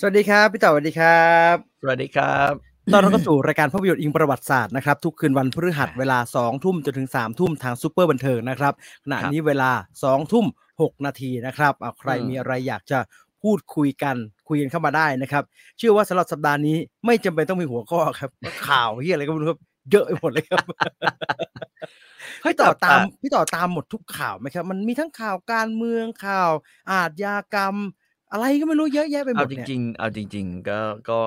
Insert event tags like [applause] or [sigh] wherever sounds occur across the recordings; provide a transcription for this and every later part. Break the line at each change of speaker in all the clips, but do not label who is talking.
สวัสดีครับ พี่เต่อสวัสดีครับ
สวัสดีครับ
ตอนนี้ก็สู่รายการภาพยนตร์อิงประวัติศาสตร์นะครับ ทุกคืนวันพฤหัสเวลา2องทุ่มจนถึง3ามทุ่มทางซูเปอร์บันเทิงนะครับขณะนี้เวลา2องทุ่ม6นาทีนะครับเอาใครมีอะไรอยากจะพูดคุยกันคุยกันเข้ามาได้นะครับ เชื่อว่าสำหรับสัปดาห์นี้ไม่จำเป็นต้องมีหัวข้อครับ ข่าวเหียอะไรก็ไม่รู้ครับเยอะไปหมดเลย [laughs] ครับพี่ต่อตามพี่ต่อตามหมดทุกข่าวไหมครับ มันมีทั้งข่าวการเมืองข่าว อาชญากรรม อะไรก็ไม่รู้เยอะแยะไปหม
เอา
ด
จ
เนี่ย
ริง ๆ เอาจริง ๆ ก็ก็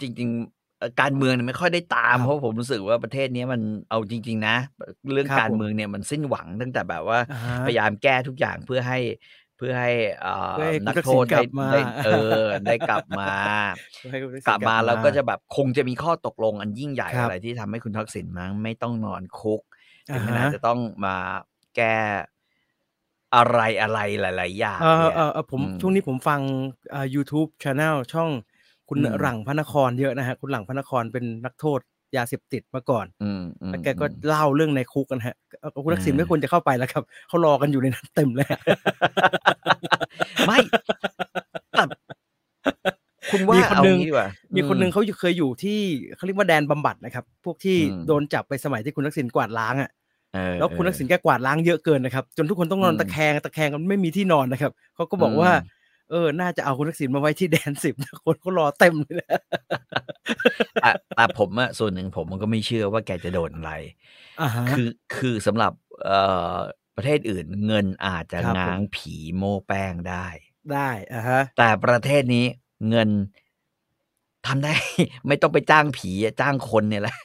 จริง ๆเอ่อการเมืองเนี่ยไม่ค่อยได้ตาม
ครับ
เพราะผมรู้สึกว่าประเทศเนี้ยมันเอาจริง ๆ นะ เรื่อง
ครับ
การ
ผม
เมืองเนี่ยมันสิ้นหวังตั้งแต่แบบว่า
อ่าฮะ
พยายามแก้ทุกอย่างเพื่อให้เพื่อให้เอ่อ
เพื่อให้คุณ
นัก
ทัก
โท
ษิณกลั
ษได้
บมา
ได้เออได้กลับมา
ให้คุณทัษิณ
กลับมาแล้วก็จะแบบคงจะมีข้อตกลงอันยิ่งใหญ่
ครับ
อะไรที่ทำให้คุณทักษิณมั้งไม่ต้องนอนคุก
อ่าฮะ
ถึงขนาดจะต้องมาแก้อะไรอะไรหลาย ๆ อย่าง
เออ
เนี่ย
เออเออผม
อืม
ช่วงนี้ผมฟังอ่า YouTube Channel ช่องคุณ
อืม
หลังพระนครเยอะนะฮะ คุณหลังพระนครเป็นนักโทษยาเสพติดมาก่อน
อืมอืม
แล้วแกก็
อืม
เล่าเรื่องในคุกกันฮะเอ่อคุณทักษิณ
อืม
ไม่ควรจะเข้าไปแล้วครับเขารอกันอยู่ในนั้นเต็มเลยฮะ
ไม่แต่คุณว่า
มีคน
เอา
หนึ่ง
งี้ดีกว่า
มี
มี
คนหนึ่งเขาอยู่เคยอยู่ที่เขาเรียกว่าแดนบำบัดนะครับ พวกที่
อืม
โดนจับไปสมัยที่คุณทักษิณกวาดล้างอ่ะแล้วคุณทักษิณแกกวาดล้างเยอะเกินนะครับ จนทุกคนต้องนอน
อืม
ตะแคงตะแคงกันไม่มีที่นอนนะครับเขาก็บอกว่า
อืม
เออ น่าจะเอาคุณทักษิณมาไว้ที่แดนสิบ [laughs] นะคนเขารอเต็มเลยนะ
แต่แต่ผมอะส่วนหนึ่งผมมันก็ไม่เชื่อว่าแกจะโดนอะไร
อ่าฮะ
คือคือสำหรับเอ่อประเทศอื่นเงินอาจจะ
ครับผม
ง้างผีโม่แป้งได้
ได้อ่าฮะ [laughs]
แต่ประเทศนี้เงินทำได้ ไม่ต้องไปจ้างผีอะจ้างคนเนี่ยแหละ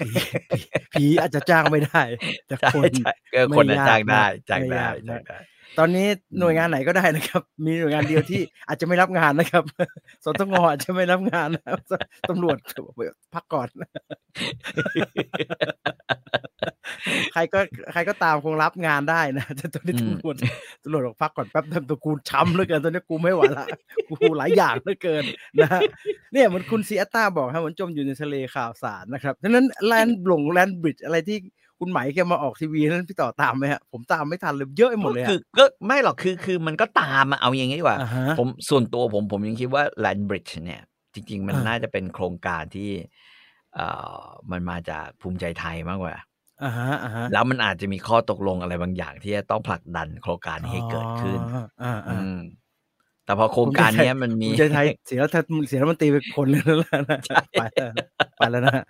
ผีผีผีอาจจะจ้างไม่ได้ แต่ค
ใช่
น
ใช่เออคนอะ
ไม่ยาก
จ้างได้
มาก
จ้าง
ไม่
ได้
ยา
จ้าม
กาง ก
ได้
ตอนนี้หน่วยงานไหนก็ได้นะครับ [laughs] มีหน่วยงานเดียวที่ อาจจะไม่รับงานนะครับ [laughs] สตงอาจจะไม่รับงานนะครับ [laughs] ตำรวจพักก่อน [laughs] ใครก็ใครก็ตามคงรับงานได้นะ [laughs] แต่ตอนนี้
อืม
ตำรวจตำรวจบอกพักก่อนแป๊บ [laughs] เดียวตัวกูช้ำเหลือเกินตอนนี้กูไม่ไหวละ [laughs] กูหลายอย่างเหลือเกิน [laughs] นะฮะเนี่ยเหมันคุณซีแอตตาบอกฮะเหมันจมอยู่ในทะเลข่าวสารนะครับดังนั้นแลนด์หลงแลนด์บริดจ์อะไรที่คุณไหมแกมาออกทีวีนั้นพี่ต่อตามไหมฮะผมตามไม่ทันเลยเยอะไปหมดเลย
คือ
อะ
ก็ไม่หรอกคือคือมันก็ตามอะเอาอย่างนี้ดีกว่า
อ่าฮะ
ผมส่วนตัวผมผมยังคิดว่า Landbridge เนี่ย จริง ๆ มัน
อ่า
น่าจะเป็นโครงการที่เอ่อมันมาจากภูมิใจไทยมากกว่า
อ่าฮะอ่าฮะ
แล้วมันอาจจะมีข้อตกลงอะไรบางอย่าง ที่จะต้องผลักดันโครงการนี้ให้เกิดขึ้น
อ๋ออ่า
อื
อ่าม
แต่พอโครงการเนี้ยมันมี
ภูมิใจไทยเสียรัฐเสียรัฐมนตรีไปคนหนึง
[laughs]
แล้วนะไปเออไปแล้วนะฮะ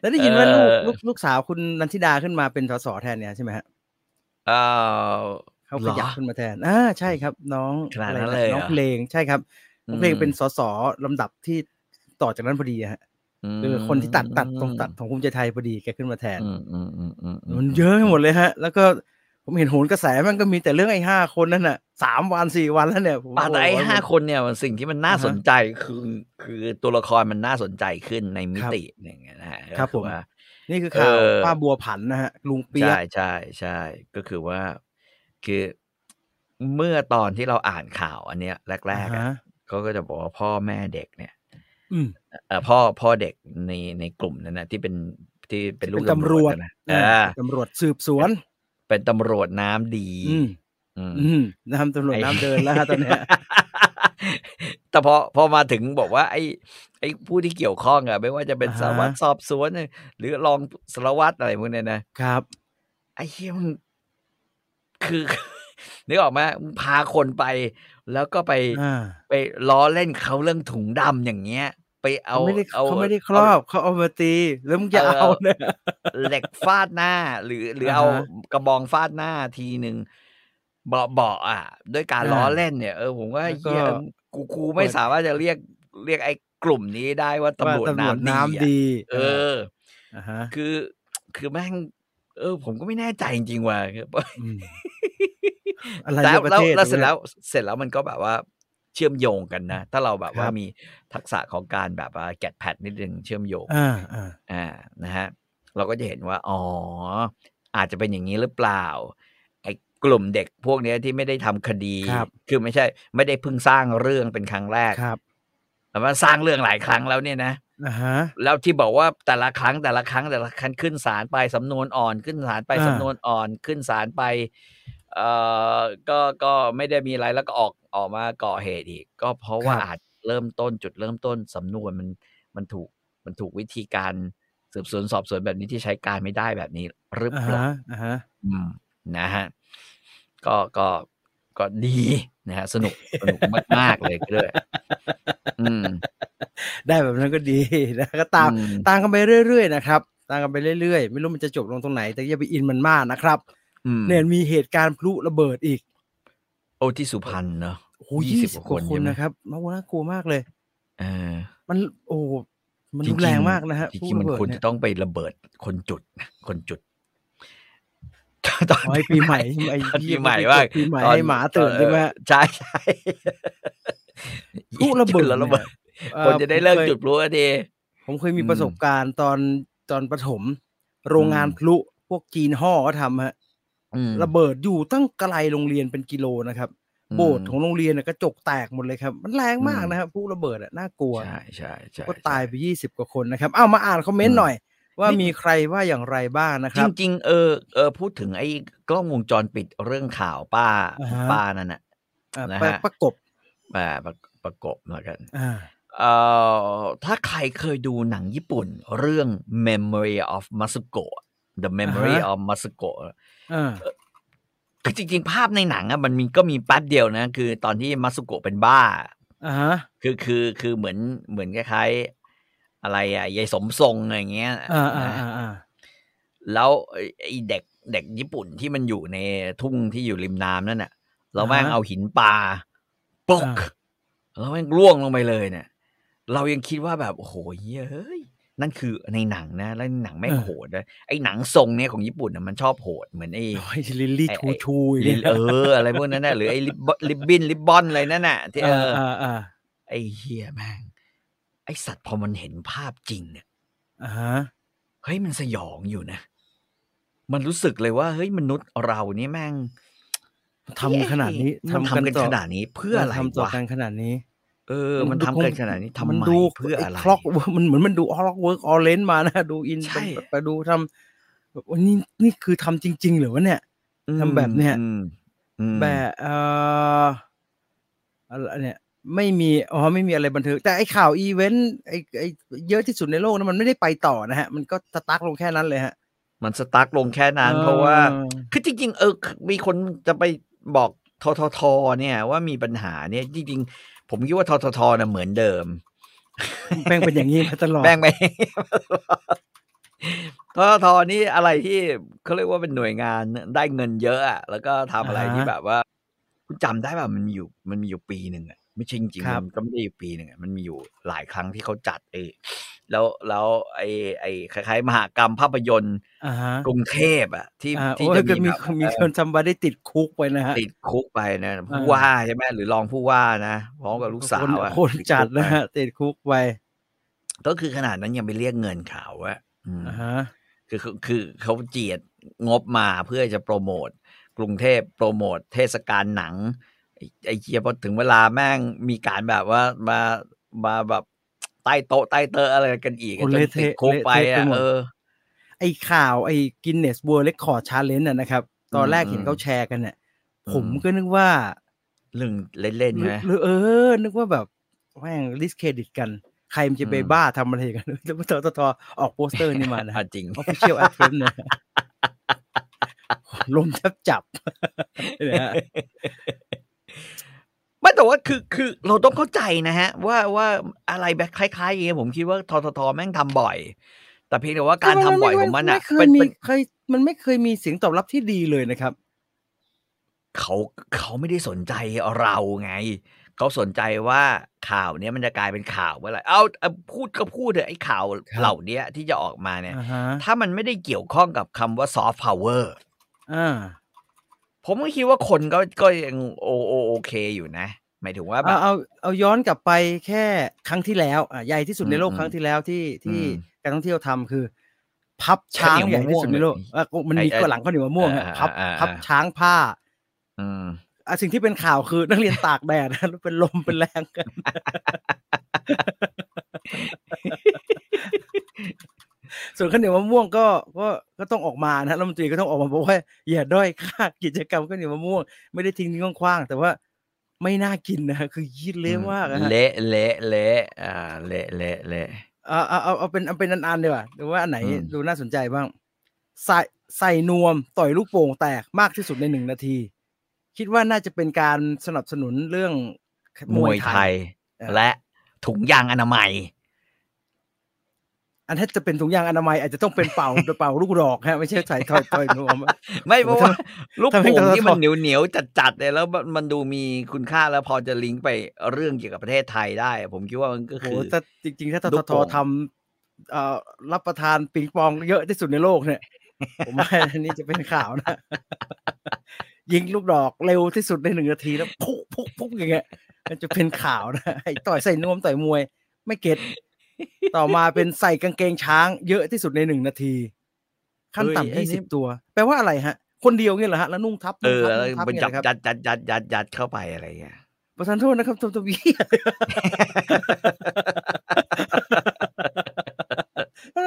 แล้วได้ยินว่าลูก
เออ
ลูกลูกสาวคุณนันทิดาขึ้นมาเป็นสสแทนเนี่ยใช่ไหมฮะ
เอ่อ
เขาขยับ
เหรอ
ขึ้นมาแทนอ่าใช่ครับ น้อง
ขนาด
อะไร
นั้น
นะ
เลยเหรอ
น้องเพลงใช่ครับน้องเพลงเป็นสสลำดับที่ต่อจากนั้นพอดีอะฮะ
ม
คือคนที่ตัดตัดตรงตัดของภูมิใจไทยพอดีแกขึ้นมาแทน
อืมอืมอืมอืมอืม
มันเยอะไปหมดเลยฮะ แล้วก็ผมเห็นโหนกระแสมันก็มีแต่เรื่องไอ้ห้าคนนั่นน่ะสามวันสี่วันแล้วเนี่ยผม
ป่าแต่ไอ้
โโ
ห้าคนเนี่ยมันสิ่งที่มันน่าสนใจคือคือตัวละครมันน่าสนใจขึ้นในมิติหนึ่งนะฮะ
ครับ
ก็อ
ผม
ว่า
นี่คือข่าว
เออ
ป้าบัวผันนะฮะ ลุงเปียก
ใช่ใช่ใช่ก็คือว่า คือเมื่อตอนที่เราอ่านข่าวอันเนี้ยแรกๆ
อ่า
อะ
ฮะ
เขาก็จะบอกว่าพ่อแม่เด็กเนี่ย
อืม
เอ่อพ่อพ่อเด็กในในกลุ่มนั้นนะที่เป็นที่เป็นลูก
เป็นตำรวจ
นะเอ
อ่า
อ
ตำรวจสืบสวน
เป็นตำรวจน้ำดี
อืม
อืม [laughs]
อืมน้ำตำรวจ
ไอ้
น้ำเดินแล้วฮะ
[laughs]
ตอนเนี้ย
แต่พอพอมาถึงบอกว่า ไอ้ไอ้ผู้ที่เกี่ยวข้องอะไม่ว่าจะเป็น
อ่าฮะ
สารวัตรสอบสวนหรือรองสารวัตรอะไรพวกเนี้ยนะครับ ไอ้เหี้ยมันคือ [laughs] นึกออกไหมมึงพาคนไป แล้วก็ไป
อ่า
ไปล้อเล่นเขาเรื่องถุงดำอย่างเงี้ย ไปเอา
เขาไม่ได้
เอา
เขาไม่ได้คร
เา
อบเขาเอามาตีแล้วมึงจะ
เออ
เอาเนี่ย
เหล็กฟาดหน้า หรือหรืออา เอา
ฮะ
กระบองฟาดหน้าทีหนึ่งเบาะเบาะอ่ะ ด้วยการ
อ่า
ล้อเล่นเนี่ยเออผมว่า
แล้วก็
เฮียกูกูไม่
เปิด
สามารถจะเรียกเรียกไอ้กลุ่มนี้ได้ว่า
ว่า
ตำรวจ
ตำรวจ
น้ำดี
น้ำ
อ่ะ
ดี
เออ
อ่าฮะ
คือคือแม่ง เออ ผมก็ไม่แน่ใจจริงๆว่ะ
อืมอะไร
แต่
เนี่ยประ
แล้ว
เทศ
แล้วเส
นี่ย
ร็จแล้วเสร็จแล้วมันก็แบบว่าเชื่อมโยงกันนะ ถ้าเราแบบว่า
ครับ
มีทักษะของการแบบว่าแกะแพดนิดนึงเชื่อมโยง
อ่าอ่า
อ่านะฮะเราก็จะเห็นว่า อ๋อ อาจจะเป็นอย่างนี้หรือเปล่า ไอ้กลุ่มเด็กพวกเนี้ยที่ไม่ได้ทำคดี
ครับ
คือไม่ใช่ ไม่ได้เพิ่งสร้างเรื่องเป็นครั้งแรก
ครับ
แต่ว่าสร้างเรื่องหลายครั้งแล้วเนี่ยนะ
อ่าฮะ
แล้วที่บอกว่าแต่ละครั้งแต่ละครั้งแต่ละครั้งขึ้นศาลไปสำนวนอ่อน ขึ้นศาลไป
อ่า
สำนวนอ่อนขึ้นศาลไป เอ่อก็ก็ไม่ได้มีอะไรแล้วก็ออก ออกมาก่อเหตุอีก ก็เพราะว่า
ครับ
อาจเริ่มต้นจุดเริ่มต้นสำนวนมันมันถูกมันถูกวิธีการสืบสวนสอบสวนแบบนี้ที่ใช้การไม่ได้แบบนี้หรือ
อ่า
เปล่า
ฮะอ่าฮะ
อืมนะฮะก็ก็ก็ดีนะฮะสนุกสนุกมาก ๆ เลยก็ด้วยอืม
ได้แบบนั้นก็ดี [laughs] นะก็ตาม
อื
ตามกันไปเรื่อยๆนะครับตามกันไปเรื่อยๆ ไม่รู้มันจะจบลงตรงไหน แต่อย่าไปอินมันมากนะครับ
อืม
เนี่ยมีเหตุการณ์พลุระเบิดอีก
โอ้ที่สุพรรณเนาะ
โอ้โหยี่สิบ
20
กว่า
ค
คน
นใช่ไหม
นะครับมันน่ากลัวมากเลย
เออ
มันโอ้โหมัน
จ
รุนแรงมากนะฮะ
จ
พลุ
ริงๆมั
ระ
น
เบิด
ควร
เนี่
จะ
ย
ต้องไประเบิดคนจุดนะคนจุด ตอน
อ๋อไอ้ปีใหม่ไอ้
ต [laughs] อนปี
เย
ใหม่
ไป
ว่า
จุดปีใหม่
ตอน
ให้หมาตื่นใช่ไหมฮะ
ใช่ใช่
พลุระเบิด
จุแล้วระเบิด
เอ่อ
คนจะได้เลิก
ผมคย
จุดพลุอ่ะดี
ผมเคยมี
อืม
ประสบการณ์ตอนตอนประถม โรงงาน
อืม
พลุพวกจีนห่อก็ทำฮะ
อืม
ระเบิดอยู่ตั้งไกลโรงเรียนเป็นกิโลนะครับ โบสถ์ของโรงเรียนน่ะกระจกแตกหมดเลยครับ มันแรงมากนะครับพลุระเบิดอ่ะน่ากลัว
ใช่ใช่ใช่
ก็ตายไปยี่สิบกว่าคนนะครับ เอามาอ่านคอมเมนต์หน่อย ว่า
นี่
มีใครว่าอย่างไรบ้างนะค
จ
รับ
ริงๆ เออ เออ พูดถึงไอ้กล้องวงจรปิดเรื่องข่าวป้า
อ่าฮะ
ป้านั่นน่ะ
อ่ะ
นะ
ไป
ฮะ
ประกบ
มาประประกบมากัน
อ่า
เอ่อ ถ้าใครเคยดูหนังญี่ปุ่นเรื่อง Memory of Masako The Memory of Masako
อ่า
คือจริงๆ ภาพในหนังอะมันมีก็มีแป๊บเดียวนะ คือตอนที่มาสุโกะเป็นบ้า
อ่าฮะ
คือคือคือเหมือนเหมือนคล้ายๆ อะไรอะยายสมทรงอะไรอย่างเงี้ย
อ่าอ่า
นะ
อ่าอ่า
แล้วไอ้ไอเด็กเด็กญี่ปุ่นที่มันอยู่ในทุ่งที่อยู่ริมน้ำนั่นน่ะ เราแม่งเอาหินปลาปกแล้วแม่งร่วงลงไปเลยเนี่ย เรายังคิดว่าแบบโอ้โหเฮ้ย นั่นคือในหนังนะ แล้วหนังแม่งโหดนะไอหนังทรงเนี่ยของญี่ปุ่นน่ะมันชอบโหดเหมือนไอ
โอ้ยลิลลี่
ไอ้
ชู
ไอ้
ชู
ลิเออ อะไรพวกนั้นน่ะหรือไอลิบลิบบินลิบบอนอะไรนั่นน่ะที่
เอ
เอ
อ
อ
อ่าอ่า
ไอเฮียแม่งไอสัตว์พอมันเห็นภาพจริงเนี่ย
อ่าฮะ
เฮ้ยมันสยองอยู่นะ มันรู้สึกเลยว่าเฮ้ยมนุษย์เรานี่แม่ง
ทำขนาดนี้
มันทำกัน
ต่อ
ขนาดนี้เพื่ออะไร
มันทำต่อ
วะ
กันขนาดนี้
เออ มัน
ดู
ทำกันขนาดนี้ทำไม
ดู
เพื่ออะไร
คล็อกมันเหมือนมันดูคล็อกเวิร์กออเรนมานะ ดูอิน
ใช่
ไปดูทำแบบวันนี้นี่คือทำจริง ๆ เหรือวะเนี่ย ทำแบบเนี้ย
อืมอืม
แบบเอ่ออะไรเนี่ยไม่มีอ๋อไม่มีอะไรบันทึกแต่ไอข่าวอีเวนต์ไอไอเยอะที่สุดในโลกนะมันไม่ได้ไปต่อนะฮะ มันก็สตาร์กลงแค่นั้นเลยฮะ
มันสตั๊กลงแค่นั้น เพราะว่า คือจริง ๆ เออ มีคนจะไปบอกทททเนี่ย ว่ามีปัญหาเนี่ย จริง ๆ ผมคิดว่าทททน่ะเหมือนเดิม
แป้งเป็นอย่างนี้มาตลอด
แบ่งไป [laughs] ทททนี่อะไรที่เขาเรียกว่าเป็นหน่วยงานได้เงินเยอะอะแล้วก็ทำอะไรที่แบบว่า คุณจำได้ป่ะมันมีอยู่มันมีอยู่ปีหนึ่งอะไม่ใช่จริงๆมันก็ไม่ได้อยู่ปีหนึ่งอะมันมีอยู่หลายครั้งที่เขาจัดเอแล้วแล้วไอไอคล้ายๆ มหากรรมภาพยนตร์
อ่าฮะ
กรุงเทพอะที่
อ่า
ที่
โอ้ย
จะ
ก็มี
มีแบบ
มีคนจำบาได้ติดคุกไปนะฮะ
ติดคุกไปนะผู้
อ่า
ว่าใช่ไหมหรือรองผู้ว่านะพร้อมกับลูกสา
คน
วอะ
คน
ติ
จัด
คุกไป
นะฮะติดคุกไป
ก็คือขนาดนั้นยังไปเรียกเงินเขาอะอืม
อ่าฮะ
คือคือคือเขาเจียดงบมาเพื่อจะโปรโมท กรุงเทพโปรโมท เทศกาลหนัง ไอ้ไอ้เจียพอถึงเวลาแม่งมีการแบบว่ามามาแบบใต้โต๊ะใต้เตอร์อะไรกันอีก
คน
จน
เละ
ติด
เทะ
คุกไป
เละเทะ
อ่ะ
หมด
เออ
ไอข่าวไอกินเนสเวิร์เรคคอร์ดชาเลนจ์ะนะครับ ตอนแรกเห็น
อืม
เขาแชร์กันเนี่ย
อืม
ผมก็นึกว่า
เรื่องเล่นๆ
ห
ใช่
รือ
ไหม
หรือเออ นึกว่าแบบแม่งลิสเครดิตกัน ใครมันจะไป
อืม
บ้าทำอะไรกัน แต่ว่าทททออกโปสเตอร์นี่มานะ
[laughs] อ่ะจริง
ออฟฟิเชียลแอทเทมเนี่ย [laughs] ลมแทบจับ [laughs] เนี่ยฮะ
[laughs] ไม่แต่ว่าคือคือเราต้องเข้าใจนะฮะ ว่าว่าอะไรแบบคล้ายๆอย่างเงี้ยผมคิดว่าทททแม่งทำบ่อย แต่เพียงแต่ว่าการทำบ่อยของมันอ่ะ
ไม่เค
เป็
ย
น
มี
เป็น
เคยมันไม่เคยมีเสียงตอบรับที่ดีเลยนะครับ
เขาเขาไม่ได้สนใจเราไง เขาสนใจว่าข่าวเนี้ยมันจะกลายเป็นข่าวเมื่อไหร่เอาเอาพูดก็พูดเถอะไอ้ข่าว
ครับ
เหล่าเนี้ยที่จะออกมาเนี่ย
อ่าฮะ
ถ้ามันไม่ได้เกี่ยวข้องกับคำว่าซอฟต์พาวเวอร์
อ่า
ผมก็คิดว่าคนก็ก็ยังโอโอโอเคอยู่นะ หมายถึงว่าแบ
เอา
บ
เอาเอาย้อนกลับไปแค่ครั้งที่แล้วอ่ะใหญ่ที่สุดในโลก
อืม
ครั้งที่แล้วที่ที่
อืม
การท่องเที่ยวทำคือ พับช้าง
ข้าวเห
ให
นียว
ญ่ที่สุดในโลก
มะม่วง
อ่ะมันมี
ไอ้ไอ้
กระหลังข้าวเหนียวมะม่วงฮะ
อ่า
พับ
อ่าอ่า
พับช้างผ้า
อืม
อ่ะสิ่งที่เป็นข่าวคือนักเรียนตากแดด [laughs] นะแล้วเป็นลมเป็นแรงกัน [laughs] ส่วนข้าวเหนียวมะม่วงก็ก็ก็ต้องออกมานะรัฐมนตรีก็ต้องออกมาบอกว่าอย่าด้อยค่ากิจกรรมข้าวเหนียวมะม่วงไม่ได้ทิ้งทิ้งขว้างๆแต่ว่า ไม่น่ากินนะ [laughs] คือยีดเละมากอะฮะ
เละเละเละอ่าเละเละเละ
เอาเอาเอาเอาเป็นเอาเป็นอันๆดีกว่าดูว่าอันไหน
อืม
ดูน่าสนใจบ้างใส่ใส่นวมต่อยลูกโป่งแตกมากที่สุดในหนึ่งนาที คิดว่าน่าจะเป็นการสนับสนุนเรื่อง
มวยไทย
เออ
และถุงยางอนามัย
อันถ้าจะเป็นถุงยางอนามัยอาจจะต้องเป็นเป่า เป่าลูกดอกฮะไม่ใช่ใส่ต่อยต่อยนวม
ไม่เพราะว่าลูก
ทำให้
โป่ง
ทท
ที่มันเหนียวเหนียวจัดจัดๆเนี่ยแล้วมันมันดูมีคุณค่าแล้วพอจะลิงก์ไปเรื่องเกี่ยวกับประเทศไทยได้ ผมคิดว่ามันก็
โอ้โห
คือ
ถ้าจริงๆ ถ้าท
ลู
ท
กโป่
ท
ง
ทำเอ่อรับประทานปิงปองเยอะที่สุดในโลกเนี่ย [laughs] ผมว่าอันนี้จะเป็นข่าวนะ [laughs] ยิงลูกดอกเร็วที่สุดในหนึ่งนาทีแล้วพุกพุกพุกอย่างเงี้ยมันจะเป็นข่าวนะ [laughs] ไอ้ต่อยใส่นวมต่อยมวย ไม่เก็ตต่อมาเป็นใส่กางเกงช้าง เยอะที่สุดในหนึ่งนาที ขั้นต่ำ
เอ้ย
ยี่
ไอ้นี่
สิบตัว แปลว่าอะไรฮะ คนเดียวเงี้ยเหรอฮะแล้วนุ่งทับ
เออ
นุ่
แล้ว
งทับ
มัน
นุ่งทับเนี่ยนะค
จับ
รับ
จัดจัดจัดจัดจัดเข้าไปอะไรอย่างเงี้ [laughs] ย
ประธานโทษนะครับตัวตัววี [laughs]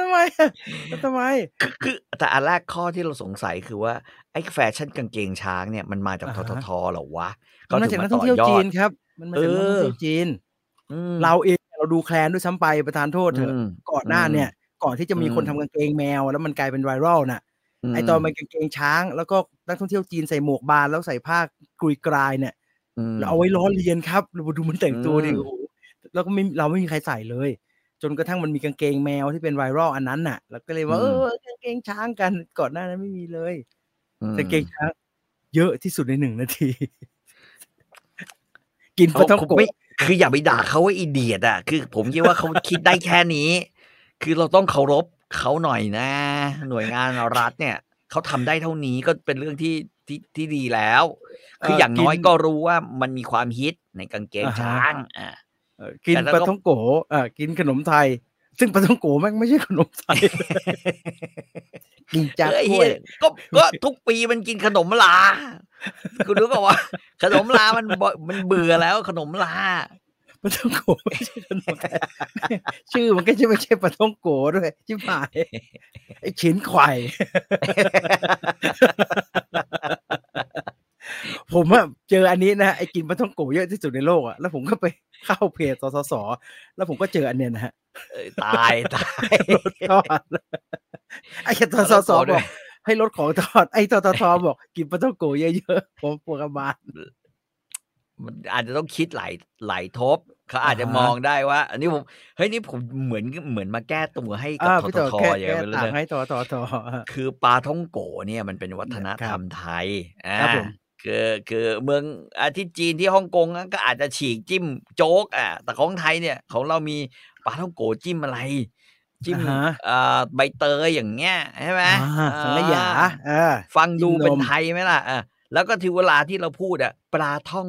ทำไม [laughs] อะทำไม
คือคือแต่อันแรกข้อที่เราสงสัยคือว่าไอ้แฟชั่นกางเกงช้างเนี่ยมันมาจาก
อ่า
ท
ฮะ
ททเหรอวะ
มันมาจากนักท่องเที่ยวจีนครับ มันมาจากนักท่องเที่ยวจีน
อืม
เราเองเราดูแคลนด้วยซ้ำไปประธานโทษเถอะ
ม
ก่อนหน้าเนี่ย ก่อนที่จะมีคน
อืม
ทำกางเกงแมว แล้วมันกลายเป็นไวรัลน่ะ ไอตอนมันกางเกงช้าง แล้วก็นักท่องเที่ยวจีนใส่หมวกบานแล้วใส่ผ้ากรุยกรายเนี่ย
ม
แล้วเอาไว้ล้อเลียนครับดูดูมันแต่งตัวดิ
อืม
โอ้โหแล้วก็ไม่เราไม่มีใครใส่เลย จนกระทั่งมันมีกางเกงแมวที่เป็นไวรัลอันนั้นน่ะ แล้วก็เลยว่าเออกางเกงช้างกันก่อนหน้านั้นไม่มีเลย
อืม
กางเกงช้าง เยอะที่สุดในหนึ่งนาที [laughs] กินปลาท่อง
ไม่
โกะ
คืออย่าไปด่าเขาว่าอีเดียดอ่ะคือ ผมคิดว่าเขา คิดได้แค่นี้ คือเราต้องเคารพเขาหน่อยนะ หน่วยงานรัฐเนี่ยเขาทำได้เท่านี้ก็เป็นเรื่องที่ที่ที่ดีแล้ว คือ
เอ่อ
อย่างน้อย
กิน
ก็รู้ว่ามันมีความฮิตในกางเกง
อ่าฮะ
ช้างอ่า
เออกิน
แต่แล้ว
ปลา
ก็
ท่องโกะเอ่อกินขนมไทย ซึ่งปลาท่องโกะแม่งไม่ใช่ขนมไท
[laughs]
ย กินจาก
เอ้ย
ก
เฮี
ล้วย
ยก็ก็ทุกปีมันกินขนมลา คุณรู้ก็ว่า ขนมลามันบ่มันเบื่อแล้วขนมลา
ปลาท่องโกะไม่ใช่ขนมไทย ชื่อมันก็จะไม่ใช่ปลาท่องโกะด้วยชิบหายไอ้ฉินไข่ [laughs] ผมอะเจออันนี้นะไอ้กินปลาท่องโกะเยอะที่สุดในโลกอะแล้วผมก็ไปเข้าเพจสสสแล้วผมก็เจออันเนี้ยนะฮ [laughs] ะ
เอ้ยตายตาย
ทอดไอ้ตสส
ขอ
บ
ด้ว
อย ก ให้ลดของทอดไอ้ตตทบอก กินปลาท่องโกะเยอะๆผมปวดกระบาล
มันอาจจะต้องคิดหลายหลายทบเขาอาจจะ
อ่าฮะ
มองได้ว่า อันนี้ผมเฮ้ยนี่ผมเหมือนเหมือนมาแก้ตัวให้ [laughs] กับ
อ่า
ท
พี่
ท
ต่อ
ท
แค่
อย่าง
แค่
เงี้ยไม่รู้
ต่าง
นะ
ให้ตตท
คือปลาท่องโกเนี่ยมันเป็นวัฒนธรรมไทยอ่า
ครับผม
คือคือเมืองอาที่จีนที่ฮ่องกงอะก็อาจจะฉีกจิ้มโจ๊กอ่ะแต่ของไทยเนี่ย ของเรามีปลาท่องโกจิ้มอะไร จิ้ม
อ่าฮะ
เอ่อใบเตยอย่างเงี้ยใช่ไหม
อ่าสังขยา
อ่
อ่า
ฟังดู
จิ้มนม
เป็นไทยไหมล่ะอ่ะแล้วก็ถึงเวลาที่เราพูดอ่ะ ปลาท่อง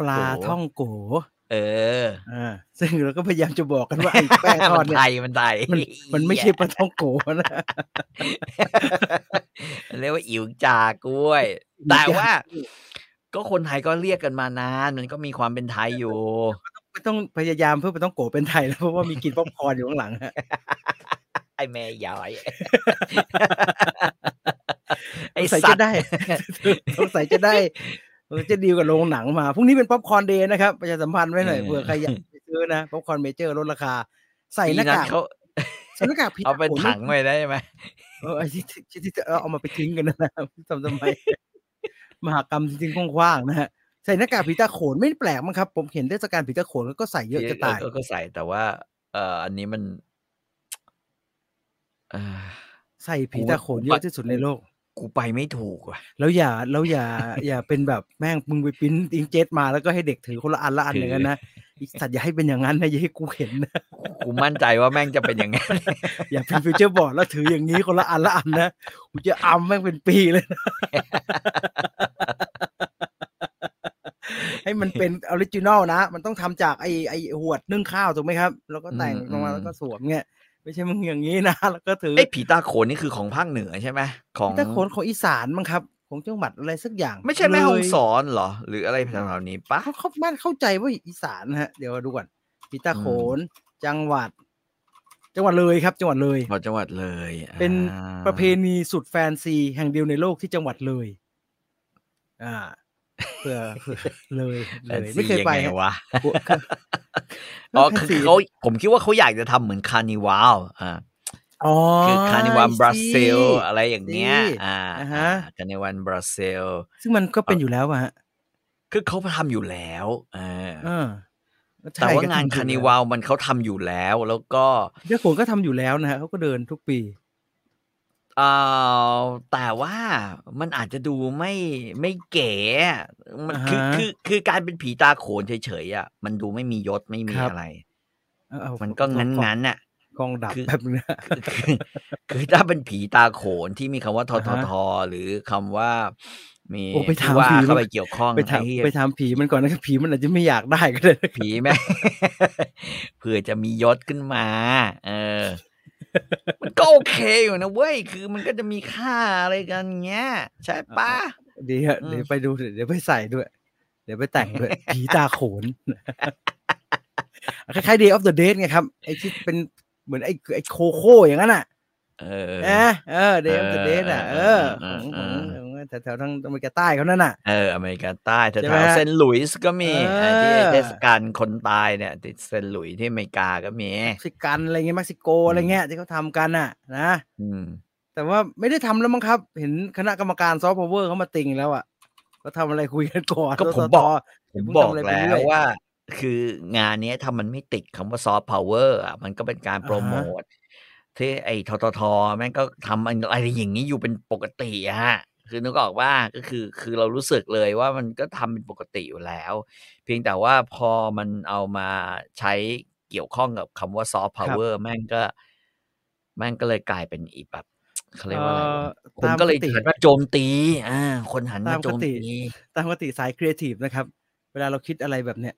ปลาท่องโกะ
เออ
อ่าซึ่งเราก็พยายามจะบอกกัน
[laughs]
ว่าไอ้แป้งทอ
มั
ด
น
เนี่
ไท
ย
ยมันไทย
มันมันไม่ใช่ปลาท่องโกะนะ
เรียกว่าอิ๋วจากล้วย
อิ๋วจาก
แต่ว่า ก็คนไทยก็เรียกกันมานาน มันก็มีความเป็นไทยอยู่
ไม่ต้องพยายามเพื่อปลาท่องโกะเป็นไทยแล้วเพราะว่ามีกลินป๊อปคอร์นอยู่ข้างหลังฮะ
ไอ้แม่ย้
[laughs]
อย ไอ้
สงสัย
สั
จะ
ตว์
ได้ [laughs] สงสัยจะได้สงสัยจะดีลกับโรงหนังมาพรุ่งนี้เป็นป๊อปคอร์นเดย์นะครับประชาสัมพันธ์ไว้หน่อยเผื่อใครอยากไปซื้อนะป๊อปคอร์นเมเจอร์ลดราคา ใส่หน้ากาก
ปีเขา
ใส่หน้ากากพิษ
เอาเป็น
โโห
ถังไว้ได้ไหม
เออไอ้ที่ที่ที่เอาเอามาไปทิ้งกันนะ [laughs] ทำทำไมมหากรรมจริงๆกว้างๆนะฮะใส่หน้ากากผีตาโขนไม่แปลกมั้งครับ ผมเห็นเทศกาลผีตาโขนก็ใส่เยอะจะตาย
ก็ก็ใส่แต่ว่า เอ่ออันนี้มันเอ่อ
ใส่ผีตาโขนเยอะที่สุดในโลก
กูไปไม่ถูกว่ะ
แล้วอย่าแล้วอย่า อย่าเป็นแบบแม่งมึงไปปริ้นอิงเจ็ตมาแล้วก็ให้เด็กถือคนละอันละอัน
ถือ
อ
อ
ย่างนั้นนะอีสัตว์อย่าให้เป็นอย่างนั้นนะอย่าให้กูเห็นนะ
กูมั่นใจว่าแม่งจะเป็นอย่างนั้น
อย่าเป็นฟิวเจอร์บอร์ดแล้วถืออย่างนี้คนละอันละอันนะกูจะอัมแม่งเป็นปีเลยนะ [laughs] ให้มันเป็นออริจินอลนะ มันต้องทำจากไอไอหวดนึ่งข้าวถูกไหมครับ แล้วก็แต่งล
อืม
งมา
อืม
แล้วก็สวมเงี้ยไม่ใช่มึงอย่างนี้นะแล้วก็ถือ
ไอ้ผีตาโขนนี่คือของภาคเหนือใช่ไหมของ
ถ้าคนของอีสานมั้งครับของจังหวัดอะไรสักอย่าง
ไม่ใช่แม่ฮ่อง
เลย
สอนเหรอ หรืออะไรแถวๆนี้ปะ
เขาเขาบ้านเข้าใจว่าอีสานนะฮะ เดี๋ยวดูก่อนพิตาโขน จังหวัด จังหวัดเลยครับ จังหวัดเลย
ของจังหวัดเลย
เป็น
อ่า
ประเพณีสุดแฟนซีแห่งเดียวในโลกที่จังหวัดเลย อ่า เผื่อเผื่อเลยเล
แฟน
ย
ซี
ไม่เคยไป
ง
ครับ
วะ
กลัว
[laughs] อ๋อ
แฟน
คื
ซี
อเขาผมคิดว่าเขาอยากจะทำเหมือนคานิวาลอ่า
อ๋อ
คือคานิวัน
I see
บราซิลอะไรอย่างเงี้ย
see
อ่า
อ่าฮะ
คานิวันบราซิล
ซึ่งมันก็เป็นอยู่แล้วอะฮะ
คือเขาทำอยู่แล้วเออ
เออ
แต่
ใช่
ว่า
ก็
งาน
ทำอยู่
คานิ
แล้ว
าลมันเขาทำอยู่แล้ว แล้วก็
เจ้าของก็ทำอยู่แล้วนะฮะเขาก็เดินทุกปี
เอ่อแต่ว่ามันอาจจะดูไม่ไม่เก๋อะมันคือ
อ่าฮะ
คือคือการเป็นผีตาโขนเฉยๆอ่ะมันดูไม่มียศไม่มี
ครับ
อะไร
เออเอา
มันก็งั้นๆน่ะ
กองดับ
คือ
แบบนี้
คือคือคือถ้าเป็นผีตาโขนที่มีคำว่าทอทอ
อ่าฮะ
ทอหรือคำว่า มี
โอ้ไปถาม
ว่า
ผีมั้ย
เข้าไปเกี่ยวข้อง
ไปถาม
อ้เหี้ย
ไปถามผีมันก่อนนะครับผีมันอาจจะไม่อยากได้ก็ได้
ผีแม่ [laughs] เผื่อจะมียศขึ้นมา เออ มันก็โอเคอยู่นะเว้ย คือมันก็จะมีค่าอะไรกันเงี้ย ใช่ปะ
ดีฮะ
อืม
เดี๋ยวไปดูเดี๋ยวไปใส่ด้วย เดี๋ยวไปแต่งด้วย
[laughs]
ผีตาโขนคล้ายๆ Day of the Dead ไงครับไอ้ที่เป็นเหมือนไอ้ไอ้โคโค่อย่างนั้นอ่ะ
เออ
เออเออเดมเดเดนอ่ะ เอ
เอ
อ
อ
ของข
เอ
อ
อ
งของแถวๆทางอเมริกาใต้เขานั่นน่ะ
เออ อเมริกาใต้
ใช่
แถ
ไหม
วๆ
ฮะ
เซนต์หลุยส์ก็มี
เออ
ที่เทศกาลคนตายเนี่ยที่เซนต์หลุยส์ที่อเมริกาก็มี
เม็กซิกันอะไรเงี้ยเม็กซิโก
อืม
อะไรเงี้ยที่เขาทำกันน่ะนะ
อืม
แต่ว่าไม่ได้ทำแล้วมั้งครับ เห็นคณะกรรมการซอฟต์พาวเวอร์เขามาติงแล้วอ่ะก็ทำอะไรคุยกันก่อน
ก็ผม
ต่
บอก
ต่
ผม
เพิ่ง
บอ
ทำ
ก
อะไรไป
แล้
เรื่อ
ว
ย
ว่า คืองานเนี้ยถ้ามันไม่ติดคำว่าซอฟต์พาวเวอร์อ่ะมันก็เป็นการโปรโมทที่ไอ้ทททแม่งก็ทำอะไรอย่างนี้อยู่เป็นปกติอะฮะคือนึกออกว่าก็คือคือเรารู้สึกเลยว่ามันก็ทำเป็นปกติอยู่แล้ว เพียงแต่ว่าพอมันเอามาใช้เกี่ยวข้องกับคำว่าซอฟต์พาวเวอร์แม่งก็ แม่งก็เลยกลายเป็นอีกแบบเขาเรียกว่าอะไรวะ
เอ่อ
คน
ตาม
ก็เลย
ปกติ
หันมาโจมตี อ่า คนหันมา
ตาม
โจ
ป
ม
กติ
ตี
ตามปกติสายครีเอทีฟนะครับ เวลาเราคิดอะไรแบบเนี้ย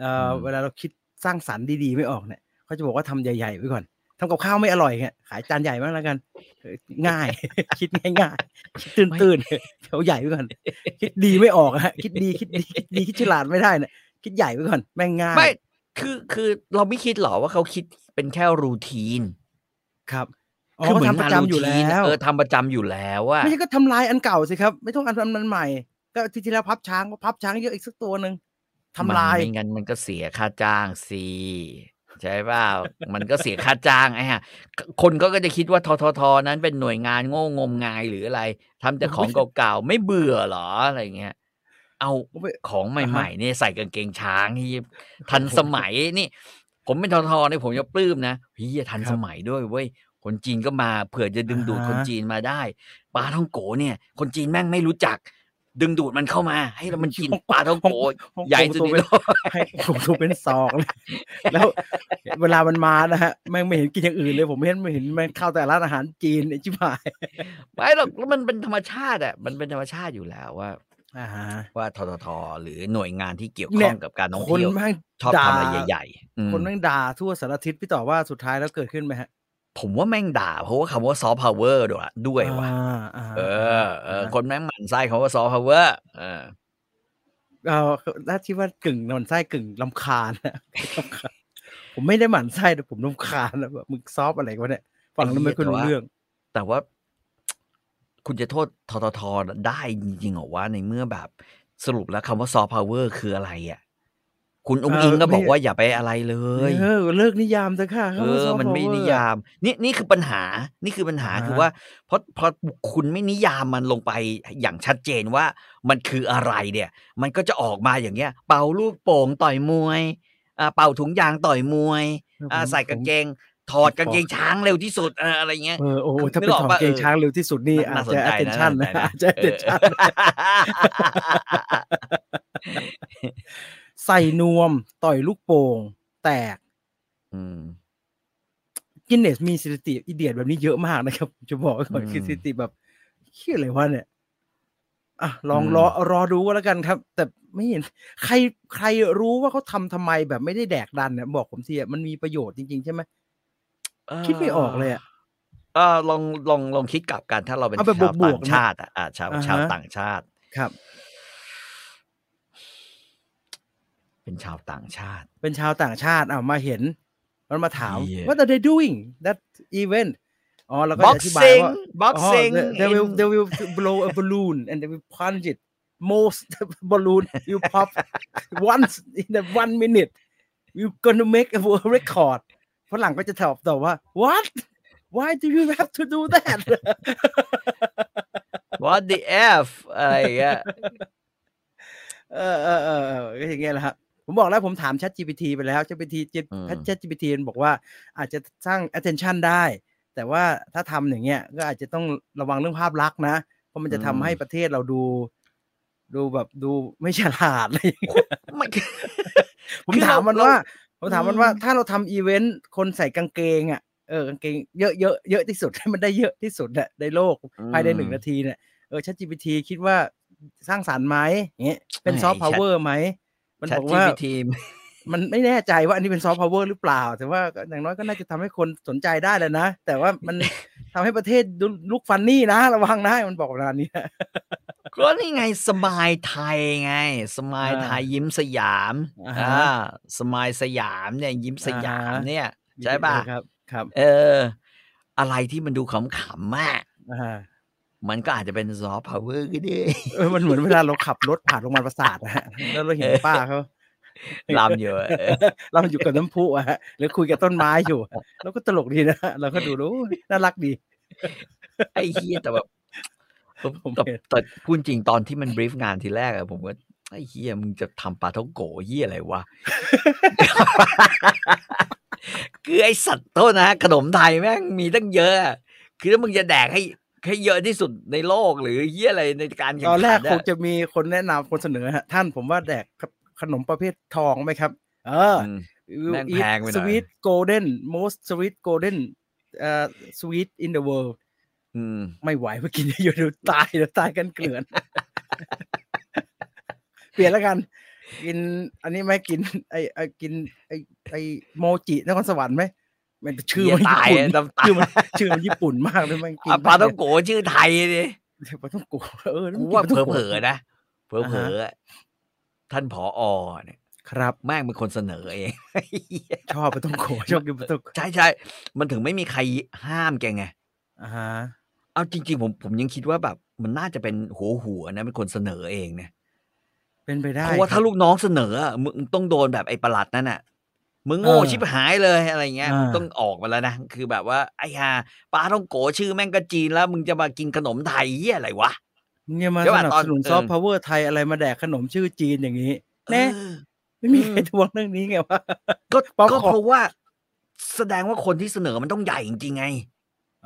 เอออ
ม
เวลาเราคิดสร้างสรรค์ดีๆไม่ออกเนี่ยเขาจะบอกว่าทำใหญ่ๆไว้ก่อนทำกับข้าวไม่อร่อยเงี้ยขายจานใหญ่มากแล้วกันเออง่าย [laughs] คิดง่ายๆคิดตื่นๆเอาใหญ่ไว้ก่อน คิดดีไม่ออกอะฮะคิดดีคิดดีคิดดีคิดฉลาดไม่ได้เนี่ยคิดใหญ่ไว้ก่อนแม่งง่าย
ไม่ คือ คือ เราไม่คิดหรอว่าเขาคิดเป็นแค่รูทีน
ครับอ๋อเขาทำประจำอยู่
งาน routine
แล้ว
เออทำประจำอยู่แล้วว่า
ไม่ใช่ก็ทำลายอันเก่าสิครับ ไม่ต้องอันอันใหม่ ก็ที่ที่แล้วพับช้างก็พับช้างเยอะอีกสักตัวหนึ่งทำลาย
ไม่งั้นมันก็เสียค่าจ้างสิใช่เปล่า มันก็เสียค่าจ้างไอ้ฮะ คนก็ก็จะคิดว่าทททนั้นเป็นหน่วยงานโง่งมงายหรืออะไรทำแต่ของเก่าๆไม่เบื่อหรออะไรเงี้ย เอาของใหม่ๆเนี่ยใส่กางเกงช้างที่ทันสมัยนี่ ผมเป็นททเนี่ยผมจะปลื้มนะเฮียทัน
ครับ
สมัยด้วยเว้ยคนจีนก็มาเผื่อจะดึงดูด
อ่าฮะ
คนจีนมาได้ปลาท่องโกเนี่ย คนจีนแม่งไม่รู้จัก ดึงดูดมันเข้ามา ให้เรามันกินปลาท่องโก
ฮ่องกง
ใหญ่สุด
ตัว
ใน
เป็น
โลก [laughs]
ให้ [laughs] ผมตัวเป็นศอกเลย [laughs] แล้วเวลามันมานะฮะแม่งไม่เห็นกินอย่างอื่นเลย ผมเห็นไม่เห็นแม่งเข้าแต่ร้านอาหารจีนไอ้ชิบหาย
ไม่หรอกแล้วมันเป็นธรรมชาติอ่ะมันเป็นธรรมชาติอยู่แล้วว่า
อ่าฮะ
ว่าทททหรือหน่วยงานที่เกี่ยว
เนี่
ข้
ย
องกับการท่อง
คน
เที่ยว
แม่ง
ชอบทำอะไร
ด่า
ใหญ่ๆอืม
คนแม่งด่าทั่วสารทิศพี่ต่อว่าสุดท้ายแล้วเกิดขึ้นไหมฮะ
ผมว่าแม่งด่า เพราะว่าคำว่าซอฟต์พาวเวอร์ด้วยด้วยว่ะ
อ่าอ่า
เออเออ คนแม่งหมั่นไส้คำว่าซอฟต์พาวเวอร์เออ
เออถ้าที่ว่ากึ่งหนอนไส้กึ่งลำคาญนะ [laughs] รำคาญผมไม่ได้หมั่นไส้แต่ผมลำคาญนะแบบมึงซอฟอะไรวะเนี่ยฟังแล้วไม่ค่อยรู้เรื่อง
แต่ว่า คุณจะโทษทททได้จริงๆเหรอว่าในเมื่อแบบสรุปแล้วคำว่าซอฟต์พาวเวอร์คืออะไรอ่ะ คุณอุ้งอิงก็บอกว่าอย่าไปอะไรเลย
เออเลิกนิยามซะค่ะ
เอ
คำว่า
อ
soft
มันไม่
power
นิ
อะ
ยาม นี่นี่คือปัญหา นี่คือปัญหา
อ่าฮะ
คือว่าเพราะเพราะคุณไม่นิยามมันลงไปอย่างชัดเจนว่ามันคืออะไรเนี่ย มันก็จะออกมาอย่างเงี้ย เป่าลูกโป่งต่อยมวยอ่าเป่าถุงยางต่อยมวยอ่า
ผม
ใส่กางเกง ถอดกางเกงช้างเร็วที่สุดอ่าอะไรเงี้ย
เออโอ้โห
คือ
ถ้า
นึ
เป็
ก
น
ออก
ของ
ปะ
เกง
เออ
ช้างเร็วที่สุดนี่
น่า
อาจ
น่าสน
จะ
ใจนะ
[laughs] attention
น่าสนใจ
นะ
นะ
อาจจะ
เออ
attention ใส่นวมต่อยลูกโป่ง แตก
อืม
กินเนสมีสถิติอีเดียดแบบนี้เยอะมากนะครับผมจะบอกไว้ก่อน
อืม
คือสถิติแบบเฮี้ยอะไรวะเนี่ยอ่ะลอง
อืม
รอรอดูก็แล้วกันครับ แต่ไม่เห็น ใครใครรู้ว่าเขาทำทำไมแบบไม่ได้แดกดันเนี่ยบอกผมทีอะมันมีประโยชน์จริงๆใช่ไหม [laughs] คิดไม่ออกเลยอะ
เออลองลองลองคิดกลับกันถ้าเราเป็น
เอาแบบ
ชาว
บว
ต่าก ง
ๆนะ
ชาติอะอ่าชาว
อ่าฮะ
ชาวต่างชาติ
ครับ
เป็นชาวต่างชาติ
เป็นชาวต่างชาติอ้าวมาเห็น มันมาถาม
เหี้ย
what are they doing that event อ๋อแล้วก็จะอธิบาย
boxing
ว่า อ๋อ
boxing
they- they will [laughs]
in-
they will blow a balloon and they will punch it most [laughs] balloon you pop [laughs] once in a one minute you gonna make a world record ฝรั่งก็จะตอบต่อว่า what why do you have to do that
what the f อะไรอย่างเงี้ย
เออเออเออเออก็อย่างเงี้ยแหละครับผมบอกแล้วผมถาม Chat GPT ไปแล้ว Chat GPT จิ Chat GPT มันบอกว่าอาจจะสร้าง attention ได้ แต่ว่าถ้าทำอย่างเงี้ยก็อาจจะต้องระวังเรื่องภาพลักษณ์นะ เพราะมันจะทำให้ประเทศเราดู ดูแบบดูไม่ฉลาดอะไรอย่างเงี้ย
มัน
ผมถามมันว่า ผมถามมันว่า
อืม
ถ้าเราทำอีเวนต์คนใส่กางเกงอ่ะเออกางเกงเยอะเยอะเยอะที่สุดให้ [laughs] มันได้เยอะที่สุดอะในโลก ภายในหนึ่งนาทีเนี่ยเออ ChatGPT คิดว่าสร้างสารรค์ไหมอย่างเงี้ยเป็นซอฟต์พาวเวอร์ไหม มัน
ชั
บอก
ดจี
ว่า
พีที
มันไม่แน่ใจว่าอันนี้เป็นซอฟต์พาวเวอร์หรือเปล่า แต่ว่าก็อย่างน้อยก็น่าจะทำให้คนสนใจได้แหล้วนะ แต่ว่ามัน ทำให้ประเทศดูลุกฟันนี่นะ ระวังนะ มันบอกประมาณนี้
ก็นี่ไงสมายไทยไง สมาย
อ่า
ไทยยิ้มสยาม
อ่าฮะ
อ่าสมายสยามเนี่ยยิ้มสยามเนี่ย ใช่ป่ะ
เออครับ ครับ
เออ อะไรที่มันดูขำๆมาก
อ่า
มันก็อาจจะเป็นซอฟต์พาวเวอร์ก็ได้
[laughs] เออมันเหมือนเวลาเราขับรถผ่านโรงพยาบาลประสาทนะฮะแล้วเราเห็นป้าเขา
ลำอยู่อะเออ
เราอยู่กับน้ำพุอะฮะหรือคุยกับต้นไม้อยู่อะแล้วก็ตลกดีนะเราก็ดูรู้ยน่ารักดี
ไอ้เฮียแต่แบบ
ผม
แต่
เห็น
แต่พูดจริงตอนที่มันบรีฟงานทีแรกอะผมก็ไอ้เฮียมึงจะทำปลาท่องโกเฮียอะไรวะ คือไอสัตว์โทษนะขนมไทยแม่งมีตั้งเยอะอะคือถ้ามึงจะแดกให้ให้เยอะที่สุดในโลกหรือเฮียอะไรในการแข่ง
ต
ขั
อน
น
แรก
อะ
คงจะมีคนแนะนำคนเสนอฮะท่านผมว่าแดกขนมประเภททองไหมครับ เออ
อืม แม่งแพงไปหน่อย
สวีทโกลเด้น most sweet golden เอ่อ sweet in the world
อืม
ไม่ไหวเมื่อกี้อยู่ดูตายเดี๋ยวตายกันเกลื่อน [laughs] เปลี่ยนแล้วกัน กิน อันนี้ไหมกิน ไอไอกิน ไอไอโมจินครสวรรค์ไหมมันชื่อมันญี่
เหี้ยตาย
ปุ่น
น้ำตา
[laughs] ชื่อมันชื่อมันญี่ปุ่นมากเลยมันกิน
อ่ะปลาท่องโกชื่อไทยดิ
ปลาต้องโกเออ
กู
มันกินปลาท่
ว่า
งโก
เผลอๆนะเผลอๆอะท่านผออเนี่ย
ครับ
แม่งเป็นคนเสนอเอง
ชอบปลาต้องโกชอบกินปลาต้องโก
ใช่ใช่มันถึงไม่มีใครห้ามแกไง
อ่าฮะ
เอาจริง ๆ ผมผมยังคิดว่าแบบ มันน่าจะเป็นหัวหัวๆนะเป็นคนเสนอเองเนี่ย
เป็นไปได้
เพราะว่า
ค
ถ้า
บ
ลูกน้องเสนออะมึงต้องโดนแบบไอ้ประหลัดนั่นน่ะมึงโง่
เออ
ชิบหายเลยอะไรเงี้ย
อ่ามึ
งต้องออกมาแล้วนะคือแบบว่าไอ้ฮาปลาต้องโกชื่อแม่งก็จีนแล้ว มึงจะมากินขนมไทยเหียอะไรวะ
มึงอย่ามา
ใช่
ส
ป่ะ
นับ
ตอน
สนุน
เออ
ซอฟต์พาวเวอร์ไทยอะไรมาแดกขนมชื่อจีนอย่างนี้ แน่
เออ
ไม่มีใคร
อืม
ทวงเรื่องนี้ไงวะ
ก็
ปอขอ
ก็เพราะว่า แสดงว่าคนที่เสนอมันต้องใหญ่จริงๆไง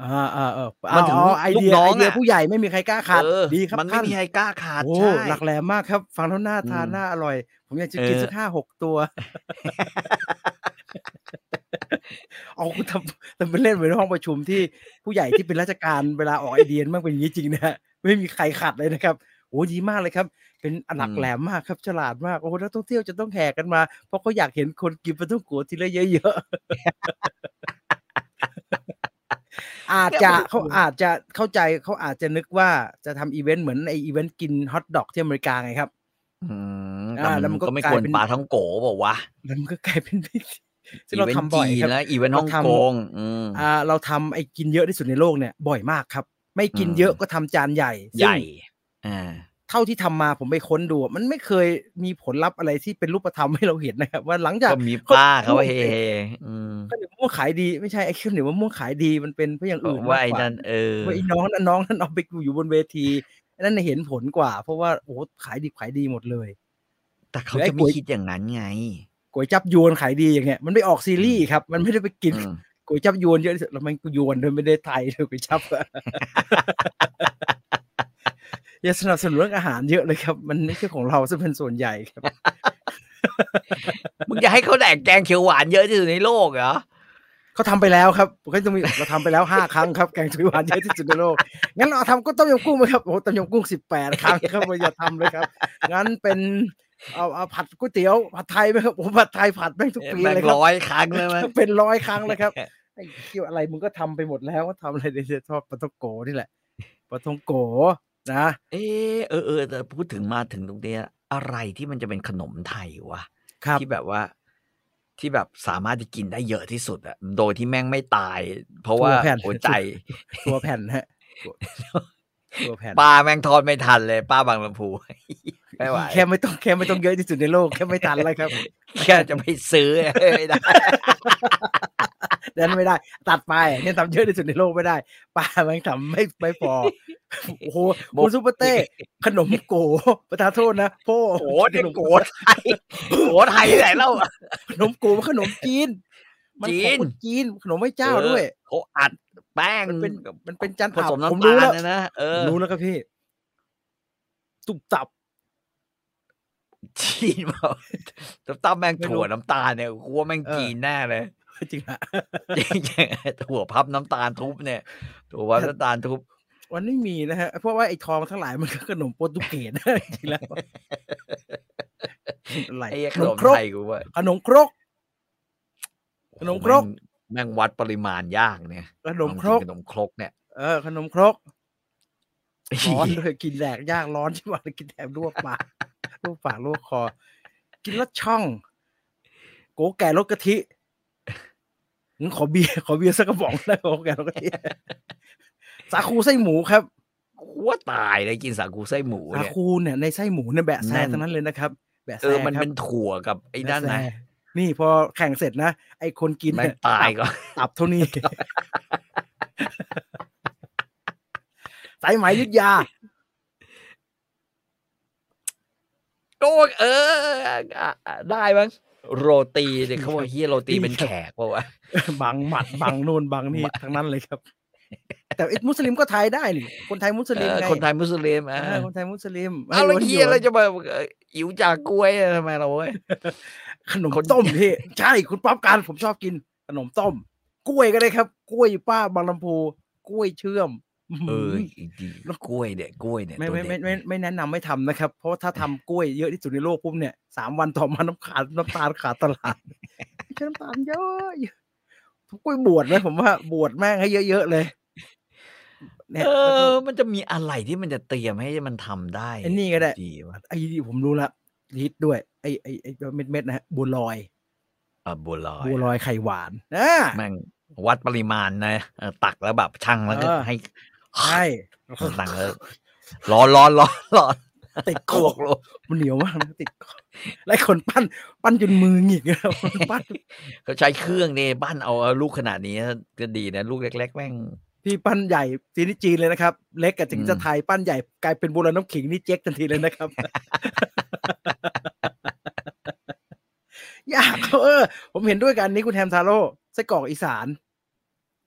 อ่าอ่าเออ
มัน
เอา
ถึง
เอาไอเดีย
ลูกน้อง
ไอเดีย
อะ
ผู้ใหญ่ไม่มีใครกล้าขาด
เออ
ดีครับ
มันไม่
ท่าน
มีใครกล้าขาด
โอ้
ใช่
หลักแหลมมากครับ ฟังเท่าหน้าทาน
อืม
หน้าอร่อย ผมอยากจะ
เออ
กินสักห้าหก
[laughs]
ตัว เอาคุณทำทำเป็นเล่นเหมือนห้องประชุมที่ผู้ใหญ่ที่เป็นราชการเวลาออกไอเดียมากเป็นอย่างนี้จริงนะฮะไม่มีใครขัดเลยนะครับโอ้ดีมากเลยครับ เป็นหลักแหลมมากครับฉลาดมากโอ้โหนักท่องเที่ยวจะต้องแห่กันมา เพราะเขาอยากเห็นคนกินปลาท่องโกะทีละเยอะๆ อาจ
[laughs]
จะเขาอาจจะเข้าใจเขาอาจจะนึกว่าจะทำอีเวนต์เหมือนไออีเวนต์กินฮอทดอกที่อเมริกาไงครับ
อืม
อ่า
แต่
แล้วมั
มัน น
ก็
ก็ไม่
กลาย
ค
ว
ร
เป็น
ปลาท้องโกะบอกว่าวะ
แล้วมันก็กลายเป็น
[laughs]
ซึ่งเรา
อีวนต์
ทำบ่อย
จีน
ครับ
นะอีเวนต์ฮ่อง
เราทำ
กงอืม
อ่าเราทำไอ้กินเยอะที่สุดในโลกเนี่ยบ่อยมากครับ ไม่กิน
อืม
เยอะก็ทำจานใหญ่
ใหญ่
ซึ่ง
อ่า
เท่าที่ทำมาผมไปค้นดูอะมันไม่เคยมีผลลัพธ์อะไรที่เป็นรูปธรรมให้เราเห็นนะครับ ว่าหลังจาก
ก็มีป้าเขา
เขา
เฮเฮอืม
ข้าวเหนียวมะม่วงขายดีไม่ใช่ไอ้ข้าวเหนียวมะม่วงขายดีมันเป็นเพราะอย่างอื่น
ว่า
า
ม
ก
ไอ้
กว่า
นั่นเออ
ว่าไอ้น้องนั้นน้องนั้นเอาไปอยู่บนเวทีอันนั่นนะเห็นผลกว่า เพราะว่าโอ้โหขายดีขายดีหมดเลย
แต่เขา
หรือไอ้
จะ
ก๋
ไม่
วย
คิดอย่างนั้นไง
ก๋วยจับยวนขายดีอย่างเงี้ยมันไปออกซีรีส์ครับ มันไม่ได้ไปกิน
อืม
ก๋วยจับยวนเยอะที่สุดแล้วมันกูยวนโดยไม่ได้ไทยเลยก๋วยจับอะ [laughs] อย่าสนับสนุนเรื่องอาหารเยอะเลยครับ มันไม่ใช่ของเราซะเป็นส่วนใหญ่ครับ
มึงจะให้เขาแดกแกงเขียวหวานเยอะที่สุดในโลกเหรอ
เขาทำไปแล้วครับเขาจะมีเราทำไปแล้วห้าครั้งครับแกงถุยหวานเยอะที่สุดในโลกงั้นเราทำก็ต้มยำกุ้งไหมครับโอ้โหต้มยำกุ้งสิบแปดครั้งครับเราอย่าทำเลยครับงั้นเป็นเอาเอาผัดก๋วยเตี๋ยวผัดไทยไหมครับผมผัดไทยผัดแม่งทุกปี
แม่
เลยค
ง
รับ
ร้อยครั้งเลยมั้ย
[laughs] เป็นร้อยครั้งเลยครับ ไอ้คิวอะไรมึงก็ทำไปหมดแล้วก็ทำอะไรเดี๋ยวจะชอบปาทองโกนี่แหละปาทองโกนะ
เออเออเออแต่พูดถึงมาถึงตรงเนี้ยอะไรที่มันจะเป็นขนมไทยวะ
ครับ
ที่แบบว่าที่แบบสามารถจะกินได้เยอะที่สุดอะ [laughs] โดยที่แม่งไม่ตาย เพราะว่าหัวใจ
ตัวแผ่นฮะ ตัวแผ่น
ปลาแม่งทอดไม่ทันเลยป้าบางลำพู [laughs] ไม่ไหว
แค่ไม่ต้องแค่ไม่ต้องเยอะที่สุดในโลกแค่ไม่ทันเลยครับ
แค่จะไม่ซื้อไม่ได้
ดันไม่ได้ ตัดไปเนี่ยทำเยอะที่สุดในโลกไม่ได้ปลาแม่งทำไม่ไม่พอโอ้โหคุณซุปเปอร์เต้ขนมโกประทานโทษนะพ่อ
โอ้โหเนี่ยโกไทยโกไทยที่ไหนเล่า
ขนมโกมันขนมจีนมันของ
จีน
คนจีนขนมไหว้เจ้าด้วย
เขาอัดแป้ง
มันเป็น มันเป็นจาน
ผ
ผับ
สม
ผม
น้ำ
รู้
ตาล
แล้ว
นะนะเออ
รู้แล้วครับพี่ ตุบตับ [laughs]
จีนเปล่าน้ำตาลแม่งถั่วน้ำตาลเนี่ยกูว่าแม่ง
เออ
จีนแน่เลย [laughs]
จริงฮะ
จริงๆถั่วพับน้ำตาลทุบเนี่ยถั่วพับน้ำตาลทุบ
มันไม่มีนะฮะ เพราะว่าไอ้ทองทั้งหลายมันก็ขนมโปรตุเกส [laughs] จริงๆแล้วอะไร
ไอ้
ข
ข
น
น
ม
ม
ครก
ไทยกูว่า
ขนมครก ขนมครก
โอ้โหแม่งแม่งวัดปริมาณยากเนี่ย
ขนมครก
เอาจงๆขนมครกเนี่ย
เออ ขนมคร [laughs] กร้อนเลยกินแหลกยากร้อนใช่ไหมกินแถมลวกปากลวกปากลวกคอ กินแล้วช่อง โกแก่รสกะทิงั้นขอเบียร์ข [laughs] อเบียร์สักกระป๋องนะโกแก่รสกะทิ [laughs] สาคูไส้หมูครับ
[laughs] กูว่าตายเลยกินสาคูไส้หมู
สา
เนี่ย
คูเนี่ยในไส้หมูเนี่ยแบะแซ่
แน่น
ทั้งนั้นเลยนะครับ แบะ
เอ
แซ่
อมัน
ครับ
เป็นถั่วกับไอ้นั่น
แบะ
นะ
แซ่นี่พอแข่งเสร็จนะ ไอ้คนกิน
แม่ง
เนี่ย
ตายก็
ตับเท่า
[laughs]
นี้ สายไหมยุทธยา
โดนเอออ่ะอ่ะได้มั้งโรตีเนี่ยเขาบอกเฮียโรตีเป็นแขกเปล่าวะ
บังหมัดบังนู่นบังนี่ทั้งนั้นเลยครับ แต่ไอ้มุสลิมก็ไทยได้นี่คนไทยมุส
เอ
ลิม
อ
ไง
คนไทยมุสลิม
เอ
อ่ะ
อคนไทยมุสลิม
เอาแล้ว
ให้
เฮีย
น
เราจะมาเอ่ออิ๋วจากกล้วยอะทำไมเราเว้ย
ขนม
คน
ต้มพี่ใช่คุณป๊อปการผมชอบกิน ขนมต้ม กล้วยก็ได้ครับ กล้วยป้าบางลำพูกล้วยเชื่อม
เออดีกล้วยเนี่ยกล้วยเนี่ย
ไม่
ตัว
ไม่
เด็ด
ไม่ไม่ไม่
เนี่ย
แนะนำไม่ทำนะครับ เพราะว่าถ้าทำกล้วยเยอะที่สุดในโลกปุ๊บเนี่ยสามวันต่อมาน้ำขาดน้ำตาลขาดตลาด [laughs] ไม่ใช่น้ำตาลเยอะเยอะกล้วยบวชไหมผมว่าบวชแม่งให้เยอะๆเลยเนี่ย
เอ
แล้วก็
อ มันจะมีอะไรที่มันจะเตรียมให้มันทำได้
ไอ้นี่ก็ได้
ดีวะ
ไอ้นี่ผมรู้ละฮิตด้วยไอ้ไอ้ไอ้เม็ดเม็ดๆนะฮะบัวลอย
เออบัวลอย
บัวลอยไข่หวานอ่า
แม่งวัดปริมาณนะเออตักแล้วแบบชั่งแล้วก็
เออ
ให้
ใช่
[laughs] ตักแล้วร้อนร้อนร้อนร้อน
ติดโค
โค
ก
กโลก
มันเหนียวมากนะติดโคกแล้วคนปั้น ปั้นจนมือหงิกแล้ว [laughs] ปั้น
เขาใช้เครื่องนี่บ้านเอาเอาลูกขนาดนี้ก็ดีนะ ลูกเล็ก ๆ แม่ง [laughs]
ที่ปั้นใหญ่ซีนี่จีนเลยนะครับ เล็กกับถึงจะ
อืม
ไทยปั้นใหญ่กลายเป็นโบราณน้ำขิงนี่เจ๊กทันทีเลยนะครับ อยากเออ ผมเห็นด้วยกันนี้คุณแฮมทาโร่ไส้กรอกอีสาน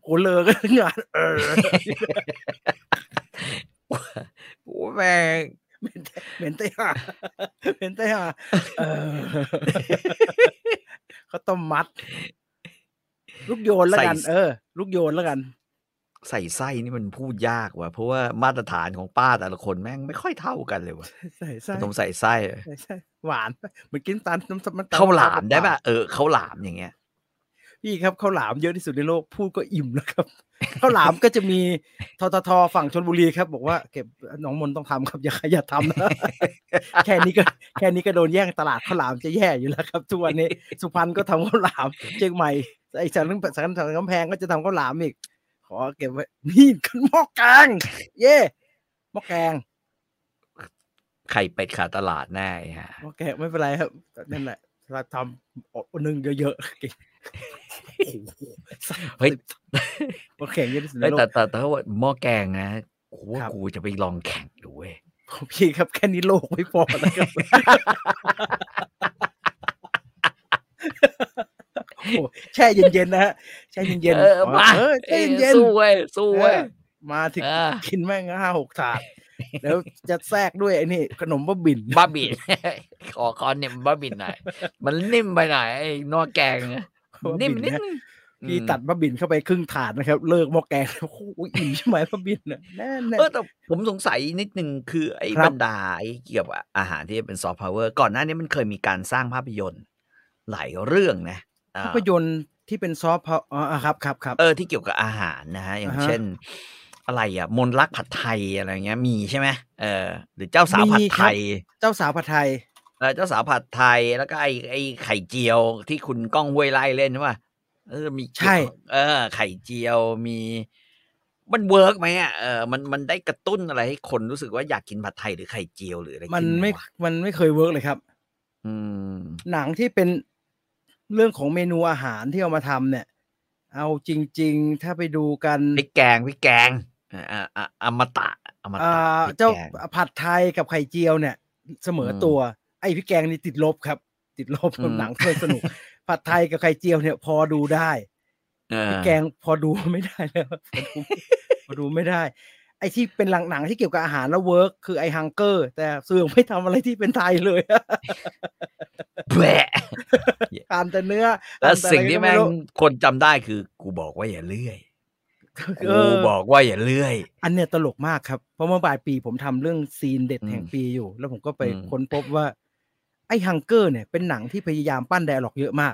โอเลอก็งานเออ
โอ้แม่ง
เหม็นเต้ห่าเหม็นเต้ห่าเออข้าวต้มมัด ลูกโยนแล้วกัน เออ ลูกโยนแล้วกัน
ใส่ไส้นี่มันพูดยากว่ะเพราะว่ามาตรฐานของป้าแต่ละคนแม่งไม่ค่อยเท่ากันเลยว่ะ
ใส่ไส้
ขนมใส่ไส้อะ
ใส่ไส้หวานเหมือนกินน้ำตาลน้ำตาลน้ำต
ข้าวหลามได้ป่ะเออข้าวหลามอย่างเงี้ย
พี่ครับข้าวหลามเยอะที่สุดในโลกพูดก็อิ่มแล้วครับ [laughs] ข้าวหลามก็จะมีทททฝั่งชนบุรีครับ บอกว่าเก็บหน้องมนต์ต้องทำครับอย่าอย่าทำนะ [laughs] แค่นี้ก็แค่นี้ก็โดนแย่งตลาดข้าวหลามจะแย่อยู่แล้วครับทุกวันนี้สุพรรณก็ทำข้าวหลามเชียงใหม่ไอ้สันสันสันกำแพงก็จะทำข้าวหลามอีก ขอเก็บไว้นี่ขึ้นหม้อแกงเย่หม้อแกง
ไข่เป็ดขาดตลาดแน่ไอ้ฮะ
หม้อแกงไม่เป็นไรครับนั่นแหละเราทำอดนึงเยอะๆกินโอ้โห
เฮ้ย
หม้อแกงเยอะที่สุดใน
เอ้ย
โลก
แต่แต่แต่ถ้าว่าหม้อแกงนะกูว่า
ครับ
กูจะไปลองแข่งดูเว้ย
พี่ครับแค่นี้โลกไม่พอนะครับ โอ้โหแช่เย็นๆนะฮะแช่เย็น
เออ
ขอ
มา
เออแช่
เอ้
เย็
ย
น
สู้เว้ยสู้
ๆเอ
เว้ย
อมาถึง
เออ
กินแม่งห้าหกถาด แล้วจะแทรกด้วยไอ้นี่ ขนมบ้าบิน
บ้าบิน [laughs] ขอขอเนี่ยบ้าบินหน่อยมันนิ่มไปหน่อยไอ้หม้อแกงนะ
บ้า
นิ่ม
บิ
นิด
นะ
นึง
พี่
อืม
ตัดบ้าบินเข้าไปครึ่งถาดนะครับ เลิกหม้อแกงโอ้โหอิ่มใช่ไหมบ้าบินนะแน่
เอ
ๆ
อแต่ผมสงสัยนิดนึงคือไอ้
ครับ
บรรดาไอ้เกี่ยวกับอาหารที่เป็นซอฟต์พาวเวอร์ก่อนหน้านี้มันเคยมีการสร้างภาพยนตร์หลายเรื่องนะอ่
ภาพยนตร์ที่เป็นซอฟต์พาวอ๋ออ่ะครับครับครับ
เออที่เกี่ยวกับอาหารนะฮะอย่าง
อ่าฮะ
เช่น อะไรอ่ะ มนต์รักผัดไทยอะไรเงี้ยมีใช่ไหมเออ หรือเจ้าสาวผั
มี
ด
ครับ
ไทย
เจ้าสาวผัดไทย
เออเจ้าสาวผัดไทยแล้วก็ไอไอไข่เจียวที่คุณก้องห้วยไล่เล่นใช่ป่ะเออมี
ใช่
เออ ไข่เจียวมี มันเวิร์กไหมอ่ะเออมันมันได้กระตุ้นอะไรให้คนรู้สึกว่าอยากกินผัดไทยหรือไข่เจียวหรืออะไร
มัน
กิ
ไม่
วะ
มันไม่เคยเวิร์กเลยครับ
อืม
หนังที่เป็นเรื่องของเมนูอาหารที่เอามาทำเนี่ย เอาจริง ๆ ถ้าไปดูกัน
พริกแกงพริกแกงอ่าอ่าอ่าอมตะอมตะ
อ่า
พริก
เจ้า
แกง
ผัดไทยกับไข่เจียวเนี่ย เสมออ
ม
ตัว ไอ้พี่แกงนี่ติดลบครับ ติดลบ
อืม
[laughs] หนังไม่สนุก ผัดไทยกับไข่เจียวเนี่ย พอดูได้
เออ
พี่แกงพอดูไม่ได้แล้ว [laughs] พอดูพอดูไม่ได้ ไอ้ที่เป็นหลังหนังที่เกี่ยวกับอาหารแล้วเวิร์กคือไอ้ฮังเกอร์ แต่เสื่อไม่ทำอะไรที่เป็นไทยเลย
แหวะ
[laughs] ทานแต่เนื้อ
แล้
ทา
ว
นต่
สิ่งที่
อะไร
แม่ง
ก็ไรู้
คนจำได้คือกูบอกว่าอย่าเลื่อย
เอ
กู
อ
บอกว่าอย่าเลื่อย
อันเนี้ยตลกมากครับ เพราะเมื่อปลายปีผมทำเรื่องซีนเด็ด
อืม
แห่งปีอยู่ แล้วผมก็ไป
อืม
ค้นพบว่า ไอ้ฮังเกอร์เนี่ยเป็นหนังที่พยายามปั้นไดอะล็อกเยอะมาก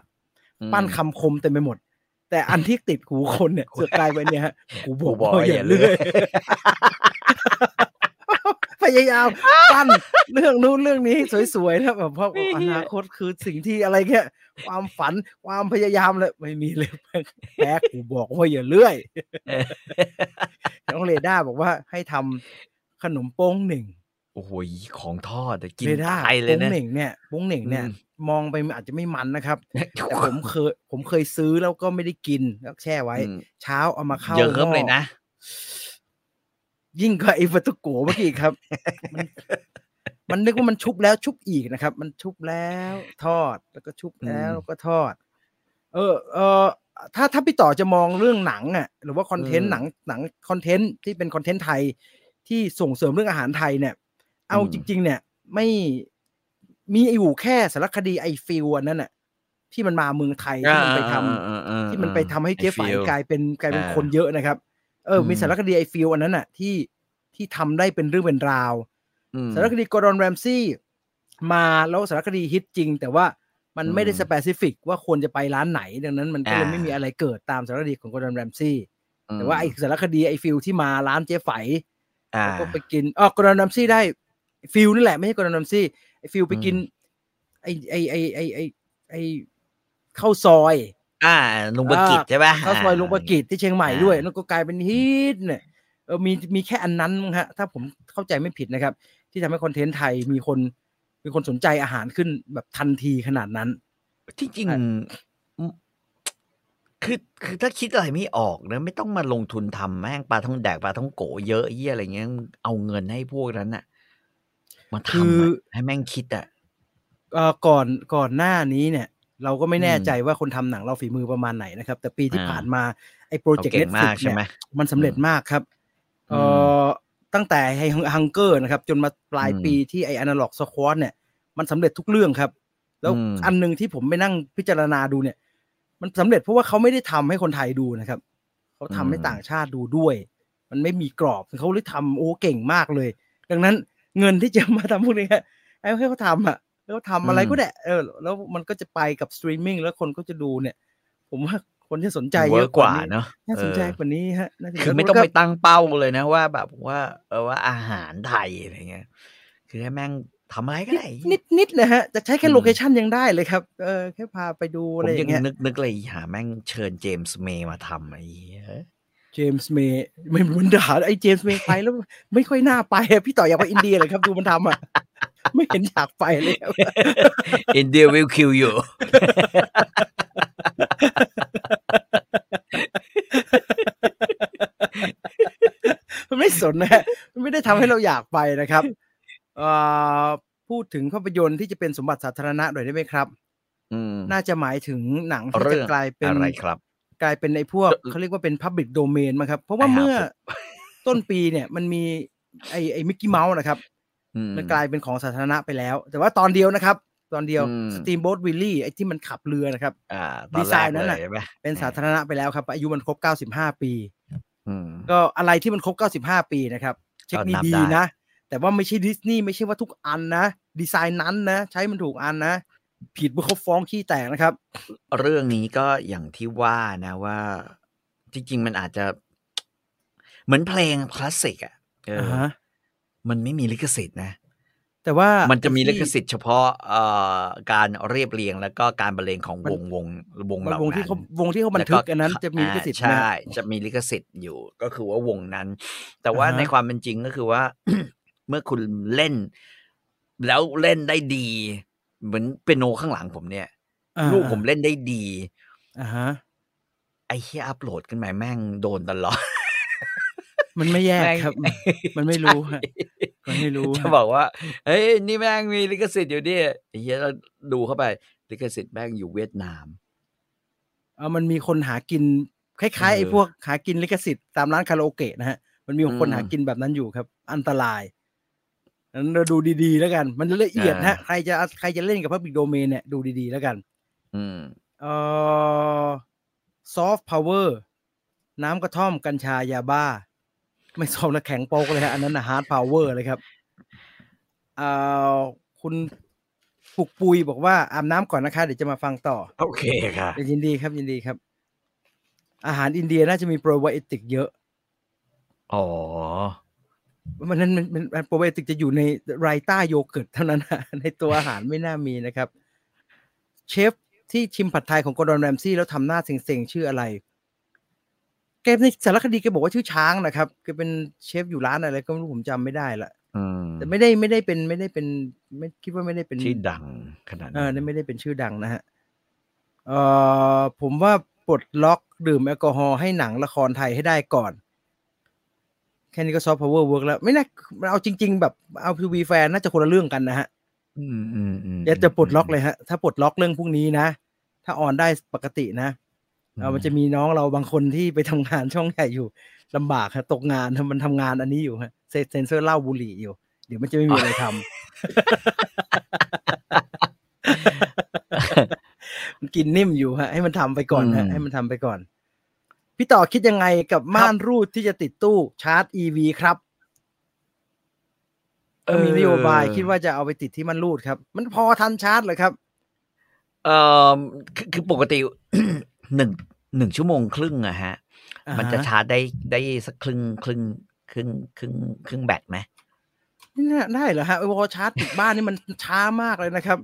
อืม
ปั้นคำคมเต็มไปหมด แต่อันที่ติดหูคน
[laughs]
เนี่ยเสือกกลายไปนเนี่ยฮะกูบอ
กู
ก
บอก
ว่า
ว่า
อย่า
อย่า
เลื่อ
เลื่อย ย
พยายามปั้นเรื่องนู้นเรื่องนี้สวยๆแล้วแบบเพราะอนาคตคือสิ่งที่อะไรเงี้ยความฝันความพยายามเลยไม่มีเลยแพ้กูบอกว่าอย่าเลื่อย น้องเรด้าบอกว่าให้ทำขนมโป้งหนึ่ง
โอ้โหของทอดอะกิน
เรด้า
ไอเลย
โป้ง
นะ
หนึ่งเนี่ยโป้งหนึ่งเนี่ย
อืม
มองไปมันอาจจะไม่มันนะครับ แต่ผมเคยผมเคยซื้อแล้วก็ไม่ได้กินแล้วแช่
[laughs]
ไว้
อืม
เช้าเอามาเข้า
เยอะเคิม
หม้
เลยนะ
ยิ่งกว่าไอ้ฟัตโกะเมื่อกี้ครับ มันมันนึกว่ามันชุบแล้วชุบอีกนะครับ มันชุบแล้วทอดแล้วก็ชุบแล้ว
อืม
แล้วก็ทอด เออเออถ้าถ้าพี่ต่อจะมองเรื่องหนังอ่ะ หรือว่าคอนเทน
อื
ต์
ม
หนังหนังคอนเทนต์ที่เป็นคอนเทนต์ไทยที่ส่งเสริมเรื่องอาหารไทยเนี่ย เอา
อืม
จริง ๆ เนี่ย ไม่มีอยู่แค่สารคดีไอฟิวอันนั้นน่ะที่มันมาเมืองไทยที่มันไปทำ
อ่าอ่าอ่าอ่า
ที่มันไปทำให้
ไอ้
เจ๊ไฝ
ฟิ
กลายเป็นกลายเป็น
อ่า
คนเยอะนะครับ เออ
อืม
มีสารคดีไอฟิลอันนั้นน่ะ ที่ที่ทำได้เป็นเรื่องเป็นราว
อืม
สารคดีกอร์ดอนแรมซี่มาแล้วสารคดีฮิตจริง แต่ว่ามันไม่ได้
อืม
สเปซิฟิกว่าควรจะไปร้านไหน ดังนั้นมันก็เลย
อ่า
ไม่มีอะไรเกิดตามสารคดีของกอร์ดอนแรมซี่แต่ว่าไอสารคดีไอฟิลที่มาร้านเจ๊ไฝ
อ่า
แล้วก็ไปกินอ๋อกอร์ดอนแรมซี่ได้ฟิลนี่แหละไม่ใช่กอร์ดอนแรมซี่ไอฟิลไปกินไอไอไอไอไอไอข้าวซอย
อ่าลุงประกิจใช่ไหม
ข้าวซอยลุงประกิจที่เชียงใหม่ด้วย
อ่า
แล้วก็กลายเป็นฮิตเนี่ยเออมีมีแค่อันนั้นมั้งฮะ ถ้าผมเข้าใจไม่ผิดนะครับ ที่ทำให้คอนเทนต์ไทยมีคนมีคนสนใจอาหารขึ้นแบบทันทีขนาดนั้น
ที่จริง
ใช่
อืมคือคือถ้าคิดอะไรไม่ออกนะไม่ต้องมาลงทุนทำแม่งปลาท่องแดกปลาท่องโกเยอะเยี่ยอะไรเงี้ยเอาเงินให้พวกนั้นน่ะ มาทำอะให้แม่งคิดอ่ะ
เอ่อก่อนก่อนหน้านี้เนี่ย เราก็ไม่แน่
อืม
ใจว่าคนทำหนังเราฝีมือประมาณไหนนะครับ แต่ปีที่
อ่า
ผ่านมาไอ้โปร
เรา
เจกต์
เก่
เน็
ง
ต
มา
ฟิ
ก
ก
ใช่
เนี่ย
ไหม
มันสำเร็จมากครับ เอ่อ ตั้งแต่ไอ้ฮังเกอร์นะครับ จนมาปลาย
อืม
ปีที่ไอ้อนาล็อกสควอตเนี่ย มันสำเร็จทุกเรื่องครับ แล้ว
อืม
อันหนึ่งที่ผมไปนั่งพิจารณาดูเนี่ย มันสำเร็จเพราะว่าเขาไม่ได้ทำให้คนไทยดูนะครับ เขาทำให้ต่างชาติดูด้วย มันไม่มีกรอบเขาเลยทำโอ้เก่งมากเลย ดังนั้นเงินที่จะมาทำพวกนี้ฮะให้ให้เขาทำอ่ะให้เขาทำอะไรก็ได้เออแล้วมันก็จะไปกับสตรีมมิ่งแล้วคนก็จะดูเนี่ย ผมว่าคนที่สนใจ
มันเวิ
เย
ร์
อะ
ก
ก
ก
ว่า
ว่า
นี้
เนาะ
น่าสนใจก
เออ
ว่านี้ฮะน่าสนใจ
คือไม่ต้อง
แล้ว
ไป
ก็
ตั้งเป้าเลยนะว่าแบบว่า เออว่าอาหารไทยอะไรเงี้ย คือให้แม่งทำอะไรก็ได้
นิดนิดเลยฮะ จะใช้แค่
อืม
โลเคชันยังได้เลยครับ เออแค่พาไปดู
ผ
อะไร
ม
อ
ยั
ย่าง งเงี้ย
นึกนึกเลยหาแม่งเชิญเจมส์เมย์มาทำไอ้เหี้ย
เจมส์เมย์ไม่เหมือนด่าไอ้เจมส์เมย์ไปแล้วไม่ค่อยน่าไปอะพี่ต่ออยากไปอินเดียเลยครับ ดูมันทำอ่ะ ไม่เห็นอยากไปเลยอะ
อินเดียวิลคิวอยู่
มันไม่สนนะฮะมันไม่ได้ทำให้เราอยากไปนะครับเอ่อพูดถึงภาพยนตร์ที่จะเป็นสมบัติสาธารณะหน่อยได้ไหมครับ
อืม
น่าจะหมายถึงหนังที่
เรื่
จะ
อง
กลายเป็น
อะไรครับ
กลายเป็นไอ้พวก
เอ่อ
เขาเรียกว่าเป็น Public Domain มั้งครับ เพราะว่า
อ่า
เมื่อ
ผม
ต้นปีเนี่ยมันมีไอ้ไอ้มิกกี้เมาส์นะครับ
อืม
มันกลายเป็นของสาธารณะไปแล้ว แต่ว่าตอนเดียวนะครับ ตอนเดียว
อืม
สตีมโบ๊ทวิลลี่ไอ้ที่มันขับเรือนะครับ
อ่าตอน
ดีไซ
แรก
น์นั้
นั้น
นน่ะ
เลยใช่ไหม
เป็นสาธารณะไปแล้วครับ อายุมันครบ 95 ปี
อืม
ก็อะไรที่มันครบ 95 ปีนะครับ เช็ค
ก็นับ
ดี
ได้
ๆนะ แต่ว่าไม่ใช่ดิสนีย์ไม่ใช่ว่าทุกอันนะ ดีไซน์นั้นนะ ใช้มันถูกอันนะ ผิดบุคเขาฟ้องขี้แตกนะครับ
เรื่องนี้ก็อย่างที่ว่านะว่า จริง ๆ มันอาจจะ เหมือนเพลงคลาสสิกอ่ะเอออ มันไม่มีลิขสิทธิ์นะ
แต่ว่า
มั
มัน
จะมีลิขสิทธิ์เฉพาะเอ่อการเรียบเรียงแล้วก็การบรรเลงของวงวงวงเหล่าว
ง
นั้
ที่
น
เขาวงที่เขาบันทึกอันนั้นจะมีลิขสิทธิ์
อ่า
นะ
ใช่ จะมีลิขสิทธิ์อยู่ก็คือว่าวงนั้น แต่ว่า
อ่าฮะ
ในความเป็นจริงก็คือว่า [coughs] เมื่อคุณเล่น แล้วเล่นได้ดี เหมือนเปียโนข้างหลังผมเนี่ย
อ่า
ลูกผมเล่นได้ดี
อ่าฮะ
ไอ้ที่อัปโหลดขึ้นมาแม่งโดนตลอด
มันไม่แยกครับ
แม่ง
มันไม่รู้ฮะมันไม่รู้
[laughs] จะ
ฮะ
บอกว่าเฮ้ยนี่แม่งมีลิขสิทธิ์อยู่ดิไอ้เหี้ยเราดูเข้าไปลิขสิทธิ์แม่งอยู่เวียดนาม
เอามันมีคนหากินคล้ายๆไอ้
เออ
พวกหากินลิขสิทธิ์ตามร้านคาราโอเกะนะฮะมันมีคน
อืม
หากินแบบนั้นอยู่ครับ อันตรายนั้นเราดูดีๆแล้วกัน มันละเอียดนะฮะ
อ่า
ใครจะใครจะเล่นกับพับบิกโดเมนเนี่ยดูดีๆแล้วกัน
อืม
เอ่อซอฟต์พาวเวอร์น้ำกระท่อมกัญชายาบ้า ไม่ซอฟต์นะแข็งโป๊กเลยฮะอันนั้นนะฮาร์ดพาวเวอร์เลยครับเอ่อคุณปุกปุยบอกว่าอาบน้ำก่อนนะคะ เดี๋ยวจะมาฟังต่อ
โอเคค่ะ
ยินดีครับ ยินดีครับ อาหารอินเดียน่าจะมีโปรไบโอติกเยอะ
อ๋อ
มันนั้นมันมันมันโปรไบโอติกจะอยู่ในไรต้าโยเกิร์ตเท่านั้นนะ [laughs] ในตัวอาหารไม่น่ามีนะครับ เชฟที่ชิมผัดไทยของกอร์ดอนแรมซี่แล้วทำหน้าเซ็งๆ ชื่ออะไร แกในสารคดีแกบอกว่าชื่อช้างนะครับแกเป็นเชฟอยู่ร้านอะไรก็ไม่รู้ผมจำไม่ได้ละ
อืม
แต่ไม่ได้ไม่ได้เป็นไม่ได้เป็น ไม่คิดว่าไม่ได้เป็น
ที่ดังขนาด
เออนั่
นั้น น
ไม่ได้เป็นชื่อดังนะฮะ เอ่อ ผมว่าปลดล็อกดื่มแอลกอฮอล์ให้หนังละครไทยให้ได้ก่อน แค่นี้ก็ซอฟต์พาวเวอร์เวิร์กแล้ว ไม่น่ามันเอาจริง ๆ แบบเอาทีวีแฟนน่าจะคนละเรื่องกันนะฮะ
อืมอืมอืม
อย่าจะปลดล็อกเลยฮะ ถ้าปลดล็อกเรื่องพวกนี้นะ ถ้าออนได้ปกตินะเออมันจะมีน้องเราบางคนที่ไปทำงานช่องใหญ่ [laughs] อยู่ลำบากฮะตกงานทำมันทำงานอันนี้อยู่ฮะเซ็นเซอร์เหล้าบุหรี่อยู่ เดี๋ยวมันจะไม่มีอะไรทำ [laughs] มันกินนิ่มอยู่ฮะให้มันทำไปก่อนฮะ
อืม
ให้มันทำไปก่อน พี่ต่อคิดยังไงกับม่านรูดที่จะติดตู้ชาร์จ EV ครับ
เออ
มีนโยบายคิดว่าจะเอาไปติดที่มันรูดครับ มันพอทันชาร์จเหรอครับ
เออคือคือปกติ [coughs] หนึ่งหนึ่งชั่วโมงครึ่งอะฮะ มันจะชาร์จได้ได้สักครึ่งครึ่งครึ่งครึ่งครึ่งแบตไหม
นี่น่าได้เหรอฮะไอ้วอชาร์จติดบ้านนี่มันช้ามากเลยนะครับ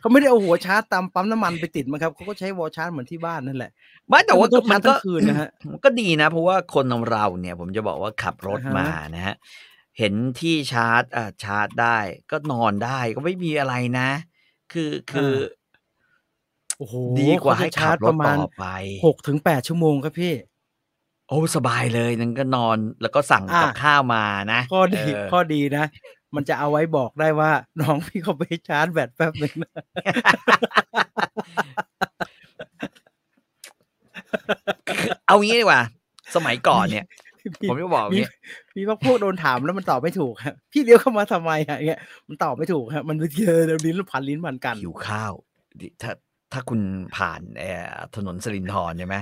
เขาไม่ได้เอาหัวชาร์จตามปั๊มน้ำมันไปติดมั้งครับเขาก็ใช้วอชาร์จเหมือนที่บ้านนั่นแหละ
ไม่แต่ว่า
มันต้อง
มั
ชาร์
น
จทั้
ก็
งคืนนะฮะ
มันก็ดีนะ เพราะว่าคนเราเนี่ย ผมจะบอกว่าขับรถ
อ่าฮะ
มานะฮะเห็นที่ชาร์จอ่ะชาร์จได้ ก็นอนได้ก็ไม่มีอะไรนะ คือคือ
โอ้โห
ดีกว่าให้
เขจะ
ขับร
ประ
ถ
มาณ
ต่อไป
หกถึงแปดชั่วโมงครับพี่
โอ้สบายเลยนั่นก็นอนแล้วก็สั่งกับ
อ่ะ
ข้าวมานะ
ข้อดี
เออ
ข้อดีนะ มันจะเอาไว้บอกได้ว่า น้องพี่เขาไปชาร์จแบตแป๊บหนึ่งนะ [laughs]
เอางี้ดีกว่า สมัยก่อนเนี่ย
พี่
ผมจะบอกอย่าง
มี
งี้
มีพวกพวกโดนถามแล้วมันตอบไม่ถูกครับ [laughs] พี่เลี้ยวเข้ามาทำไมอะอย่างเงี้ยมันตอบไม่ถูกครับมันเจอแล้วลิ้นพันลิ้นพันกัน
หิวข้าวดิถ้าถ้าคุณผ่านเอ่อถนนสรินทรใช่ไหม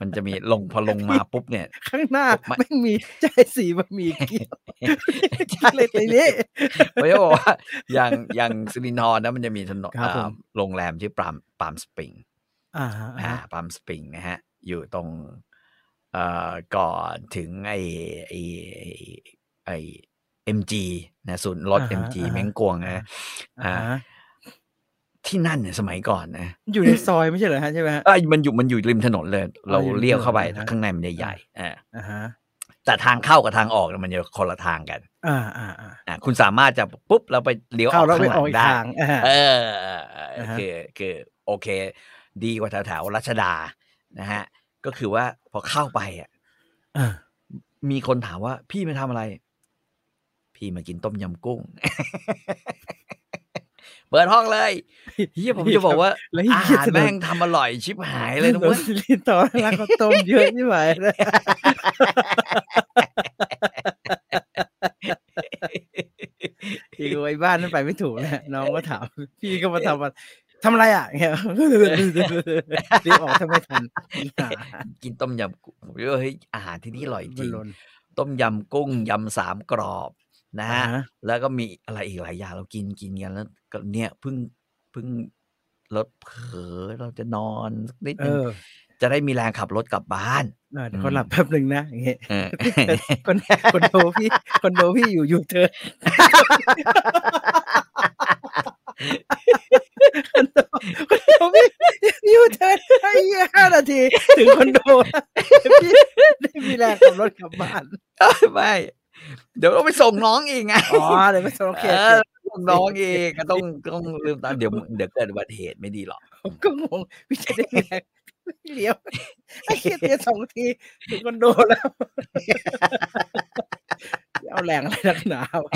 มันจะมีลงพอลงมาปุ๊บเนี่ย
ข้างหน้า
ผมไม่
ไม่งมีใจสีบะหมี่เกี๊
[laughs]
ยว [laughs] อะไรไปนี่
ผมจะบอกว่า
[laughs]
อย่างอย่างสรินทรนะมันจะมีถนน
ครับผม
อ่าโรงแรมชื่อปรามปรามสปริง
อ่าฮะอ่า
อ่า
ฮะ
ปรามสปริงนะฮะ อยู่ตรงเอ่อก่อนถึงไอไอไอ้ไอเอ็มจีนะศูนย์รถเอ็มจีเม้งกวงนะ
อ่า
อ่า
ฮะ
ที่นั่นเนี่ยสมัยก่อนนะ
อยู่ในซอยไม่ใช่เหรอฮะใช่ไหมฮะ
เอ้ยมันอยู่มันอยู่ริมถนนเลย เรา
อยู่ริม
เลี้ยวเข้าไป
ถนนนะ
ข้างในมันใหญ่ๆอ่า
อ่าฮะ
แต่ทางเข้ากับทางออกเนี่ยมันจะคนละทางกัน
อ่าอ่าอ่า
อ่ะคุณสามารถจะปุ๊บเราไปเลี้ยวอ
เข้า
อก
แล้ว
ข้าง
ไป
ห
ออ
ลั
ก
ง
อีก
ได้
ทางอ่าฮะ
เออเออเออ
อ่าฮะ
คือคือโอเค ดีกว่าแถวแถวๆรัชดานะฮะ ก็คือว่าพอเข้าไปอ่ะ
อ่า
มีคนถามว่าพี่มาทำอะไร พี่มากินต้มยำกุ้ง [laughs] เปิดห้องเลยเฮียผมจะบอกว่า
แล้ว
อา
เหี้ย
หาร
ถนน
แม่งทำอร่อยชิบหายเลย
[laughs]
นะเว้ย
ถลิ้นต่อร้านข้าวต้มเยอะนี่ [laughs] ไหวนะอีกไว้บ้านนั่นไปไม่ถูกนะน้องก็ถาม พี่ก็มาทำว่าทำอะไรอ่ะเงี้ย [laughs] รีบออกทำไม่ทัน [laughs] อ่า
กินต้มยำกุ้งผมว่าเฮ้ยอาหารที่นี่อร่อยจริง
มันลน
ต้มยำกุ้งยำสามกรอบนะ
อ่า
ฮะ
ฮะ
แล้วก็มีอะไรอีกหลายอย่างเรากินกินกันแล้วก็เนี่ยเพิ่งเพิ่งรถเผลอเราจะนอนสักนิด
เอ
นึง
อ
จะได้มีแรงขับรถกลับบ้าน
เออเดี๋ยวเขาหลับแป๊บหนึ่งนะอย่างเงี้ย
เออ
คนคนโดพี่คนโดพี่อยู่ยูเทิร์น คอนโดคอนโดพี่ยูเทิร์นให้ห้านาที ถึงคอนโด [laughs] พี่ได้มีแรงขับรถกลับบ้าน
เอ้ย [laughs] ไม่เดี๋ยวต้องไปส่งน้องอีกไง
อ๋อเดี๋ยวไม่สนโอเค
เออส่งน้องอีกก็ต้องต้องลืมตาเดี๋ยวเดี๋ยวเกิดอุบัติเหตุไม่ดีหรอก
ผมก็งงพี่จะได้มีแรง [laughs] เลี้ยวไอ้เคียเตียสองทีถึงคอนโดแล้วเอาแรงอะไรนักหนาวะ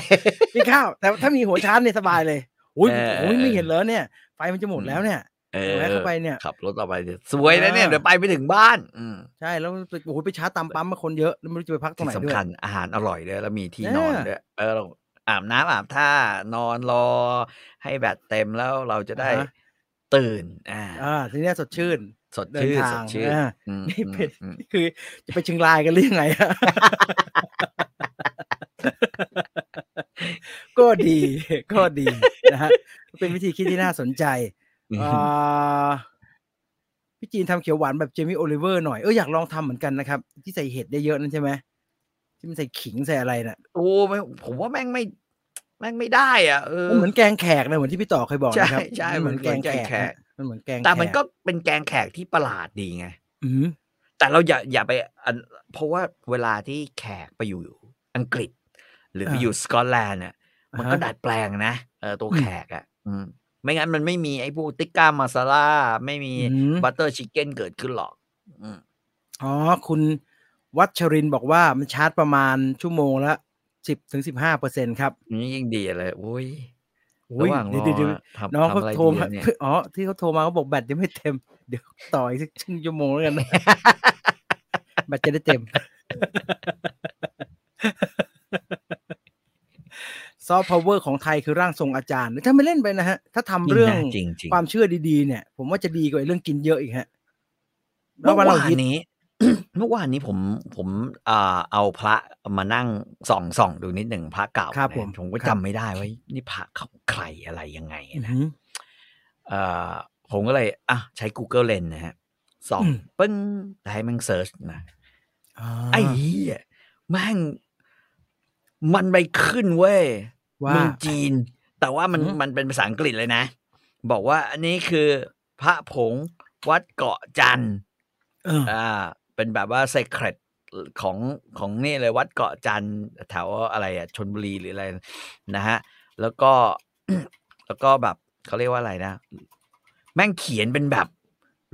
พี่ข้าวแต่ถ้ามีหัวชาร์จเนี่ยสบายเลยอุ้ยโอ้ยไม่เห็นเลยเนี่ย ไฟมันจะหมดแล้วเนี่ย
เออ
แวะเข้าไปเนี่ย
ขับรถต่อไปเดี๋ยวสวยนะเนี่ยเดี๋ยวไปไม่ถึงบ้าน อืม
ใช่แล้วโอ้โหไปชาร์จตามปั๊มมาคนเยอะแล้วไม่รู้จะไปพักตรงไหน
ที่
ด้ว
สำ
ย
คัญอาหารอร่อยด้วยแล้วมีที่
เออ
นอนด้วยเออเราอาบน้ำอาบท่านอนรอ ให้แบตเต็มแล้วเราจะได้ตื่น อ่า
อ่าทีเนี้ยสดชื่น
สด
เดิน
ชื่น
ทา
ส
ง
ดชื่น
อ่า [laughs]
อืม
นี่เป็น
อืมอืม
คือจะไปเชียงรายกันหรือยังไง
[laughs]
อะ ก็ดีก็ดีนะฮะเป็นวิธีคิดที่น่าสนใจอ่าพี่จีนทำเขียวหวานแบบเจมี่โอลิเวอร์หน่อยเอออยากลองทำเหมือนกันนะครับ ที่ใส่เห็ดได้เยอะนั่นใช่ไหมที่มันใส่ขิงใส่อะไรน่ะ
โอ้ไม่ผมว่าแม่งไม่ แม่งไม่ได้อ่ะเออ
มันเหมือนแกงแขกนะเหมือนที่พี่ต่อเคยบอกนะครับ
ใช่ใช่
มันเหมือน
มันเหมื
แกง
อน
แขก
แกงแขก
นะมันเหมือนแกง
แต่มัน
ข
ก็เป็นแกงแขกที่ประหลาดดีไง
อืม
แต่เราอย่าอย่าไปอันเพราะว่าเวลาที่แขกไปอยู่อังกฤษ หรืออา ไปอยู่สกอตแลนด์อ่ะ มันก็
อ่าฮะ
ดัดแปลงนะเออตัว
อืม
แขกอ่ะ อืม ไม่งั้นมันไม่มีไอ้พวกติ๊กก้ามาซาล่าไม่มี
อืม
บัตเตอร์ชิคเก้นเกิดขึ้นหรอก อืม
อ๋อ คุณวัชรินทร์บอกว่ามันชาร์จประมาณชั่วโมงละสิบถึงสิบห้าเปอร์เซ็นครับ
นี่ยิ่งดีเลยอุ้ย
อุ๊
ระ
ย
หว่างร
เดี๋ยว
อ
เดี๋ยวเดี๋ยว
ทำ
น้อง
ทำ
เขา
อะไร
โทร
ดี
มา [laughs]
อะเนี่ย
อ๋อ ที่เขาโทรมาเขาบอกแบตยังไม่เต็ม [laughs] เดี๋ยวต่ออีกสักครึ่งชั่วโมงแล้วกันนะ [laughs] แบตจะได้เต็ม [laughs] ซอฟต์พาวเวอร์ของไทยคือร่างทรงอาจารย์ ถ้าไม่เล่นไปนะฮะ ถ้าทำเรื่อง
จริงนะจริงจริง
ความเชื่อดีๆเนี่ย ผมว่าจะดีกว่าไอ้เรื่องกินเยอะอีกฮะ
เมื่อวาน
ฮิต
นี้ [coughs] เมื่อวานนี้ผมผมอ่าเอาพระมานั่งส่องส่องดูนิดหนึ่งพระเก่า
ครับ
เนี่ย
ผม
ผม
ค
ก็
รับ
จำไม่ได้ว่านี่พระของใครอะไรยังไง
อือ
นะ
หือ
เอ่อผมก็เลยอ่ะใช้ Google Lens นะฮะสอง
อืม
ปึ้งแต่ให้มันเซิร์ชนะ
อ่า
ไอ้เหี้ยแม่งมันไปขึ้นเว้ย
ว่า
เมืองจีน แต่ว่ามัน
อืม
มันเป็นภาษาอังกฤษเลยนะ บอกว่าอันนี้คือพระผงวัดเกาะจันทร์
เออ
อ่า เป็นแบบว่า s ซ c ครตของของนี่เลยวัดเกาะจันทร์แถวอะไรอ่ะชนบุรีหรืออะไรนะฮะ แล้วก็ [coughs] แล้วก็แบบเขาเรียกว่าอะไรนะ แม่งเขียนเป็นแบบ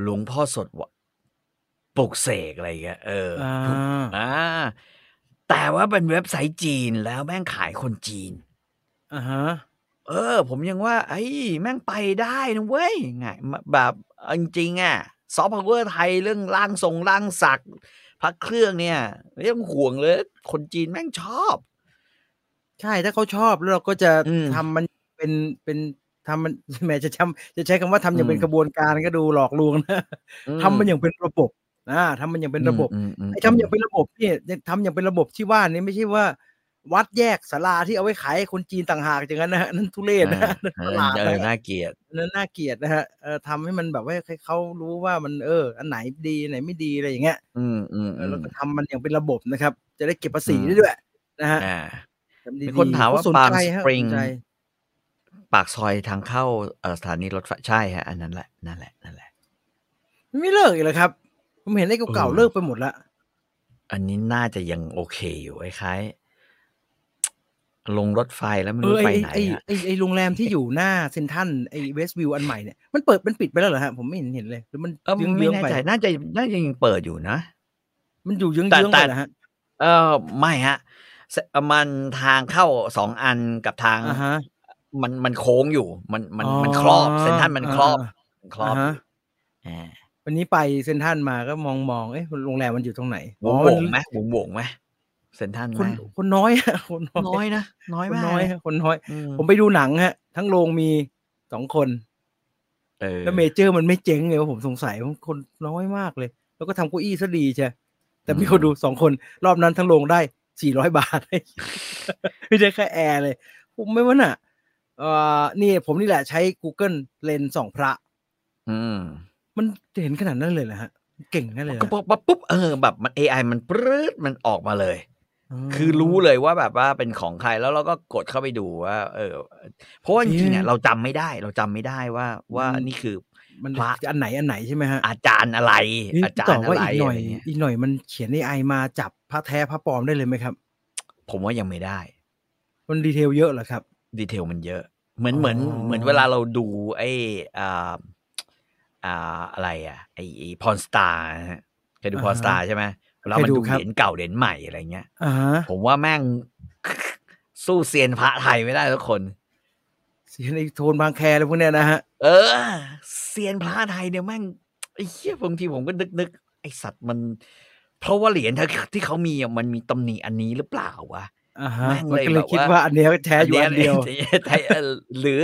หลวงพ่อสดวะปลุกเสกอะไรอย่างเงี้ยเออ
อ่า
อ่าแต่ว่าเป็นเว็บไซต์จีนแล้วแม่งขายคนจีน
อ่าฮะ
เออ ผมยังว่า ไอ้แม่งไปได้นะเว้ยไงแบบเอาจริงๆอ่ะซอฟต์พาวเวอร์ไทยเรื่องร่างทรงร่างศักดิ์พระเครื่องเนี่ยไม่ต้องห่วงเลย คนจีนแม่งชอบ
ใช่ ถ้าเขาชอบแล้วเราก็จะ
อืม
ทำมันเป็นเป็นทำมัน [laughs] แหมจะทำจะใช้คำว่าทำอย่างเป็น
อืม
กระบวนการก็ดูหลอกลวงนะทำมันอย่างเป็นระบบนะทำมันอย่างเป็นระบบ
อืมอืม
ไอ้ทำอย่างเป็นระบบเนี่ยทำอย่างเป็นระบบที่ว่านี่ไม่ใช่ว่า วัดแยกศาลาที่เอาไว้ขายให้คนจีนต่างหากอย่างนั้นนะฮะ [laughs] นั่นทุเรศนะฮะนั่น
เอ
ประ
อ
หลาด
เออ
นะฮะ
น่าเกลียด
นั่นน่าเกลียดนะฮะเออทำให้มันแบบว่าให้เขารู้ว่ามันเออ อันไหนดีอันไหนไม่ดีอะไรอย่างเงี้ย
อืมอืม
เอ
อื
อ
ม
แล้วก็ทำมันอย่างเป็นระบบนะครับ จะได้เก็บภาษี
อืม
ได้ด้วยนะฮะ
อ่า
ทำดีๆ
มีคนถามว่า
เขสน
ปาล์ม
ใจ
ส
ฮะ
ปริง
สนใจ
ปากซอยทางเข้าเอ่อสถานีรถไฟใช่ฮะ อันนั้นแหละนั่นแหละนั่นแหละ
มันไม่เลิกอีกเลยครับ ผมเห็นไอ้เก่า
เอ
ๆ
อ
เลิกไปหมดละ
อันนี้น่าจะยังโอเคอยู่คล้ายๆลงรถไฟแล้วไม่
เอ
รู้
อ
ไป
ไอ้
ไหน
ไอ้
ฮะ
ไอ้ไอ้ไอ้โรงแรมที่อยู่หน้าเซนทรันไอ้เวสต์วิวอันใหม่เนี่ยมันเปิดมันปิดไปแล้วเหรอฮะผมไม่เห็นเห็นเลยหรือมัน
เออไม่
เยื้องๆ
แน่
ไป
ใจน่าจะน่าจะยังเปิดอยู่นะ
มันอยู่เยื้อง
แต่
ๆ
แต่
ไปเหรอฮะ
เออไม่ฮะเสมันทางเข้าสองอันกับทาง
อ่าฮะ
มันมันโค้งอยู่ มันมัน
อ๋อ
มันครอบเส้นท่านมันครอบ
อ่า
มันครอบ
อ่าฮะ
อ่า
วันนี้ไปเซนทรันมาก็มองมองๆเอ๊ะโรงแรมมันอยู่ตรงไหน
วง
อ๋อ
โบ
มัน
งไหมวงโบงไหมเส้นท่าน
คน
ไหม
คนน้อยฮะ [laughs] คนน้
น้
อ
อย ยนะน้อย
คน
มาก
น้อย
นะ
ฮะคนน้อย
อื
ผมไปดูหนังฮะ ทั้งโรงมีสองคน
เออ
แล้วเมเจอร์มันไม่เจ๊งไงว่าผมสงสัยว่าคนน้อยมากเลย แล้วก็ทำเก้าอี้ซะดีใช่แต่มี
อืม
คนดูสองคน รอบนั้นทั้งโรงได้สี่ร้อยบาท ไม่ได้แค่แอร์เลยผมไม่ว่าน่ะเอ่อนี่ผมนี่แหละใช้ Google เลนส์สองพระ
อืม
มันเห็นขนาดนั้นเลยนะฮะ เก่งนั่นเลยนะ
ก็ปุ๊บปุ๊บปุ๊บเออแบบมัน AI มันปรื๊ดมันออกมาเลย คือรู้เลยว่าแบบว่าเป็นของใครแล้วเราก็กดเข้าไปดูว่า เออ เพราะว่าจริงๆเนี่ยเราจำไม่ได้ เราจำไม่ได้ว่า ว่านี่คือ
มัน
พระ
อันไหนอันไหนใช่ไหมฮะ
อาจารย์อะไร
นี่
อาจา
ต
ร
บ
ย์อะ
ว่า
ไร
อีกหน่
อะ
อย
ไรเงี้ย
อีกหน่อยมันเขียนในไอมาจับพระแท้พระปลอมได้เลยไหมครับ
ผมว่ายังไม่ได้
มันดีเทลเยอะเหรอครับ
ดีเทลมันเยอะ เหมือน
อ๋อ
เหมือนเหมือนเวลาเราดู ไอ้อ่าอ่าอะไรอ่ะไอ้ไอ้พรสตาร์ฮะเคยดูพรสตาร์ใช่ไหมเรามันดู
ครับ
เหรียญเก่าเหรียญใหม่อะไรเงี้ย
อ่าฮะ
ผมว่าแม่ง [laughs] สู้เซียนพระไทยไม่ได้ทุกคน
เสียงในโทนบางแคอะไรพวกเนี้ยนะฮะ
เออเซียนพระไทยเนี่ยแม่งไอ้เหี้ยบางทีผมก็นึกนึกไอสัตว์มัน เพราะว่าเหรียญที่เขามีอะมันมีตำหนิอันนี้หรือเปล่าวะ
อ่าฮะ
แม่ง
มัน
เลย
ก็เลย
แบบ
คิด
ว่า
ว่าอันเนี้ยแท้อยู่อันเดียว
ไทยเอ่อหรือ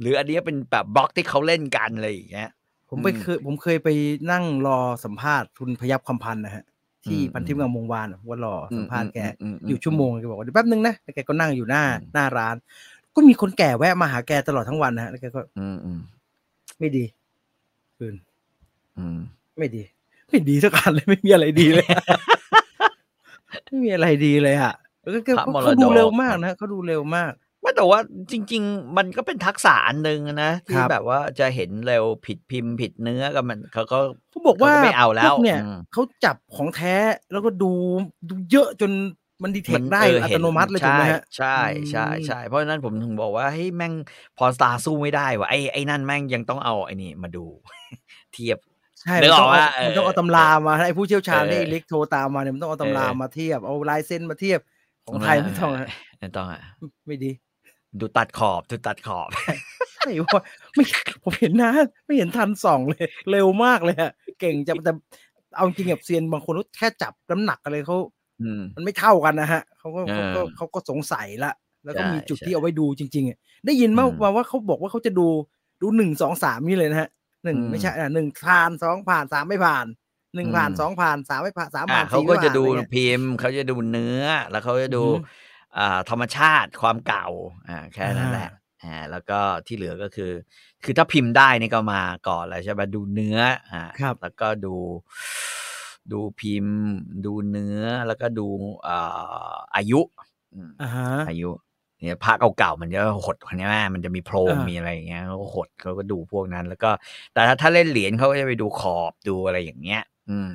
หรืออันเนี้ยเป็นแบบบล็อกที่เขาเล่นกันอะไรอย่างเงี้ย
ผมไป
อืม
เคยผมเคยไปนั่งรอสัมภาษณ์คุณพยับคำพันธ์นะฮะ ที่
อืม
พันทิพย์งามวงวานอะว่ารอสัมภาษณ์แก
มม
อยู่ชั่วโมงแกบอกว่าเดี๋ยวแป๊บนึงนะแล้วแกก็นั่งอยู่หน้า
อืม
หน้าร้าน ก็มีคนแก่แวะมาหาแกตลอดทั้งวันนะฮะแล้วแกก็
อืมอืม
ไม่ดีคืน
อืม
ไม่ดี ไม่ดีสักอันเลยไม่ [laughs] มีอะไรดีเลย ไม่มีอะไรดีเลยอะแล้วก็แก
พระมร
เขา
ด
ดู
ก
เร็วมากนะเขาดูเร็วมาก
ไม่แต่ว่าจริง ๆ มันก็เป็นทักษะอันหนึ่งนะ
ค
ที่
รับ
แบบว่าจะเห็นเร็วผิดพิมพ์ผิดเนื้อก็มันเขาก็
เขาบอกว่า
เขาก็ไม่เอาแล้ว
พกเนี่ย
อืม
เขาจับของแท้แล้วก็ดูดูเยอะจนมันดีเทค
มัน
ได้
เออ
อั
เห็
ตโนมัติเลยถูกไหมฮะ
ใช่ใช่ใช่ใช่เพราะฉะนั้นผมถึงบอกว่าเฮ้ยแม่งพรสตาร์สู้ไม่ได้ว่ะไอ้ไอ้นั่นแม่งยังต้องเอาไอ้นี่มาดู [laughs] เทียบ
ใช่มั
นึ
น
ก
ต้
อ
อ
อง
เอา
กว่า
มันต้อง
เออ
เอาตำรามาให้ผู้เชี่ยวชาญ
เออ
ได้อิเล็กโทรตามมาเนี่ยมันต้องเอาตำรา
เออ
มาเทียบเอาลายเส้นมาเทียบของไทยไม่ต้องฮะ
ไม่ต้องอ่ะ
ไม่ดี
ดูตัดขอบดูตัดขอบ [laughs]
ไม่ว่าไม่ผมเห็นนะ ไม่เห็นทันส่องเลย เร็วมากเลยอะเก่งจะแต่เอาจริงกับเซียนบางคนเขาแค่จับน้ำหนักอะไรเขา
อืม
มันไม่เท่ากันนะฮะเขาก็เขา
เออ
ก็เขาก็สงสัยละ แล้วก็
ใช่
มีจุด
ใช่
ที่เอาไว้ดูจริงๆอะได้ยินมา
อืม
มาว่าเขาบอกว่าเขาจะดูดูหนึ่งสองสามนี่เลยนะฮะหนึ่ง
อืม
ไม่ใช่อ่ะหนึ่งผ่านสองผ่านสามไม่ผ่านหนึ่งผ่าน
อืม
สองผ่านสามไม่ผ่านสาม
อ่ะ
ผ่าน
เขา
สี่
ก็
ไม่
จะ
ผ่าน
ดู
อะไรเงี้ย
พิมพ์เขาจะดูเนื้อ แล้วเขาจะดู
อือหือ
อ่าธรรมชาติความเก่าอ่าแค่นั้นแหละอ่าแล้วก็ที่เหลือก็คือ คือถ้าพิมพ์ได้นี่ก็มาก่อนแล้วใช่ไหมดูเนื้ออ่า
ครับ
แล้วก็ดู ดูพิมพ์ ดูเนื้อแล้วก็ดูอ่าอายุอืม
อ่าฮะ
อายุเนี่ยพระเก่าๆมันจะหดคนนี้แม่มันจะมีโพรง
อ่ามี
มีอะไรอย่างเงี้ยเขาก็หดเขาก็ดูพวกนั้น แล้วก็ แต่ถ้าถ้าเล่นเหรียญเขาก็จะไปดูขอบดูอะไรอย่างเงี้ย อืม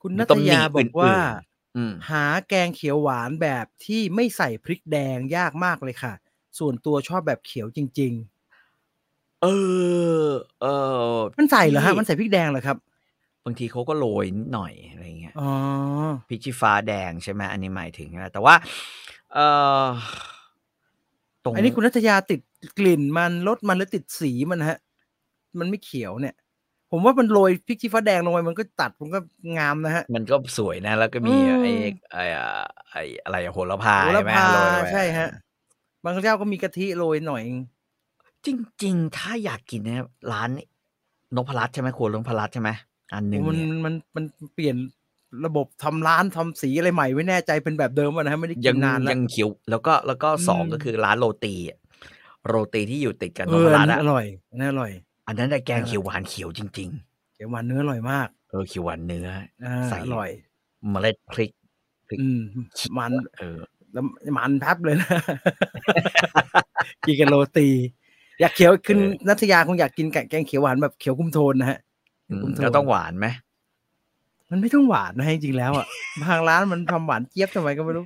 คุณ
มี
นัท
ตำหนิ
ยาบอกว่า
อื่น อืม
หาแกงเขียวหวานแบบที่ไม่ใส่พริกแดงยากมากเลยค่ะ ส่วนตัวชอบแบบเขียวจริง
เออ เออ
ๆ มันใส่เหรอฮะ
พี่
มันใส่พริกแดงเหรอครับ
บางทีเขาก็โรยนิดหน่อยอะไรเงี้ย
อ๋อ
พริกชี้ฟ้าแดงใช่ไหมอันนี้หมายถึงนะแต่ว่าเออตรง
อันนี้คุณนัทยาติดกลิ่นมันรสมันแล้วติดสีมันฮะ มันไม่เขียวเนี่ย ผมว่ามันโรยพริกชี้ฟ้าแดงลงไปมันก็ตัดมันก็งามนะฮะ
มันก็สวยนะ แล้วก็มี
อืม
ไอ้ไอ้อ่ะไอ้อะไรอะโหระพา
โหระ
ใช่ไหม
พา
โรยไว้
ใช่ฮะ บางเจ้าก็มีกะทิโรยหน่อยเอง
จริง ๆ ถ้าอยากกินนะร้านนพรัตน์ใช่ไหมครัวนพรัตน์ใช่ไหมอันหนึ่ง
มัน
เนี่ย
มันมันเปลี่ยนระบบทำร้านทำสีอะไรใหม่ไม่แน่ใจเป็นแบบเดิมอะนะฮะไม่ได้กิ
ยัง
นนานแล้ว
ยังเขียว แล้วก็แล้วก็สอง
อืม
ก็คือร้านโรตีอะโรตีที่อยู่ติดกับ
เอน
พ
อ
รั
อัน
ตน์
นั้น
อะ
อร่อยอันนั้นอร่อย
อันนั้นได้แกง
เออ
เขียวหวานเขียวจริง ๆ
เดี๋ยววันเนื้ออร่อยมาก
เออเขียวหวานเนื้อ
อ่า
ใส่
อร่อย
เมล็ดพริก พริก
อืม มัน
เออ
แล้วมันแป๊บเลยนะ [laughs] กินกันโรตี อยากเขียวขึ้น
เออ
นัทยาคงอยากกินแกงเขียวหวานแบบเขียวคุ้มโทนนะฮะ
อืม
ผมโทร
ก็ต้องหวานไหม
มันไม่ต้องหวานนะฮะจริงๆแล้วอ่ะ บางร้านมันทำหวานเจี๊ยบทำไมก็ไม่รู้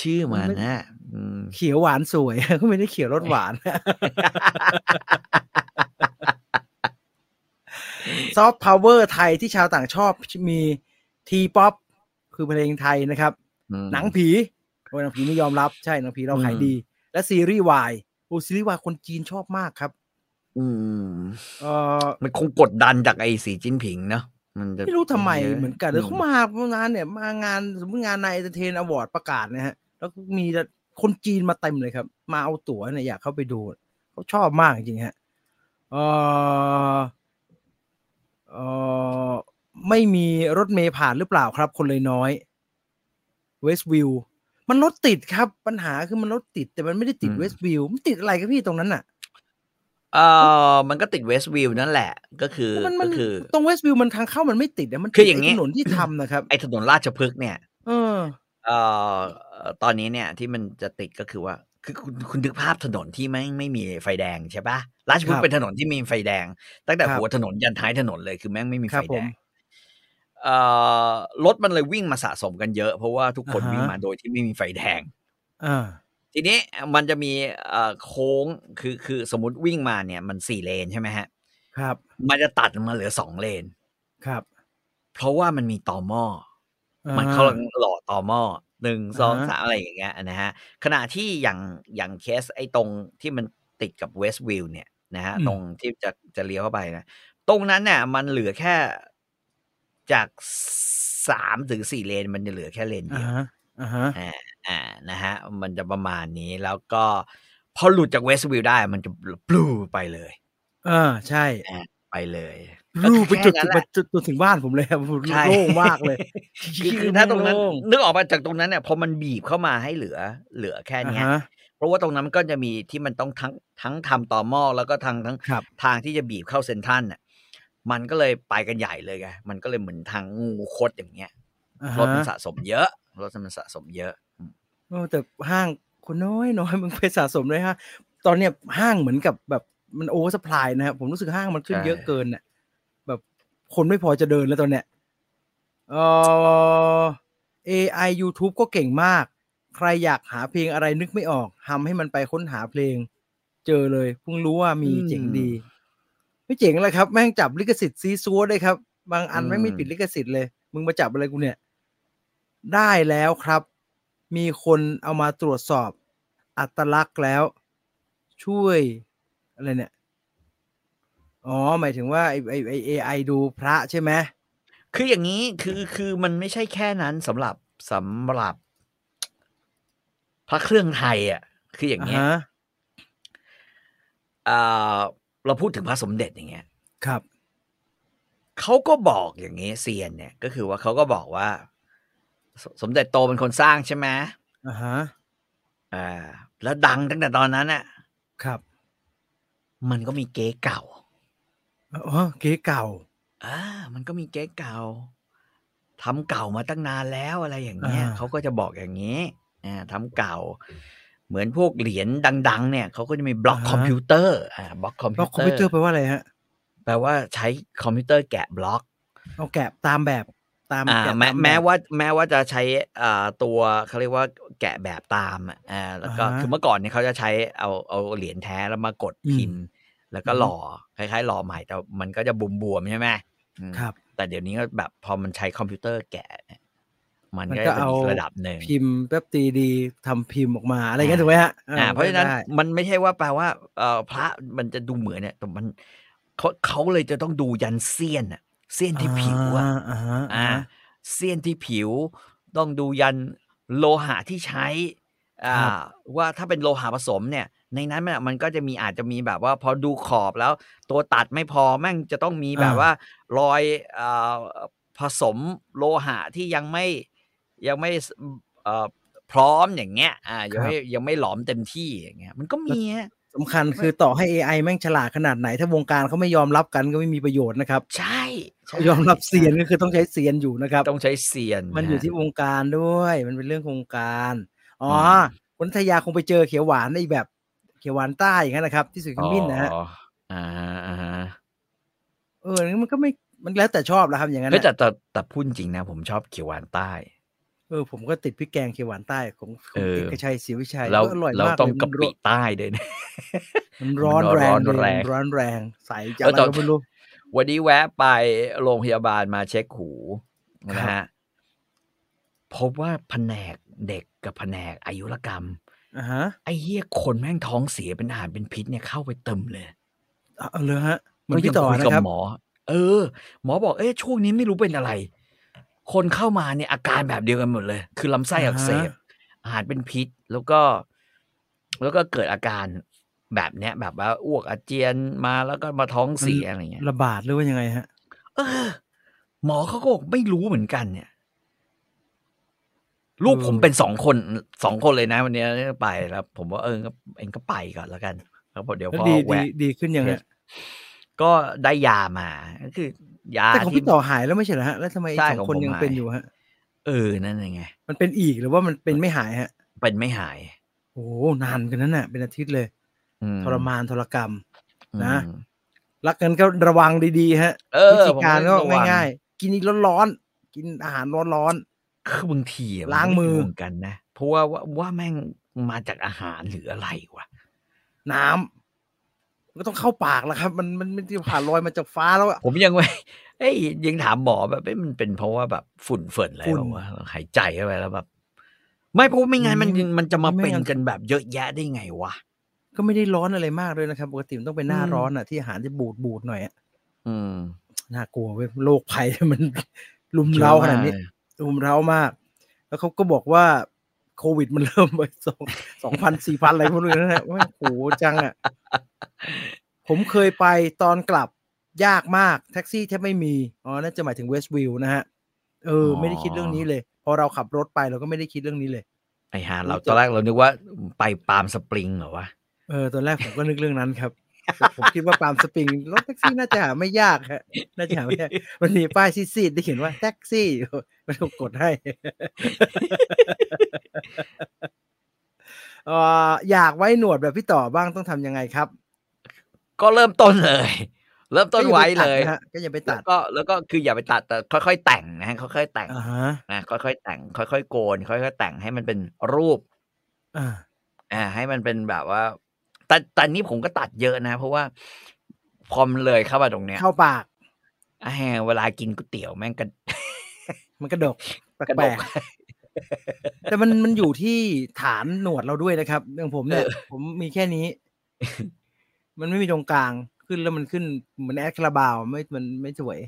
ชื่อมัน
ไม่
นะอืม
เขียวหวานสวย ก็ไม่ได้เขียวรสหวาน [laughs] ซอฟต์พาวเวอร์ไทยที่ชาวต่างชอบมีทีป๊อปคือเพลงไทยนะครับ หนังผีโอ้ยหนังผีไม่ยอมรับใช่หนังผีเราขาย
อืม
ดี และซีรีส์วายโอ้ซีรีส์วายคนจีนชอบมากครับ
อืม
เออ
มันคงกดดันจากไอ้สีจิ้นผิงเนาะมันจะ
ไม่รู้ทำไม
ยะ
เหมือนกันเลยเขา
ม
มาพวกนั้นเนี่ย มางานสมมติงานในเทนอวอร์ดประกาศนะฮะ แล้วก็มีคนจีนมาเต็มเลยครับ มาเอาตั๋วเนี่ยอยากเข้าไปดูเขาชอบมากจริงๆฮะเออเออไม่มีรถเมย์ผ่านหรือเปล่าครับ คนเลยน้อยเวสต์วิวมันรถติดครับ ปัญหาคือมันรถติด แต่มันไม่ได้ติดเวสต์วิวมันติดอะไรครับพี่ตรงนั้นน่ะ
เออมันก็ติดเวสต์วิวนั่นแหละ ก็คือ
มันมั
ก็
น
คือ
ตรงเวสต์วิวมันทางเข้ามันไม่ติดนะมัน
คืออย่างงี้
นี้ถนนที่ทำนะครับ
ไอ้ถนนราชพฤกษ์เนี่ย
เออ
เ เอ่อตอนนี้เนี่ยที่มันจะติดก็คือว่า คือคุณคุณนึกภาพถนนที่ไม่งไม่มีไฟแดงใช่ปะราชพฤ
ค
ก
รั
ษ์
บ
เป็นถนนที่มีไฟแดง ตั้งแต่
ครับ
หัวถนนยันท้ายถนนเลยคือแม่งไม่มี
ค
ไฟ
รับ
แด
ผม
งเอ่อรถมันเลยวิ่งมาสะสมกันเยอะเพราะว่าทุกคน
อ่าฮะ
วิ่งมาโดยที่ไม่มีไฟแดง
อ่า
ทีนี้มันจะมีเอ่อโค้งคือคือสมมติวิ่งมาเนี่ยมันสี่เลนใช่ไหมฮะ
ครับ
มันจะตัดมาเหลือสองเลน
ครับ
เพราะว่ามันมีต่อหม้อ
อ่
มันเขาหล่อต่อหม้อหนึ่งสอง
อ่าฮะ
สามอะไรอย่างเงี้ยนะฮะขณะที่อย่างอย่างเคสไอ้ตรงที่มันติดกับเวสต์วิวเนี่ยนะฮะ
อืม
ตรงที่จะจะเลี้ยวเข้าไปนะ ตรงนั้นเนี่ยมันเหลือแค่จากสามถึงสี่เลน มันจะเหลือแค่เลนเดี
อ่า
ยว
ฮะอ่าฮะ
อ่านะฮะมันจะประมาณนี้แล้วก็พอหลุดจากเวสต์วิวได้มันจะปลูไปเลย
อ่าใช่
ไปเลย
รูปไปจุดจุ
แค่นั้น
ด
แหละ
ไปจุดจุดถึงบ้านผมเลยครับผม
ใช่
โล่งมากเลย
[laughs] คือคือถ้าตรงนั้น
โล่
นึกออกมาจากตรงนั้นเนี่ยพอมันบีบเข้ามาให้เหลือเหลือแค่
อ่า
เนี้ย
ฮะ
เพราะว่าตรงนั้นมันก็จะมีที่มันต้องทั้งทั้งทำต่อหม้อแล้วก็ทางทั้ง
ครับ
ทางที่จะบีบเข้าเซ็นทรัลน่ะมันก็เลยไปกันใหญ่เลยไงมันก็เลยเหมือนทางงูคดอย่างเงี้ย
อ่าร
ถมัน
ฮะ
สะสมเยอะรถมันสะสมเยอะ
โอ้แต่ห้างคนน้อยน้อย [laughs] มึงไปสะสมเลยฮะ ตอนเนี้ยห้างเหมือนกับแบบมันโอเวอร์สป라이นะครับผมรู้สึกห้างมันขึ้น
ใช่
เยอะเกินน่ะแบบคนไม่พอจะเดินแล้วตอนเนี้ยเอ่อ AI YouTube ก็เก่งมาก ใครอยากหาเพลงอะไรนึกไม่ออกทำให้มันไปค้นหาเพลง เจอเลยเพิ่งรู้ว่ามีเจ๋งดี ไม่เจ๋งเลยครับ แม่งจับลิขสิทธิ์ซีซัวเลยครับ บางอันแม่งไม่ปิดลิขสิทธิ์เลย มึงมาจับอะไรกูเนี่ย ได้แล้วครับ มีคนเอามาตรวจสอบ อัตลักษณ์แล้ว ช่วยอะไรเนี่ย อ๋อ หมายถึงว่าไอไอไอเอไอดูพระใช่ไหม
คืออย่างนี้คือคือมันไม่ใช่แค่นั้นสำหรับสำหรับ พระเครื่องไทยอ่ะคืออย่างเงี้ย
ฮะ
อ่าเราพูดถึงพระสมเด็จอย่างเงี้ย
ครับ
เขาก็บอกอย่างนี้เซียนเนี่ย ก็คือว่าเขาก็บอกว่า สสมเด็จโตเป็นคนสร้างใช่ไหม
อ่าฮะ
อ่า แล้วดังตั้งแต่ตอนนั้นน่ะ
ครับ
มันก็มีเก๊เก่า
อ๋อเก๋เก่า
อ่ามันก็มีเก๊เก่าทำเก่ามาตั้งนานแล้วอะไรอย่างเงี้ย
อ่า
เขาก็จะบอกอย่างนี้อ่าทำเก่า เหมือนพวกเหรียญดัง ๆ เนี่ยเขาก็จะมีบล็อกคอมพิวเตอร์อ่าบล็อกคอม
บล็อ
พิ
ก
ว
คอม
เตอ
พิวเตอร์
ร์
แปลว่าอะไรฮะ
แปลว่าใช้คอมพิวเตอร์แกะบล็อก
เอาแกะตามแบบตาม
อ่า
แกะ
แม้
ตาม
แม้
แบบ
ว่าแม้ว่าจะใช้อ่าตัวเขาเรียกว่าแกะแบบตามอ่ะอ่าแล้วก็
อ่าฮะ
คือเมื่อก่อนเนี่ยเขาจะใช้เอาเอาเหรียญแท้แล้วมากดพิมพ์ แล้วก็
อือฮึ
หล่อคล้ายๆหล่อใหม่แต่มันก็จะบวมบวมๆใช่ไหมอืม
ครับ
แต่เดี๋ยวนี้ก็แบบพอมันใช้คอมพิวเตอร์แกะเนี่ยมัน
มัน
ก็
ก็
จะเป็นอีก
เอา
ระดับหนึ่ง
พิมพ์แป๊บตีดีทำพิมพ์ออกมาอะไรอย่างเงี้ย
อ่า
ถูกไหมฮะ
อ่าเพราะฉะนั้น
ได้
มันไม่ใช่ว่าแปลว่าเอ่อพระมันจะดูเหมือนเนี่ยแต่มันเขาเขาเลยจะต้องดูยันเสี้ยนอะเสี้ยนที่ผิวอะ
อ่าฮะอ่า
อ่า
ฮะ
เสี้ยนที่ผิวต้องดูยันโลหะที่ใช้อ่า
ครับ
ว่าถ้าเป็นโลหะผสมเนี่ย ในนั้นมันมันก็จะมีอาจจะมีแบบว่าพอดูขอบแล้วตัวตัดไม่พอแม่งจะต้องมีแบบ
อ่า
ว่ารอยอ่าผสมโลหะที่ยังไม่ยังไม่สเอ่อพร้อมอย่างเงี้ยอ่ายังไม่ยังไม่หลอมเต็มที่อย่างเงี้ยมันก็มีอะ
สำคัญคือต่อให้ AI แม่งฉลาดขนาดไหน ถ้าวงการเขาไม่ยอมรับกันก็ไม่มีประโยชน์นะครับ
ใช่ใช่
เขายอมรับเซียนก็คือต้องใช้เซียนอยู่นะครับ
ต้องใช้เสียน
มันอยู่ที่
ะ
วงการด้วย มันเป็นเรื่องวงการอ๋ออ
ม
คุณทยาคงไปเจอเขียวหวานในแบบเขียวหวานใต้อย่างนั้นนะครับ ที่สุดขมิ้นนะฮะ
อ๋ออ่าอ่าฮะ
เอองั้นมันก็ไม่มันแล้วแต่ชอบแล้วครับอย่างนั้น
เฮ้ย
น่ะ
แต่แต่แต่พูดจริงนะ ผมชอบเขียวหวานใต้
เออผมก็ติดพริกแกงเขียวหวานใต้ของขอ
เองอ
เอกชัยศรีวิชัย
เรา
ก็อร่อย
เรา
มาก
ต้อง
เลย
กะ
มันร้
ปิ
อน
ใต้ด้วยนะ [laughs]
มันร้อนแรง
มันร้อน
เลย
แรง
มันร้อนแรงใส่จาก
เออ
อะไร
แต่
ก็ไม่รู้
วันนี้แวะไปโรงพยาบาลมาเช็คหู
ครั
นะ
บ
ฮะพบว่าแผนกเด็กกับแผนกอายุรกรรม
อ่ะฮะ
ไอ้เหี้ยคนแม่งท้องเสียเป็นอาหารเป็นพิษเนี่ยเข้าไปเต็มเลย
เอาเลยฮะเหมือน
ก็
พี่
ยัง
ต่อ
คุย
นะ
กับ
ครับ
หมอ เออ หมอบอกเอ้ยช่วงนี้ไม่รู้เป็นอะไร คนเข้ามาเนี่ยอาการแบบเดียวกันหมดเลย คือลำไส้อักเสบ
อ่าฮะ
อาหารเป็นพิษแล้วก็ แล้วก็เกิดอาการแบบเนี้ย แบบว่าอ้วกอาเจียนมาแล้วก็มาท้องเสียอะไรเงี้ย
ระบาดหรือว่ายังไงฮะ
เออ หมอเขาก็บอกไม่รู้เหมือนกัน เนี่ย ลูกผมเป็นสองคนสองคนเลยนะ วันนี้ไปแล้วผมว่าเออก็เองก็ไปก่อนแล้วกันแล้วพอเดี๋ยว
แล้ว
พอ
ดีดี
แวะ
ดีขึ้นยังไง
ก็ได้ยามาก็คือ ยา
แต่ของ
ที่
พี่ต่อหายแล้วไม่ใช่เหรอฮะ แล้วทำไม
ใช่
สอง
ของ
คน
ผม
ยัง
หาย
เป็นอยู่ฮะ
เ เออนั่นยังไง
มันเป็นอีกหรือว่ามันเป็นไม่หายฮะ
เป็นไม่หาย
โอ้โหนานเหมือนกันนั่นน่ะเป็นอาทิตย์เลย
อื
ทรมานทรกรรม นะ
อืม
รักกันก็ระวังดีๆฮะ
เอ
วิ
อ
ธีการก็
ผม
ง่ายๆกินร้อนๆกินอาหารร้อน
คือบางทีอะน
ล้างมือ
ไเหนกันนะเพราะว่าว่าว่าแม่งมาจากอาหารหรืออะไรวะ
ๆน้ำมันก็ต้องเข้าปากแล้วครับ มันมันมันที่ผ่านลอยมาจากฟ้าแล้วอะ
ผมยังไม่ [laughs] เอ้ยยังถามหมอแบบเอ้ยมันเป็นเพราะว่าแบบฝุ่นเฟินอะไร
ฝุ่น
หรอวะหายใจเข้าไปแล้วแบบ ไม่เพราะไม่งั้นมัน
อืม
มันจะมา
ไม่
เป็น
งั้น
กันแบบเยอะแยะได้ไงวะ
ก็ไม่ได้ร้อนอะไรมากเลยนะครับปกติมันต้องเป็นหน้า
อืม
ร้อนอ่ะที่อาหารจะบูดบูดๆหน่อยอะ
อืม
น่ากลัวเว้ยโรคภัย [laughs] มันลุมเร้าขนาดนี้ รุมเร้ามาก แล้วเขาก็บอกว่าโควิดมันเริ่มไป [laughs] สองสองพันสี่พันอะไรพวกนี้นะฮะว่าโหจังอ่ะ ผมเคยไปตอนกลับยากมากแท็กซี่แทบไม่มี อ๋อ น่าจะหมายถึงเวสต์วิวนะฮะ เออ ไม่ได้คิดเรื่องนี้เลย พอเราขับรถไปเราก็ไม่ได้คิดเรื่องนี้เลย
ไอ้หา
รู้
เรา
จัก
ตอนแรกเรานึกว่าไปปาล์มสปริงเหรอวะ
เออ ตอนแรกผมก็นึกเรื่องนั้นครับ [laughs] ผมคิดว่าปาล์มสปริงรถแท็กซี่น่าจะหาไม่ยากฮะ น่าจะหาไม่ยากมันมีป้ายซีดๆได้เขียนว่าแท็กซี่ [laughs] มันก็กดให้ [laughs] เอ่ออยากไว้หนวดแบบพี่ต่อบ้างต้องทำยังไงครับ
ก็เริ่มต้นเลย [laughs] เริ่มต้นไว้เลย
ก็อาไปตัดนะฮะก็อย่าไปตั
แล้
ด
วก็แล้วก็คืออย่าไปตัดแต่ค่อยๆแต่งนะฮะค่อยๆแต่ง
อ่าฮะ
นะค่อยๆแต่ง ค่อยๆโกน ค่อยๆแต่งให้มันเป็นรูป
อ่า
อ่าให้มันเป็นแบบว่า แต่แต่นี้ผมก็ตัดเยอะนะ เพราะว่าพอมนเลยเข้ามาตรงเนี้ย
เข้าปาก
อ่าเวลากินก๋วยเตี๋ยวแม่งกัน
มันกระดก
กระ
แปล
ดก
กๆแต่มันมันอยู่ที่ฐานหนวดเราด้วยนะครับอย่างผมเนี่ย ผมมีแค่นี้ มันไม่มีตรงกลางขึ้นแล้วมันขึ้นเหมือนแอดคาราบาวไม่มันไม่สวย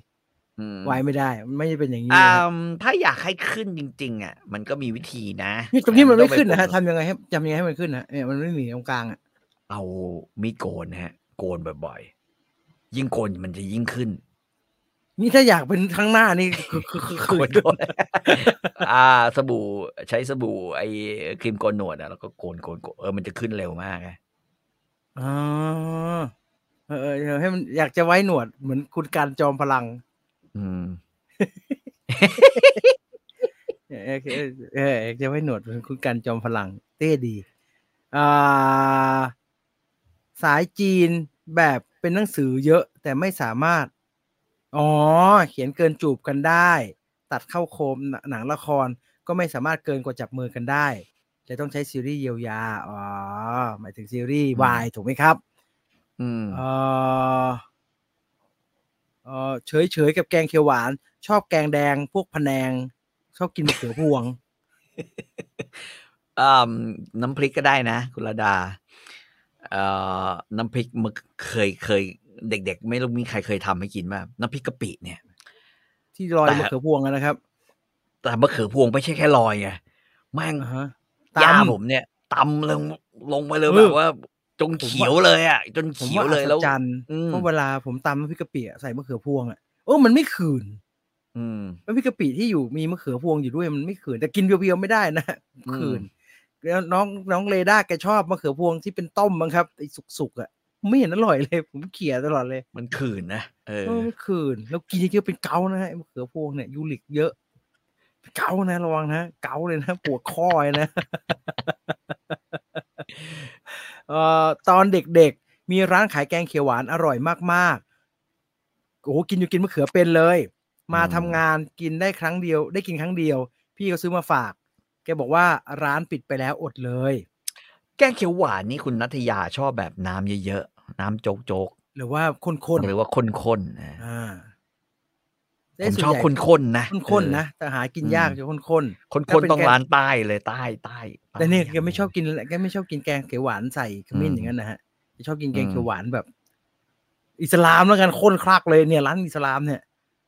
อืม
ไว้ไม่ได้ มันไม่ได้เป็นอย่างนี้
อ่
นะฮะ
าถ้าอยากให้ขึ้นจริง ๆ อ่ะ มันก็มีวิธีนะ
นี่ตรงที่มันไม่ขึ้นนะ
ต้
ฮะ
องป
ทำยังไงให้ทำยังไงให้มันขึ้นนะเนี่ยมันไม่มีตรงกลางอ่ะ
เอามีดโกนนะฮะ โกนบ่อยๆยิ่งโกนมันจะยิ่งขึ้น
นี่ถ้าอยากเป็นข้างหน้านี่คือคือคือ
โก
คือน
โดน [laughs] อ่า สบู่ใช้สบู่ไอ้ครีมโกนหนวดอ่ะแล้วก็โกนโกนโกนเออมันจะขึ้นเร็วมากไง
อ๋อเออเออเออให้มันอยากจะไว้หนวดเหมือนคุณการจอมพลัง
อืม
เออเออเอออยากจะไว้หนวดเหมือนคุณการจอมพลัง เต้ดีอ่าสายจีนแบบเป็นหนังสือเยอะแต่ไม่สามารถ อ๋อ เขียนเกินจูบกันได้ ตัดเข้าโคมหนหนังละครก็ไม่สามารถเกินกว่าจับมือกันได้เลยต้องใช้ซีรีส์เยียวยา อ๋อ หมายถึงซีรีส์
อืม
วายถูกไหมครับ
อืม
เออเออเฉยเฉยๆกับแกงเขียวหวาน ชอบแกงแดงพวกพะแนง ชอบกินมะเขือพวง
อ่าน้ำพริกก็ได้นะคุณระดาเอ่อน้ำพริกมันเคยเคย เด็ก ๆ ไม่รู้มีใครเคยทำให้กินบ้างน้ำพริกกะปิเนี่ย
ที่ลอย
แต่
มะเขือพวงอะนะครับ
แต่มะเขือพวงไม่ใช่แค่ลอยไงแม่ง
อ่าฮะ
ย่า
ตำ
ผมเนี่ยตำลงลงไปเลย
เออ
แบบว่า จนเขียวเลยอ่ะ จน
ผม
เขีย
ว่าว
เลยแล้ว
อัศจรรย์
อืม
เพราะเวลาผมตำน้ำพริกกะปิอะใส่มะเขือพวงอ่ะโอ้มันไม่ขืน
อืม
มันมีกะปิที่อยู่มีมะเขือพวงอยู่ด้วยมันไม่ขืนแต่กินเพียวๆไม่ได้นะ [laughs]
อืม
ขืนแล้วน้องน้องเรด้าแกชอบมะเขือพวงที่เป็นต้มมั้งครับไอ้สุกๆอ่ะไม่เห็นอร่อยเลย ผมเขี่ยตลอดเลย
มันขืนนะเออ
เออมันขืนแล้วกินเยอะๆเป็นเกานะฮะไอ้มะเขือพวงเนี่ยยูริกเยอะเป็นเกานะระวังนะเกาเลยนะปวดคอเลยนะ [laughs] เอ่อตอนเด็กๆ มีร้านขายแกงเขียวหวานอร่อยมากๆ โอ้โหกินอยู่กินมะเขือเป็นเลย มา
อืม
ทำงานกินได้ครั้งเดียว ได้กินครั้งเดียว พี่ก็ซื้อมาฝาก แกบอกว่าร้านปิดไปแล้วอดเลย
แกงเขียวหวานนี่คุณนัทยาชอบแบบน้ำเยอะๆ น้ำโจ๊ก
หรือว่าคนๆ
ๆหรือว่าข้นๆนะ
อ่า
ผ
ได้
ม
ส่วน
ชอบ
ใหญ่
ข้นๆนะ
ข้นๆ
เออ
นะ แต่หากิน
อืม
ยากจะข้น
ข้
ถ้าน เป็น
ๆต้อง
แกง
ร้านใต้เลยใต้ใต้
ๆ แต่เนี่ย
าง
แกไม่ชอบกินแกไม่ชอบกินแกงเขียวหวานใส่ขมิ้นอย่างนั้นนะฮะแกชอบกินแกงเขียวหวานแบบ อิสลามแล้วกันข้นคลักเลยเนี่ย ร้านอิสลามเนี่ย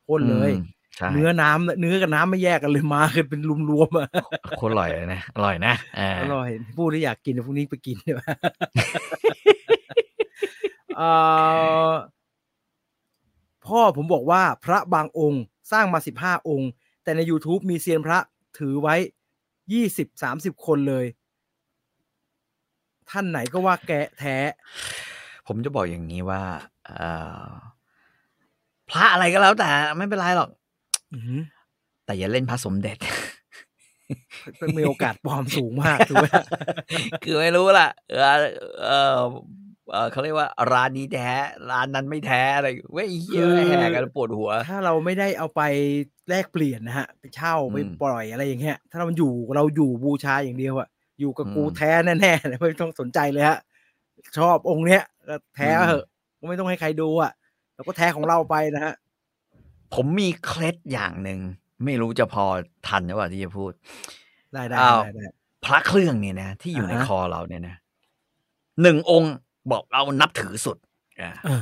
ข้นเลย
อืมใช่
เนื้อน้ำเนื้อกับน้ำไม่แยกกันเลยมาคือเป็นรวมๆอะ
โคตรอร่อยเลยนะอร่อยนะอ่า
อร่อยพูดได้วอยากกินเดี๋ยวพรุ่งนี้ไปกินเดี๋ยว [laughs] เอ่อพ่อผมบอกว่าพระบางองค์สร้างมาสิบห้าองค์ แต่ใน YouTube มีเซียนพระถือไว้ยี่สิบสามสิบคนเลย ท่านไหนก็ว่าแกะแท้
ผมจะบอกอย่างนี้ว่าเอ่อพระอะไรก็แล้วแต่ไม่เป็นไรหรอก
อื้อหือ [laughs]
แต่อย่าเล่นพระสมเด็จ [laughs]
มีโอกาสปลอมสูงมาก [laughs] ถูกไหม
คือไม่รู้ล่ะเออเออเออเขาเรียกว่าร้านนี้แท้ร้านนั้นไม่แท้อะไรเว้ยเหี้ยแหกกันปวดหัว
ถ้าเราไม่ได้เอาไปแลกเปลี่ยนนะฮะ ไปเช่าไป
อืม
ปล่อยอะไรอย่างเงี้ย ถ้าเราอยู่เราอยู่บูชาอย่างเดียวอะอยู่กับกู
อืม
แท้แน่ๆเลยไม่ต้องสนใจเลยฮะชอบองค์เนี้ยก็แท้
อืม
เหอะก็ไม่ต้องให้ใครดูอะเราก็แท้ของเราไปนะฮะ
ผมมีเคล็ดอย่างหนึ่งไม่รู้จะพอทันหรือเปล่าที่จะพูด
ได้ได้
อ้าว
ได้ได้
พระเครื่องเนี่ยนะ ที่อยู่ใน
อ่าฮะ
คอเราเนี่ยนะหนึ่งองค์บอกเอานับถือสุดอ่า
เออ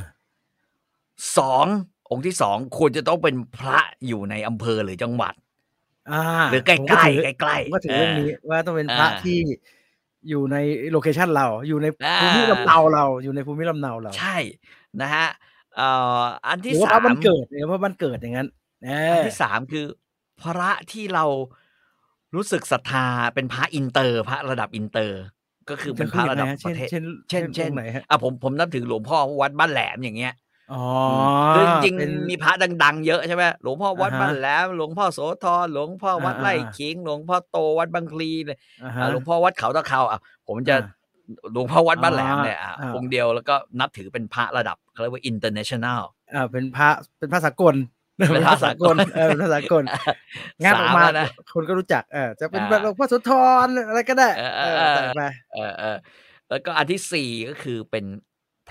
สององค์ที่สองควรจะต้องเป็นพระอยู่ในอำเภอหรือจังหวัด
อ่า
หรือใกล้
ผม
ใกล้
ถือ
ใกล้
ผม
ๆ
ก็ถึงเรื่องนี้
อ
ว่าต้องเป็นพระ
อ่า
ที่อยู่ในโลเคชันเราอยู่ใน
อ่า
ภูมิลำเนาเราอยู่ในภูมิลำเนาเรา
่าใช่นะฮะเอ่ออัน
ห
ที่
รือว่า
สา
พระ
ม
บ้านเกิดเนี่ยพระบ้านเกิดอย่างนั้นเอ
อัน
อ
ที่สามคือ พระที่เรารู้สึกศรัทธาเป็นพระอินเตอร์ พระระดับอินเตอร์ ก็คือเป็นพระระดับป
เช่
ระ
น
เทศ
เช่น
เช่นเช่น
องค์ไหนฮะ
อ่ะผมผมนับถือหลวงพ่อวัดบ้านแหลมอย่างเงี้ย
อ๋อ
คือจริงๆ
เป็น
มีพระดัง ๆ เยอะใช่ไหมหลวงพ่อวัด
อ่าฮะ
บ้านแหลมหลวงพ่อโสธรหลวงพ่อวัด
อ่าๆ
ไร่ขิงหลวงพ่อโตวัดบางพลีเนี่ย
อ่าฮะ
อ่าหลวงพ่อวัดเขาตะเขาอ่ะผมจะ
อ่า
หลวงพ่อวัดบ้านแหลมเนี่ย
อ่า
อ่ะ
อ่า
องค์เดียวแล้วก็นับถือเป็นพระระดับเขาเรียกว่า international
อ่าเป็นพระเป็นพระสากล
เป็นพระสากล
เออเป็นพระ
[laughs]
สากลงานออกมา
สแล้วนะ
คนก็รู้จักเออจะเป็น
อ่า
แบบหลวงพ่อสุนทรอะไรก็ได้
เออ
เอ
เอ
อ
อเออ
ใส่ไป
เออเออแล้วก็อันที่สี่ก็คือเป็น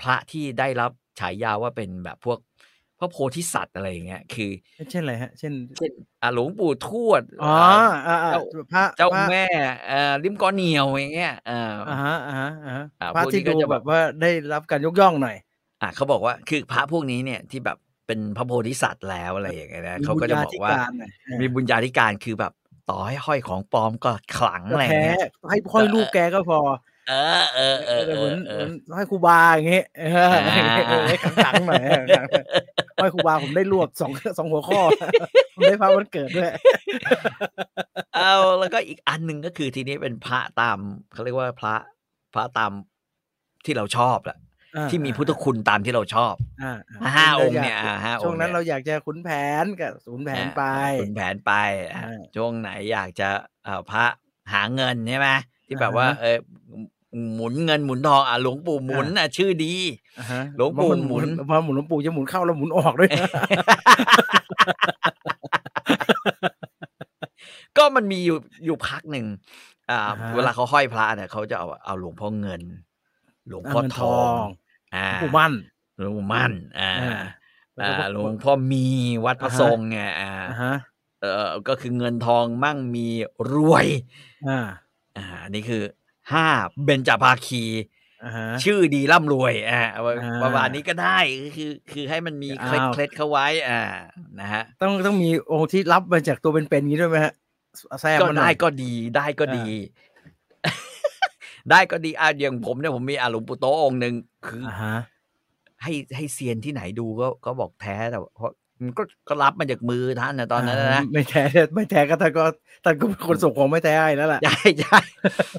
พระที่ได้รับฉายาว่าเป็นแบบพวกพระโพธิสัตว์อะไรอย่างเงี้ยคือ
เช่นอะไรฮะ เช่น
อ่ะหลวงปู่ทวด
อ๋อ
อ่า
อ่าอ่า
เจ้า
พระ
เจ้า
พระ
แม่เอ่อลิมกอเหนียวอย่างเงี้ยเอ่ออ
อ่าฮะอ่าฮะอ่าฮะ
อ่า
พระ
พวกนี้
ที่
ก็
ดู
จะ
แบ
แบบ บ
ว่าได้รับการยกย่องหน่อย
อ่ะเขาบอกว่าคือพระพวกนี้เนี่ยที่แบบเป็นพระโพธิสัตว์แล้วอะไรอย่างเงี้ยนะ
มี
เขาก็จะบอกว่า
ญธิรหน่อยเออ
มีบุญญาธิการคือแบบต่อให้ห้อยของปลอมก็ขลัง
ก็
อะไร
แท้
เงี้ย
ให้ค่อย
เออ
ลูกแกก็พอ
เออเออเออ
แต่
เอ
เหมื
อ
อน
เอ
เหมื
อ
อนให้ครูบาอย่างเงี้ยเออ
อ่า
เออให้ขังๆหน่อยให้ขังๆหน่อยให้ครูบาผมได้รวบสองสองหัวข้อผมได้พระวันเกิดด้วย
เอาแล้วก็อีกอันหนึ่งก็คือทีนี้เป็นพระตามเขาเรียกว่าพระพระตามที่เราชอบแหละ
อ่า
ที่มีพุทธคุณตามที่เราชอบ
อ่า
อ่ะห้าองค์เนี่ยอ่ะห้าองค์
ช่วงนั้น
ย
เราอยากจะขุนแผนกับศูนย์แผนไป
อ่าขุนแผนไปอ่ะ
อ่า
ช่วงไหนอยากจะเอ่อพระหาเงินใช่ไหมที่แบบ
อ่าฮะ
ว่า เออหมุนเงินหมุนทองอ่ะหลวงปู่หมุนอ่ะชื่อดี
อ่าฮะ
หลวงปู่
มัน
หมุน
มาหมุนหลวงปู่จะหมุนเข้าแล้วหมุนออกด้วยนะ
ก็มันมีอยู่อยู่พักหนึ่งอ่า
าฮะ
เวลาเขาห้อยพระเนี่ยเขาจะเอาเอาหลวงพ่อเงิน หลวงพ่อ
เงิน
ทองอ่า
ปู่มั่น
หลวงปู่มั่นอ่า
อ่า
อ่าหลวงพ่อมีวัดพระ
อ่าฮะ
ทรงไงอ่า
อ่าฮะ
เออก็คือเงินทองมั่งมีรวย
อ่า
อ่าอันนี่คือห้าเบญจภาคี
อ่าฮะ
ชื่อดีร่ำรวยอ่าประ
อ่า
ประมาณนี้ก็ได้คือคือให้มันมีเคล็ด
อ้าว
เคล็ดเข้าไว้อ่านะฮะ
ต้องต้องมีองค์ที่รับมาจากตัวเป็นๆนี้ด้วยไหมฮะแซม
ก็
มันหน่
ได้
อย
ก็ดีได้ก็ดี ได้ก็ดีอ่ะอย่างผมเนี่ยผมมีอาหลวงปู่โตะองค์หนึ่งคืออ
อ่าฮะ
ให้ให้เซียนที่ไหนดูก็ก็บอกแท้แต่ว่าเพราะมันก็ก็รับมาจากมือท่านนะตอนนั้น
า
นะ
ไม่แท้ [laughs] ไม่แท้ก็ท่านก็ท่านก็เป็นคนส่งของไม่แท้ให้แล้วล่ะ
ใช่ใช่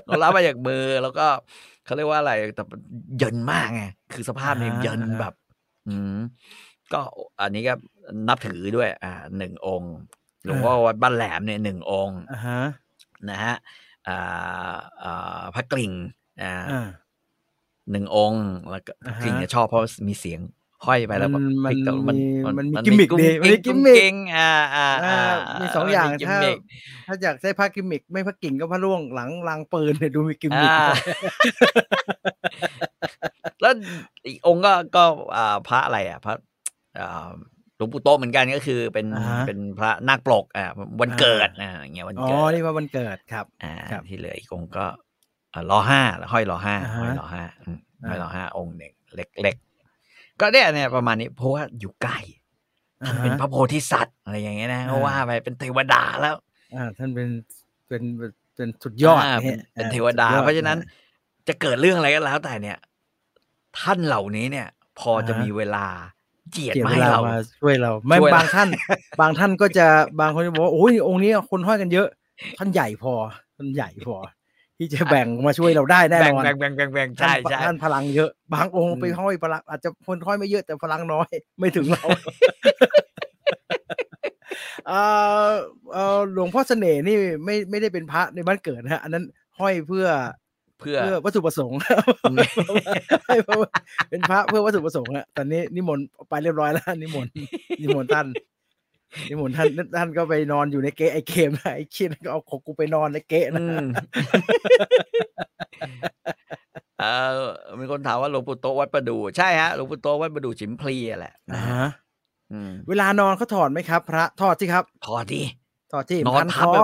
เรารับมาจากมือแล้วก็เขาเรียกว่าอะไรแต่มันเยินมากไงคือสภาพเนี่ย
อ่า
เยิน
อ่า
แบบ อืมก็อันนี้ก็นับถือด้วย อ่าหนึ่งองค์หลวงพ่อวัดบ้านแหลมเนี่ยหนึ่งองค์
อ่าฮะ
นะฮะอ่าอ่าพระกลิ่งอ่า
อ่า
หนึ่งองค์แล้วก็พ
อ่า
ระ
ฮะ
กลิ่งเนี่ยชอบเพราะมีเสียงห้อยไปแล้วแบบ
มัน
ติ๊กต๊อก
มันมีมันมี
น
กิมมิคดีมันมีกิมมิค
เก่งอ่าอ่าอ่า
อ่ามีสองอย่าง
กิ
ถ้า
มิค
ถ้าอยากได้พระกิมมิกไม่พระกิ่งก็พระร่วงหลังลางปืนเนี่ยดู [laughs] มีกิมมิก
อ่า แล้วอีกองค์ก็ก็อ่าพระอะไรอ่ะพระอ่าหลวงปู่โตะเหมือนกันก็คือเป็น
อ่าฮะ
เป็นพระนาคปลกอ่าวัน
อ่า
เกิดอ่าอย่างเงี้ยวัน
อ๋อ
เกิด
นี่ว่าวันเกิดครับ
อ่า
ครับ
ที่เหลืออีกองค์ก็อ่ารอห้าแล้วห้อยรอห้า
อ่าฮะ
ห้อยรอห้าอืม
อ่า
ห้อยรอห้าองค์หนึ่งเล็กๆก็เนี่ยเนี่ยประมาณนี้เพราะว่าอยู่ใกล้
อ่า
ท่านเป็น
ฮะ
พระโพธิสัตว์อะไรอย่างเงี้ยนะ
อ่า
เขาว่าไปเป็นเทวดาแล้ว
อ่า ท่านเป็นเป็นเป็นสุดยอด
าเป็
ย
นเป็นเทวดา
สุยอ
เพราะฉะนั้นจะเกิดเรื่องอะไรก็แล้วแต่เนี่ย ท่านเหล่านี้เนี่ย พออา จะมีเวลาเจียด
เกียร
มา
ติเว
ให้
ลา
เรา
มาช่วยเรา ไม่
ช่วยเรา
บางท่าน บางท่านก็จะบางคนจะบอกว่าโอ้ยองค์นี้คนห้อยกันเยอะ ท่านใหญ่พอท่านใหญ่พอ ที่จะแบ่งมาช่วยเราได้แน่
แบ่ง
นอน
แบ่งแบ่งแบ่งแบ่ง
ท่า
ใช่
น
ใช่
ท่านพลังเยอะ บางองค์ไป
อืม
ห้อยพลังอาจ [laughs] จะคนห้อยไม่เยอะแต่พลังน้อย ไม่ถึงเรา เอ อ่าเอ่อหลวงพ่อเสน่ห์นี่ไม่ไม่ได้เป็นพระในบ้านเกิดนะฮะอันนั้นห้อยเพื่อ
เพื่อ
เพื่อวัตถุประสงค์ [laughs] ให้เพราะว่าเป็นพระเพื่อวัตถุประสงค์อะตอนนี้นิมนต์ไปเรียบร้อยแล้วนิมนต์นิมนต์ท่านนิมนต์ท่านท่านก็ไปนอนอยู่ในเก๊ะไอ้เกมนะไอ้คิดก็เอาของกูไปนอนในเก๊ะนะ
อืมเออมีคนถามว่าหลวงปู่โตะวัดประดูใช่ฮะหลวงปู่โตะวัดประดูจิมพลีอะแหละนะ
อ่า
ฮะ
ฮะ
อืม
เวลานอนเขาถอดไหมครับ พระถอดสิครับ
ถอดดิ
ถอดที่
นอน
พัน
ทั
ค
บ
อ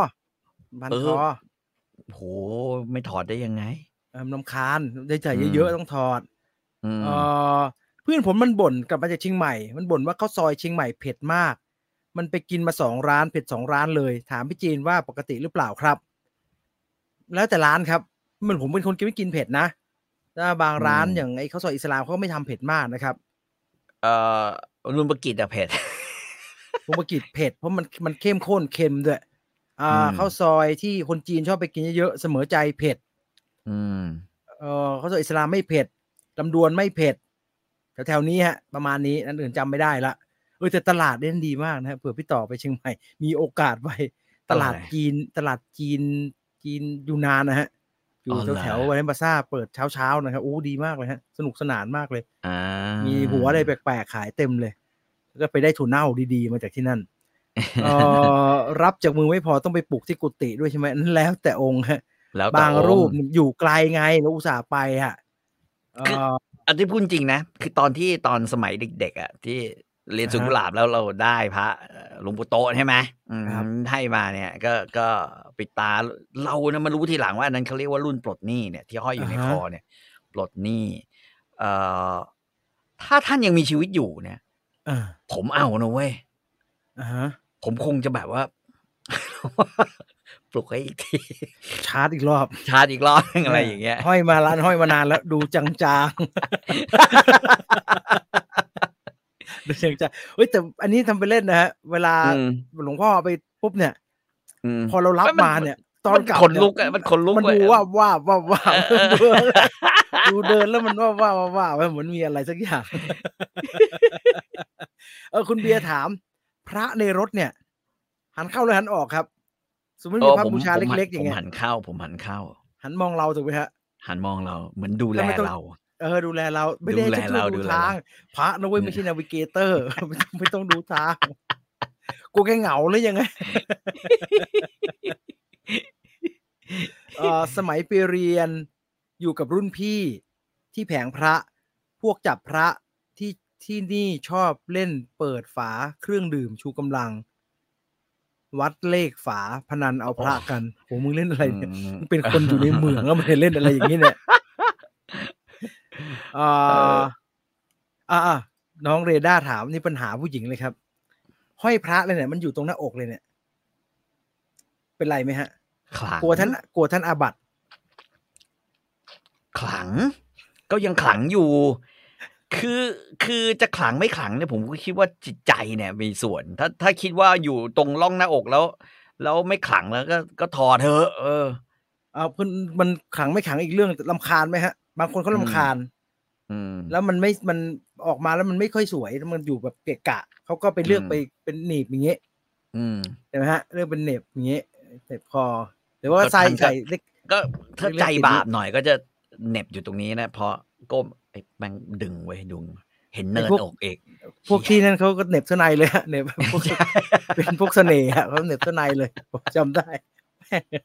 แบบ
พัน
เอ
ค
อ
อ
โหไม่ถอดได้ยังไง
เอิ่มลำคาญได้ใจ
อืม
เยอะๆต้องถอด
อืม
เออเพื่อนผมมันบ่นกลับมาจากเชียงใหม่ มันบ่นว่าข้าวซอยเชียงใหม่เผ็ดมาก มันไปกินมาสองร้านเผ็ดสองร้านเลย ถามพี่จีนว่าปกติหรือเปล่าครับ แล้วแต่ร้านครับ มันผมเป็นคนกินไม่กินเผ็ดนะถ้าบางร้านอย่างไอ้ข้าวซอยอิสลามเขาก็ไม่ทำเผ็ดมากนะครับ
เออรุนประกิจอะเผ็ด
ผมว่ากินเผ็ดเพราะมันมันเข้มข้นเค็มด้วยอ่า
อืม
ข้าวซอยที่คนจีนชอบไปกินเยอะๆเสมอใจเผ็ด
อืม
เออเขาวสวยอิสลามไม่เผ็ดลำดวนไม่เผ็ดแถวๆนี้ฮะ ประมาณนี้อันอื่นจำไม่ได้ละเออแต่ตลาดเล่นดีมากนะฮะเผื่อพี่ต่อไปเชียงใหม่ มีโอกาสไปตลาด
ตลาดไหน
จีนตลาดจีนจีนยูนานนะฮะ อยู่
อ๋อเหรอ
แถวๆวาเลนบาซ่าเปิดเช้าๆนะครับโอ้ดีมากเลยฮะ สนุกสนานมากเลย
อ่ามี
มีหัวอะไรแปลกๆขายเต็มเลย แล้วก็ไปได้ถั่วเน่าดีๆ มาจากที่นั่น เออรับจากมือไม่พอต้องไปปลูกที่กุฏิด้วยใช่ไหมนั่นแล้วแต่องค์ฮะ
แล้วแต่
บาง
องค์
รูปอยู่ไกลไงแล้วอุตส่าห์ไปฮะเอ่
คือ
อ
อันที่พูดจริงนะ คือตอนที่ตอนสมัยเด็ก ๆ อ่ะ ที่เรียนสุนทร
อ่าฮะ
หลาบแล้วเราได้พระเอ่อหลวงปู่โตะใช่ไหมอืม
ครับ
ให้มาเนี่ย ก็ก็ปิดตาเรานะมารู้ทีหลังว่าอันนั้นเขาเรียกว่ารุ่นปลดหนี้เนี่ยที่ห้อยอยู่ในคอเนี่ย ปลดหนี้เอ่อถ้าท่านยังมีชีวิตอยู่เนี่ย
อ่า
ผมเอานะเว้ย
อ่าฮะ
ผมคงจะแบบว่า [laughs] ปลุกให้อีกที [laughs]
ชาร์จอีกรอบ
ชาร์จอีกร [laughs] อบนึงอะไรอย่างเงี้ย
ห้อยมาร้านห้อยมานานแล้วดูจางๆ [laughs] ดูจางๆเฮ้ยแต่อันนี้ทำไปเล่นนะฮะ เวลา
อืม
หลวงพ่อไปปุ๊บเนี่ย
อืม
พอเรารับมาเนี่ย ตอนกลับ
มัขน
เย
ลุกอะมันขนลุก
มัน
เว้ย
ดูว่าบว่าบว่าบว่าบ
เออเออ
ดูเดินแล้วมันว่าบว่าบว่าบว่าบเหมือนมีอะไรสักอย่าง เออคุณเบียร์ถาม พระในรถเนี่ย หันเข้าหรือหันออกครับ สมมติมีพระบูชา
ผม
เล็กๆอย่างเงี้
ผม
ย
หันเข้า ผมหันเข้า
หันมองเราถูกไหมฮะ
หันมองเรา เหมือนดูแล
ทำไมต้อง
เรา
เออดูแลเราไม่ได้
ดูแล
ให้ช่วย
เรา
ดู
ดูแล
ทาง พระนะเว้ย
เนี่ย
ไม่ใช่นาวิเกเตอร์ [laughs] ไม่ต้องไม่ต้องดูทางกูแค่เหงาหรือยังไง [laughs] เออสมัยไปเรียนอยู่กับรุ่นพี่ที่แผงพระ พวกจับพระที่ที่นี่ชอบเล่นเปิดฝาเครื่องดื่มชูกำลัง วัดเลขฝาพนันเอาพระกันโหมึงเล่นอะไรเนี่ย
อืม
มึงเป็นคนอยู่ในเมืองแล้วมันเล่นอะไรอย่างนี้
[laughs]
เนี่ยเอ่
เอ
อ
อ
อ่าน้องเรด้าถามนี่ปัญหาผู้หญิงเลยครับ ห้อยพระเลยเนี่ย มันอยู่ตรงหน้าอกเลยเนี่ย เป็นไรไหมฮะ
ขลัง
กลัวท่านกลัวท่านอาบัต
ขลัง ก็ยังขลังอยู่ คือคือจะขลังไม่ขลังเนี่ยผมก็คิดว่าจิตใจเนี่ยมีส่วน ถ้าถ้าคิดว่าอยู่ตรงร่องหน้าอกแล้ว แล้วไม่ขลังแล้วก็ก็ถอดเถอะ เออ
เอาเพื่อนมันขังไม่ขังอีกเรื่องลำคาญไหมฮะ บางคนเขาลำคาญ
อืม
แล้วมันไม่มันออกมาแล้วมันไม่ค่อยสวยแล้วมันอยู่แบบเกะกะเขาก็ไปเลือก
อืม
ไปเป็นหนีบอย่างเงี้ย
อืม
ใช่ไหมฮะเรื่องเป็นเหน็บอย่างเงี้ยเหน็บคอ หรือว่า
ก็
ใส่
ท่านก็
ใส่เล็ก
ก็ถ้า
เรื่อง
ใจ
ติด
บาป
นิด
หน่อยก็จะเหน็บอยู่ตรงนี้นะ พอก้มไอ้แม่งดึงไว้ดึง เห็นเนินอกเอก
พวกที่นั่นเขาก็เหน็บเสื้อในเลยฮ [laughs] ะเห
[laughs]
น็บพวกเป็นพวกเสน่ห์ฮะเขาเหน็บเสื้อในเลยผมจำได้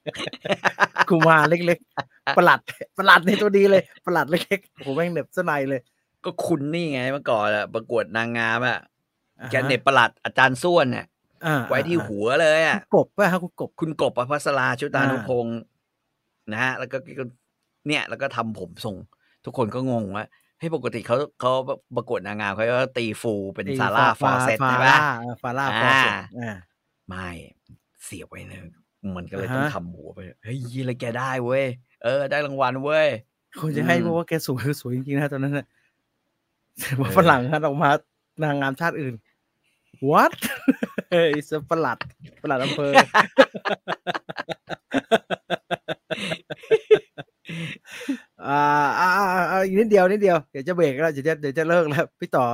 [laughs] กูมารเล็กๆประหลัดประหลัดในตัวดีเลยประหลัดเล็กๆโอ้โหแม่งเหน็บเสื้อในเลย
ก็คุณนี่ไงเมื่อก่อนอะประกวดนางงามอะ
อ่าฮะ
แกเหน็บประหลัดอาจารย์ส้วนเนี่ย
อ่า
ไว้ที่หัวเลยอะ
กบป่ะฮะคุณกบ
คุณกบประพัสราชุตานุ
อ่า
พงศ์นะฮะ แล้วก็เนี่ย แล้วก็ทำผมทรง ทุกคนก็งงว่าเฮ้ยปกติเขาเขาประกวดนางงามเขาก็ตีฟูเป็นซาร่าฟอร์เซต
ฟา
ใช่ไหม
ร่าฟาร่าฟอร์เซต
อ่า
อ่า
ไม่เสียบไว้เลยมันก็เลยต้อง
อ่าฮะ
ทำหัวไปเฮ้ยอะไรแกได้เว้ยเออ ได้รางวัลเว้ย
คุณจะให้
อืม
เพราะว่าแกสวยสวยจริงๆนะ [laughs] ตอนนั้นนะแต่ว่า
เออ
ฝรั่งฮะออกมานางงามชาติอื่น what [laughs] เฮ้ยสตว์ประหลัดประหลัดอำเภอ เ อ่าอ่าอ่าอ่าอีกนิดเดียวนิดเดียวเดี๋ยวจะเบรกแล้วเดี๋ยวจะเดี๋ยวจะเลิกแล้วพี่ต่อ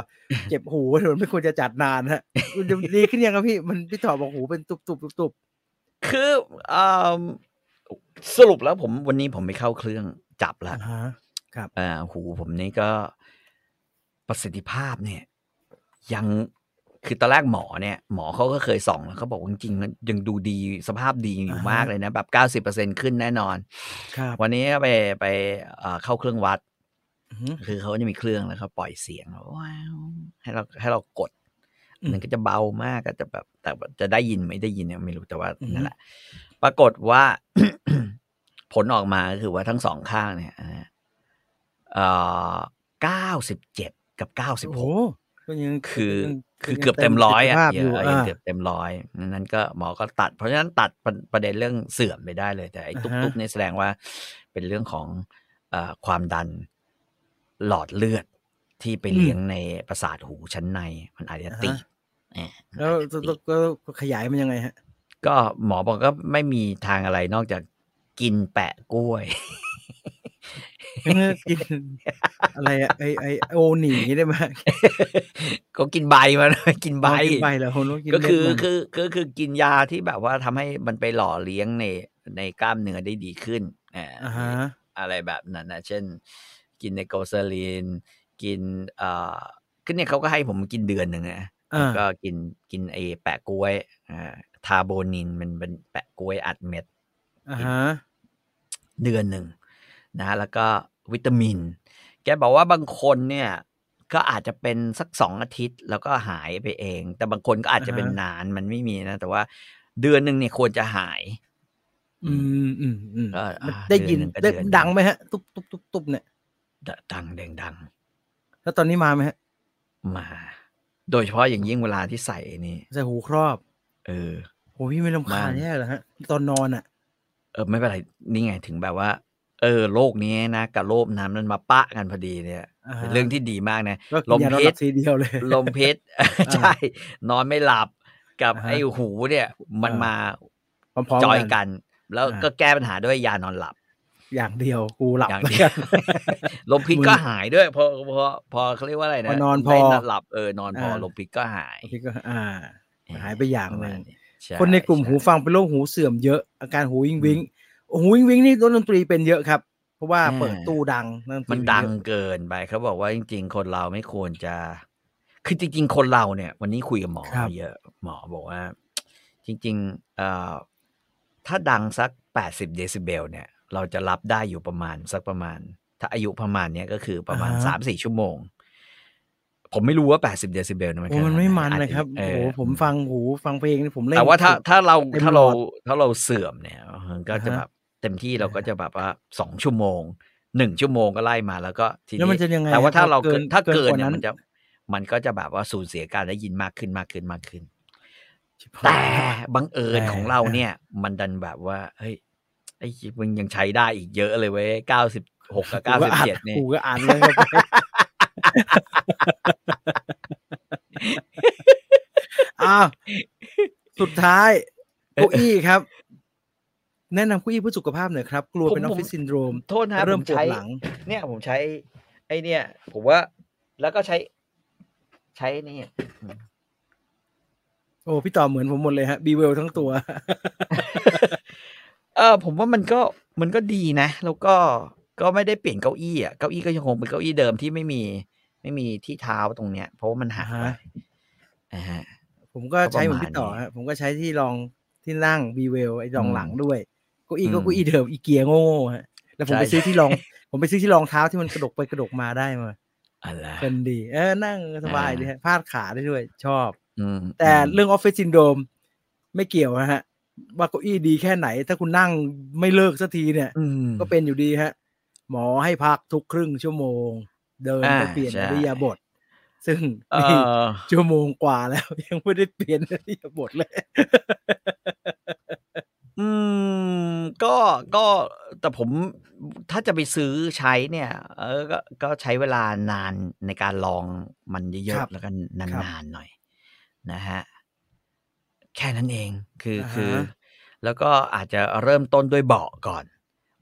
เจ็บหูมันไม่ควรจะจัดนานฮะมันจะดีขึ้นยังครับพี่มันพี่ต่อบอกหูเป็นตุบตุบตุบตุบ
คือเอ่อสรุปแล้วผมวันนี้ผมไปเข้าเครื่องจับแล้ว
ฮะ
อ่าหูผมนี่ก็ประสิทธิภาพเนี่ย ยังคือตอนแรกหมอเนี่ย หมอเขาก็เคยส่องแล้วเขาบอกว่าจริงๆมันยังดูดีสภาพดีอยู่
อ่าฮะ
มากเลยนะแบบเก้าสิบเปอร์เซ็นขึ้นแน่นอน
ครับ
วันนี้ก็ไปไปเอ่อเข้าเครื่องวัด
อือหือ
คือเขาจะมีเครื่องแล้วเขาปล่อยเสียงว้าวให้เราให้เรากด
อืม
มันก็จะเบามากก็จะแบบ แต่ว่าจะได้ยินไม่ได้ยินเนี่ยไม่รู้แต่ว่า
อือฮึ
นั่นแหละ ปรากฏว่า [coughs] ผลออกมาก็คือว่าทั้งสองข้างเนี่ยนะฮะเอ่อเก้าสิบเจ็ดกับเก้าสิบ
โอ้
ห
โห
ก
ก็ยัง
คือ
ยัง
คือ
ยัง
เกือบเต็มร้อยอ่ะ
ศักภาพ
เย
อยู่
อะ
อ่า
เกือบเต็มร้อยนั้นก็หมอก็ตัด เพราะฉะนั้นตัดประประเด็นเรื่องเสื่อมไปได้เลย แต่ไอ้
อ่าฮะ
ตุ๊บตุ๊บเนี่ยแสดงว่าเป็นเรื่องของเออความดันหลอดเลือดที่ไปเลี้ยงในประสาทหูชั้นใน มันอาจจะตีบเออมัน
แล้ว
อาจจะตีบ
แล้วแล้วแล้วขยายมันยังไงฮะ
ก็หมอบอกก็ไม่มีทางอะไรนอกจากกินแปะกล้วย
กินอะไรอะไอไอโอหนีได้ไหม
ก็กินใบมาหน่ [laughs] อยกินใบ
อ๋อกินใบเหรอผมนึกิน
ก็คือ
เม็ดมัน
คือคือคือกินยาที่แบบว่าทำให้มันไปหล่อเลี้ยงในในกล้ามเนื้อได้ดีขึ้นอ่า
อ่าฮะ
อะไรแบบนั้นนะเช่น กินในโกซาลีน กินเอ่อคือเนี่ยเขาก็ให้ผมกินเดือนหนึ่งนะ
อ่า
แล้วก็กินกินไอแปะกล้วยอ่าทาโบนินมันเป็นแปะกล้วยอัดเม็ด
อ่าฮะ
เดือนหนึ่งนะ แล้วก็วิตามิน แกบอกว่าบางคนเนี่ย ก็อาจจะเป็นสักสองอาทิตย์ แล้วก็หายไปเอง แต่บางคนก็อาจจะเป็น
อ่าฮะ
นานมันไม่มีนะ แต่ว่าเดือนหนึ่งเนี่ยควรจะหาย
อืมอืมอืม
ก็อ่า
มันได้ยิน
เดือน
ได้
หนึ่งก็เดือนหนึ่ง
ดังไหมฮะ ตุ๊บตุ๊บตุ๊บตุ๊บเนี่ย
ดังแดงดัง
แล้วตอนนี้มาไหมฮะ
มา โดยเฉพาะอย่างยิ่งเวลาที่ใส่ไอ้นี่
ใส่หูครอบ
เออ
โหพี่ไม่ลำคาญ
มา
แย่เหรอฮะ ตอนนอนอ่ะ
เออไม่เป็นไรนี่ไงถึงแบบว่า เออโลกนี้นะกับโลกน้ำนั้นมาปะกันพอดีเนี่ย
อ่าฮะ
เป็นเรื่องที่ดี
[laughs]
มากนะ
ก็กิ
ล
น
ม
ยานอนห
พิษ
ลับทีเดียวเลย
ลมพิษ ใช่ นอนไม่หลับกับ
อ่าฮะ
ไอ้หูเนี่ย มัน
อ่าม
มา
พร้อม
จ
ๆ
อย
กั
กัน น แล้ว
อ่า
ก็แก้ปัญหาด้วยยานอนหลับ
อย่างเดียวกูหลับ
อย่าง
แล้ว
เดี
กั
ย
น [laughs]
ว ลมพิษ
มึง
ก็หายด้วยพอพอพอเขาเรียกว่าอะไร
พ
นะ
อนอนพอ
ได้นหลับเออนอนพออา ลมพิษก็หาย
พี่ก็อ่า หายไปอย่างหนึ่ง
ประมณใช่
คนในกลุ่มหู
ช่
ฟังเป็นโรคหูเสื่อมเยอะอาการหูวิงวิง
อื
หูวิงวิงนี่ดนตรีเป็นเยอะครับ เพราะว่า
อ่า
เปิดตู้ดังดตรี
มัน
เป็
ดัง
เยอะ
เกินไปเขาบอกว่าจริง ๆ คนเราไม่ควรจะ คือจริง ๆ คนเราเนี่ย วันนี้คุยกับหมอมาเยอะ หมอบอกว่า จริง ๆ เอ่อถ้าดังสัก 80 เดซิเบลเนี่ย เราจะรับได้อยู่ประมาณสักประมาณ ถ้าอายุประมาณเนี้ยก็คือประมาณ 3-4 ชั่วโมง ผมไม่รู้ว่า 80 เดซิเบลเนี่ยมัน
โอ้
ขาด
มันไม่มัน
อาจจ
นะครับ
เ
โอ้โหผมฟังหูฟังเพลงนี่ผมเล่น
แต่ว่าถ้าถ้าเรา
เต็ม
ถ้าเรา
หลอด
ถ้าเราเสื่อมเนี่ยมันก็จะ
อ่าฮะ
แบบเต็มที่เราก็จะแบบว่าสองชั่วโมงหนึ่งชั่วโมงก็ไล่มาแล้วก็ที
แล้วมัน
นี้
จะยังไง
แต่ว่า
ฮะ
ถ้า
พอ
เราเกินถ้าเกิ
ก
น
ว่
เนี่ยมันจะมันก็จะแบบว่าสูญเสียการได้ยินมากขึ้นมากขึ้นมากขึ้น
ชิบหา
แต่
ย
บังเอิญ
แต่
ของเราเนี่ย มันดันแบบว่าเฮ้ยไอ้มึงยังใช้ได้อีกเยอะเลยเว้ยเก้าสิบหกกับเก้าสิบเจ็ดเนี่ย
กูก็อ่านเลยครับอ้าวสุดท้ายเก้าอี้ครับ แนะนำเก้าอี้เพื่อสุขภาพหน่อยครับ กลัวเป็นอ
ผ
อ
ม
ฟ
ผม
ฟิศซินโดรม
โทษนะ
เริ่ม
ผ
ปว
ใช้
ดหลัง
เนี่ยผมใช้ ไอ้เนี่ย ผมว่า แล้วก็ใช้ ใช้นี่
โอ้พี่ต่อเหมือนผมหมดเลยฮะบีเวลทั้งตัว [laughs]
เออผมว่ามันก็มันก็ดีนะ แล้วก็ก็ไม่ได้เปลี่ยนเก้าอี้อ่ะเก้าอี้ก็ยังคงเป็นเก้าอี้เดิมที่ไม่มี ไม่มีที่เท้าตรงเนี้ย เพราะว่ามันหักไป
อ่าฮะ
อ่าฮะ
ผมก็ใช้เหมือนพี่ต่อ
ประมาณนี้
ฮะผมก็ใช้ที่รองที่นั่งบีเวลไอ้รอง
อืม
หลังด้วยเก้าอี้ก็
อืม
เก้าอี้เดิมอีเกียโง่ๆฮะแล้วผม
ใช่
ไปซื้อที่รอง
[laughs]
ผมไปซื้อที่รองเท้าที่มันกระดกไปกระดกมาได้มา
อะไร
เป็นดี เออนั่งสบายดีฮะพาดขาได้ด้วยชอบ
อืม
แต่
ม
เรื่องออฟฟิศซินโดรมไม่เกี่ยวนะฮะ ว่าเก้าอี้ดีแค่ไหน ถ้าคุณนั่งไม่เลิกสักทีเนี่ย
อืม
ก็เป็นอยู่ดีฮะ หมอให้พักทุกครึ่งชั่วโมง เดินไป
อ่า
เปลี่ยน
ใช่
อริยาบท ซึ่ง
เอ
นี่
อ
ชั่วโมงกว่าแล้ว [laughs] ยังไม่ได้เปลี่ยนอริยาบทเลย
อืม ก็ก็แต่ผมถ้าจะไปซื้อใช้เนี่ย เออก็ก็ใช้เวลานานในการลองมันเย
ครั
อะ
บ
ๆแล้วก็
ครั
นา
บ
นๆหน่อย นะฮะ แค่นั้นเองคือ
อ่าฮะ
คือ แล้วก็อาจจะเริ่มต้นด้วยเบาะก่อน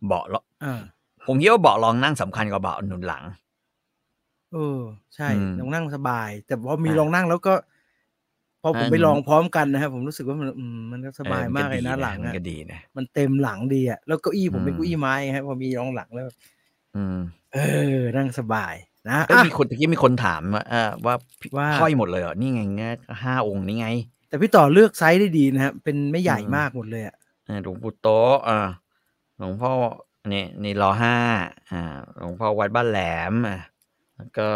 เบาะละ
อ่า
ผมคิดว่าเบาะรองนั่งสำคัญกว่าเบาะหนุนหลัง
เออ ใช่
อืม
ลองนั่งสบาย แต่ว่ามี
อ่ะ
ลองนั่งแล้วก็ พอผม
อ่ะ
ไป
หนุน
ลองพร้อมกันนะครับผมรู้สึกว่ามันอืมมันก็สบายมากเลยนะหลัง
มัน
อะ
ก็ดีนะ
มันเต็มหลังดีอะแล้วเก้าอี้ผมเป็น
อืม
เก้าอี้ไม้ไงครับพอมีรองหลังแล้ว
อืม
เออ นั่งสบายนะ
เอ้ย
อ่ะ
มีคนตะกี้มีคนถามว่าเอ่อว่า
ว่า
ห้อยหมดเลยเหรอนี่ไงเงี้ยห้าองค์นี่ไง
แต่พี่ต่อเลือกไซส์ได้ดีนะครับเป็นไม่ใหญ่
อืม
มากหมดเลยอะ
อ่าหลวงปู่โตะอ่าหลวงพ่อนี่นี่รอห้าอ่า หลวงพ่อวัดบ้านแหลมอ่ะแล้วก็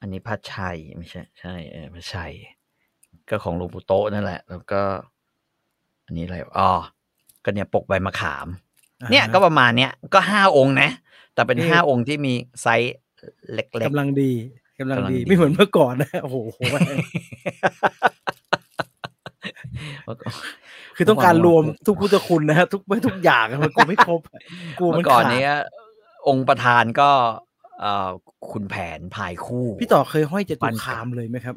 อันนี้พระชัยไม่ใช่ ใช่เออพระชัย ก็ของหลวงปู่โตะนั่นแหละ แล้วก็ อันนี้อะไรอ๋อก็เนี่ยปกใบมะขาม
อ่า
เนี่ย
ฮะ
ก็ประมาณเนี้ยก็ห้าองค์นะ แต่เป็น
นี่
ห้าองค์ที่มีไซส์เล็ก
กำลังดีกำลัง
กำลัง
ดี
ดี
ไม่เหมือนเมื่อก่อนนะโอ้โห
ๆ
คือต้องการรวมทุกพุทธคุณนะฮะทุกทุกอย่างอะมันกลัวไม่ครบอะกลัวมั
เมื่
น
อก่อน
ขาด
เนี้ยองค์ประธานก็เอ่อคุณแผนพายคู่
พี่ต่อเคยห้อยจตุ
ปั้น
คาม
กับ
เลยไหมครับ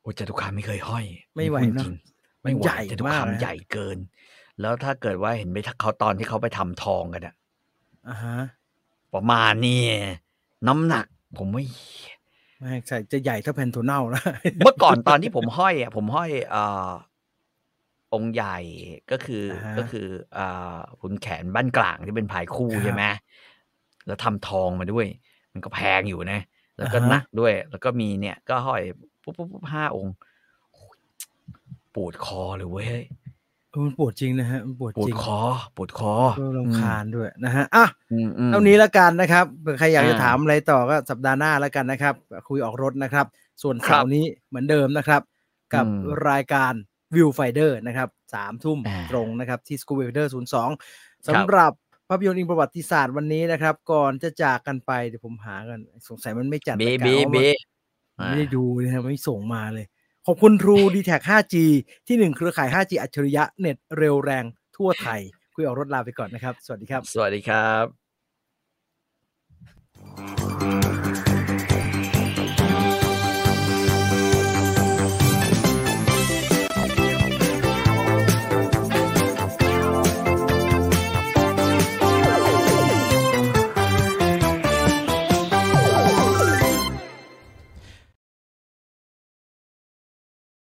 โอ้ยจตุคามไม่เคยห้อย
ไม่ไหว
พูด
เนอะ
จริง
มั
ไม่
น
ไหว
ใหญ่
จตุ
มา
คาก ม
นะ
ใหญ่เกิน แล้วถ้าเกิดว่าเห็นไปเขาตอนที่เขาไปทำทองกันอะ
อ่าฮะ
ประมาณนี้น้ำหนัก ผมไม่า
แม่งใส่จะใหญ่เท่าแผ่นถั่วเน่านะ [laughs]
เมื่อก่อนตอนที่ผมห้อยอะผมห้อยเอ่อองค์ใหญ่ก็คืออา
ฮะ
ก็คือเอ่อขุนแขนบ้านกลางที่เป็นพายคู่
ครับ
ใช่ไหมแล้วทำทองมาด้วย มันก็แพงอยู่นะ แล้วก็หนักด้วย แล้วก็มีเนี่ย ก็ห้อยปุ๊บปุ๊บปุ๊บห้าองค์โอ้ยปวดคอเลยเว้ย
เออมันปวดจริงนะฮะมันปวด
ป
จ
วด
ริง
คอปวดคอ
ก็รำคาญด้วยนะฮะอ่ะ
อืมอืม
เท่านี้ละกันนะครับเผื่อใครอยากจะ
อ่า
ถามอะไรต่อก็สัปดาห์หน้าละกันนะครับ คุยออกรถนะครับ ส่วน
ครับ
เสาร์นี้เหมือนเดิมนะครับ กับ
อืม
รายการวิวไฟเดอร์นะครับสามทุ่ม
อ่า
ตรงนะครับที่สกูเวเดอร์ศูนย์สอง
ครับ
สำหรับภาพยนตร์อิงประวัติศาสตร์วันนี้นะครับ ก่อนจะจากกันไปเดี๋ยวผมหากันสงสัยมันไม่จัด
เบ
รายการเพ
บี
ราะ
เบ
ว่า
อ่า
ไม่ได้ดูเลยนะครับไม่ส่งมาเลย ขอบคุณทรู d t แท 5G ที่หนึ่งเครือข่าย 5G อัจฉริยะเน็ตเร็วแรงทั่วไทย คุยออกรถลาไปก่อนนะครับ สวัสดีครับ
สวัสดีครับ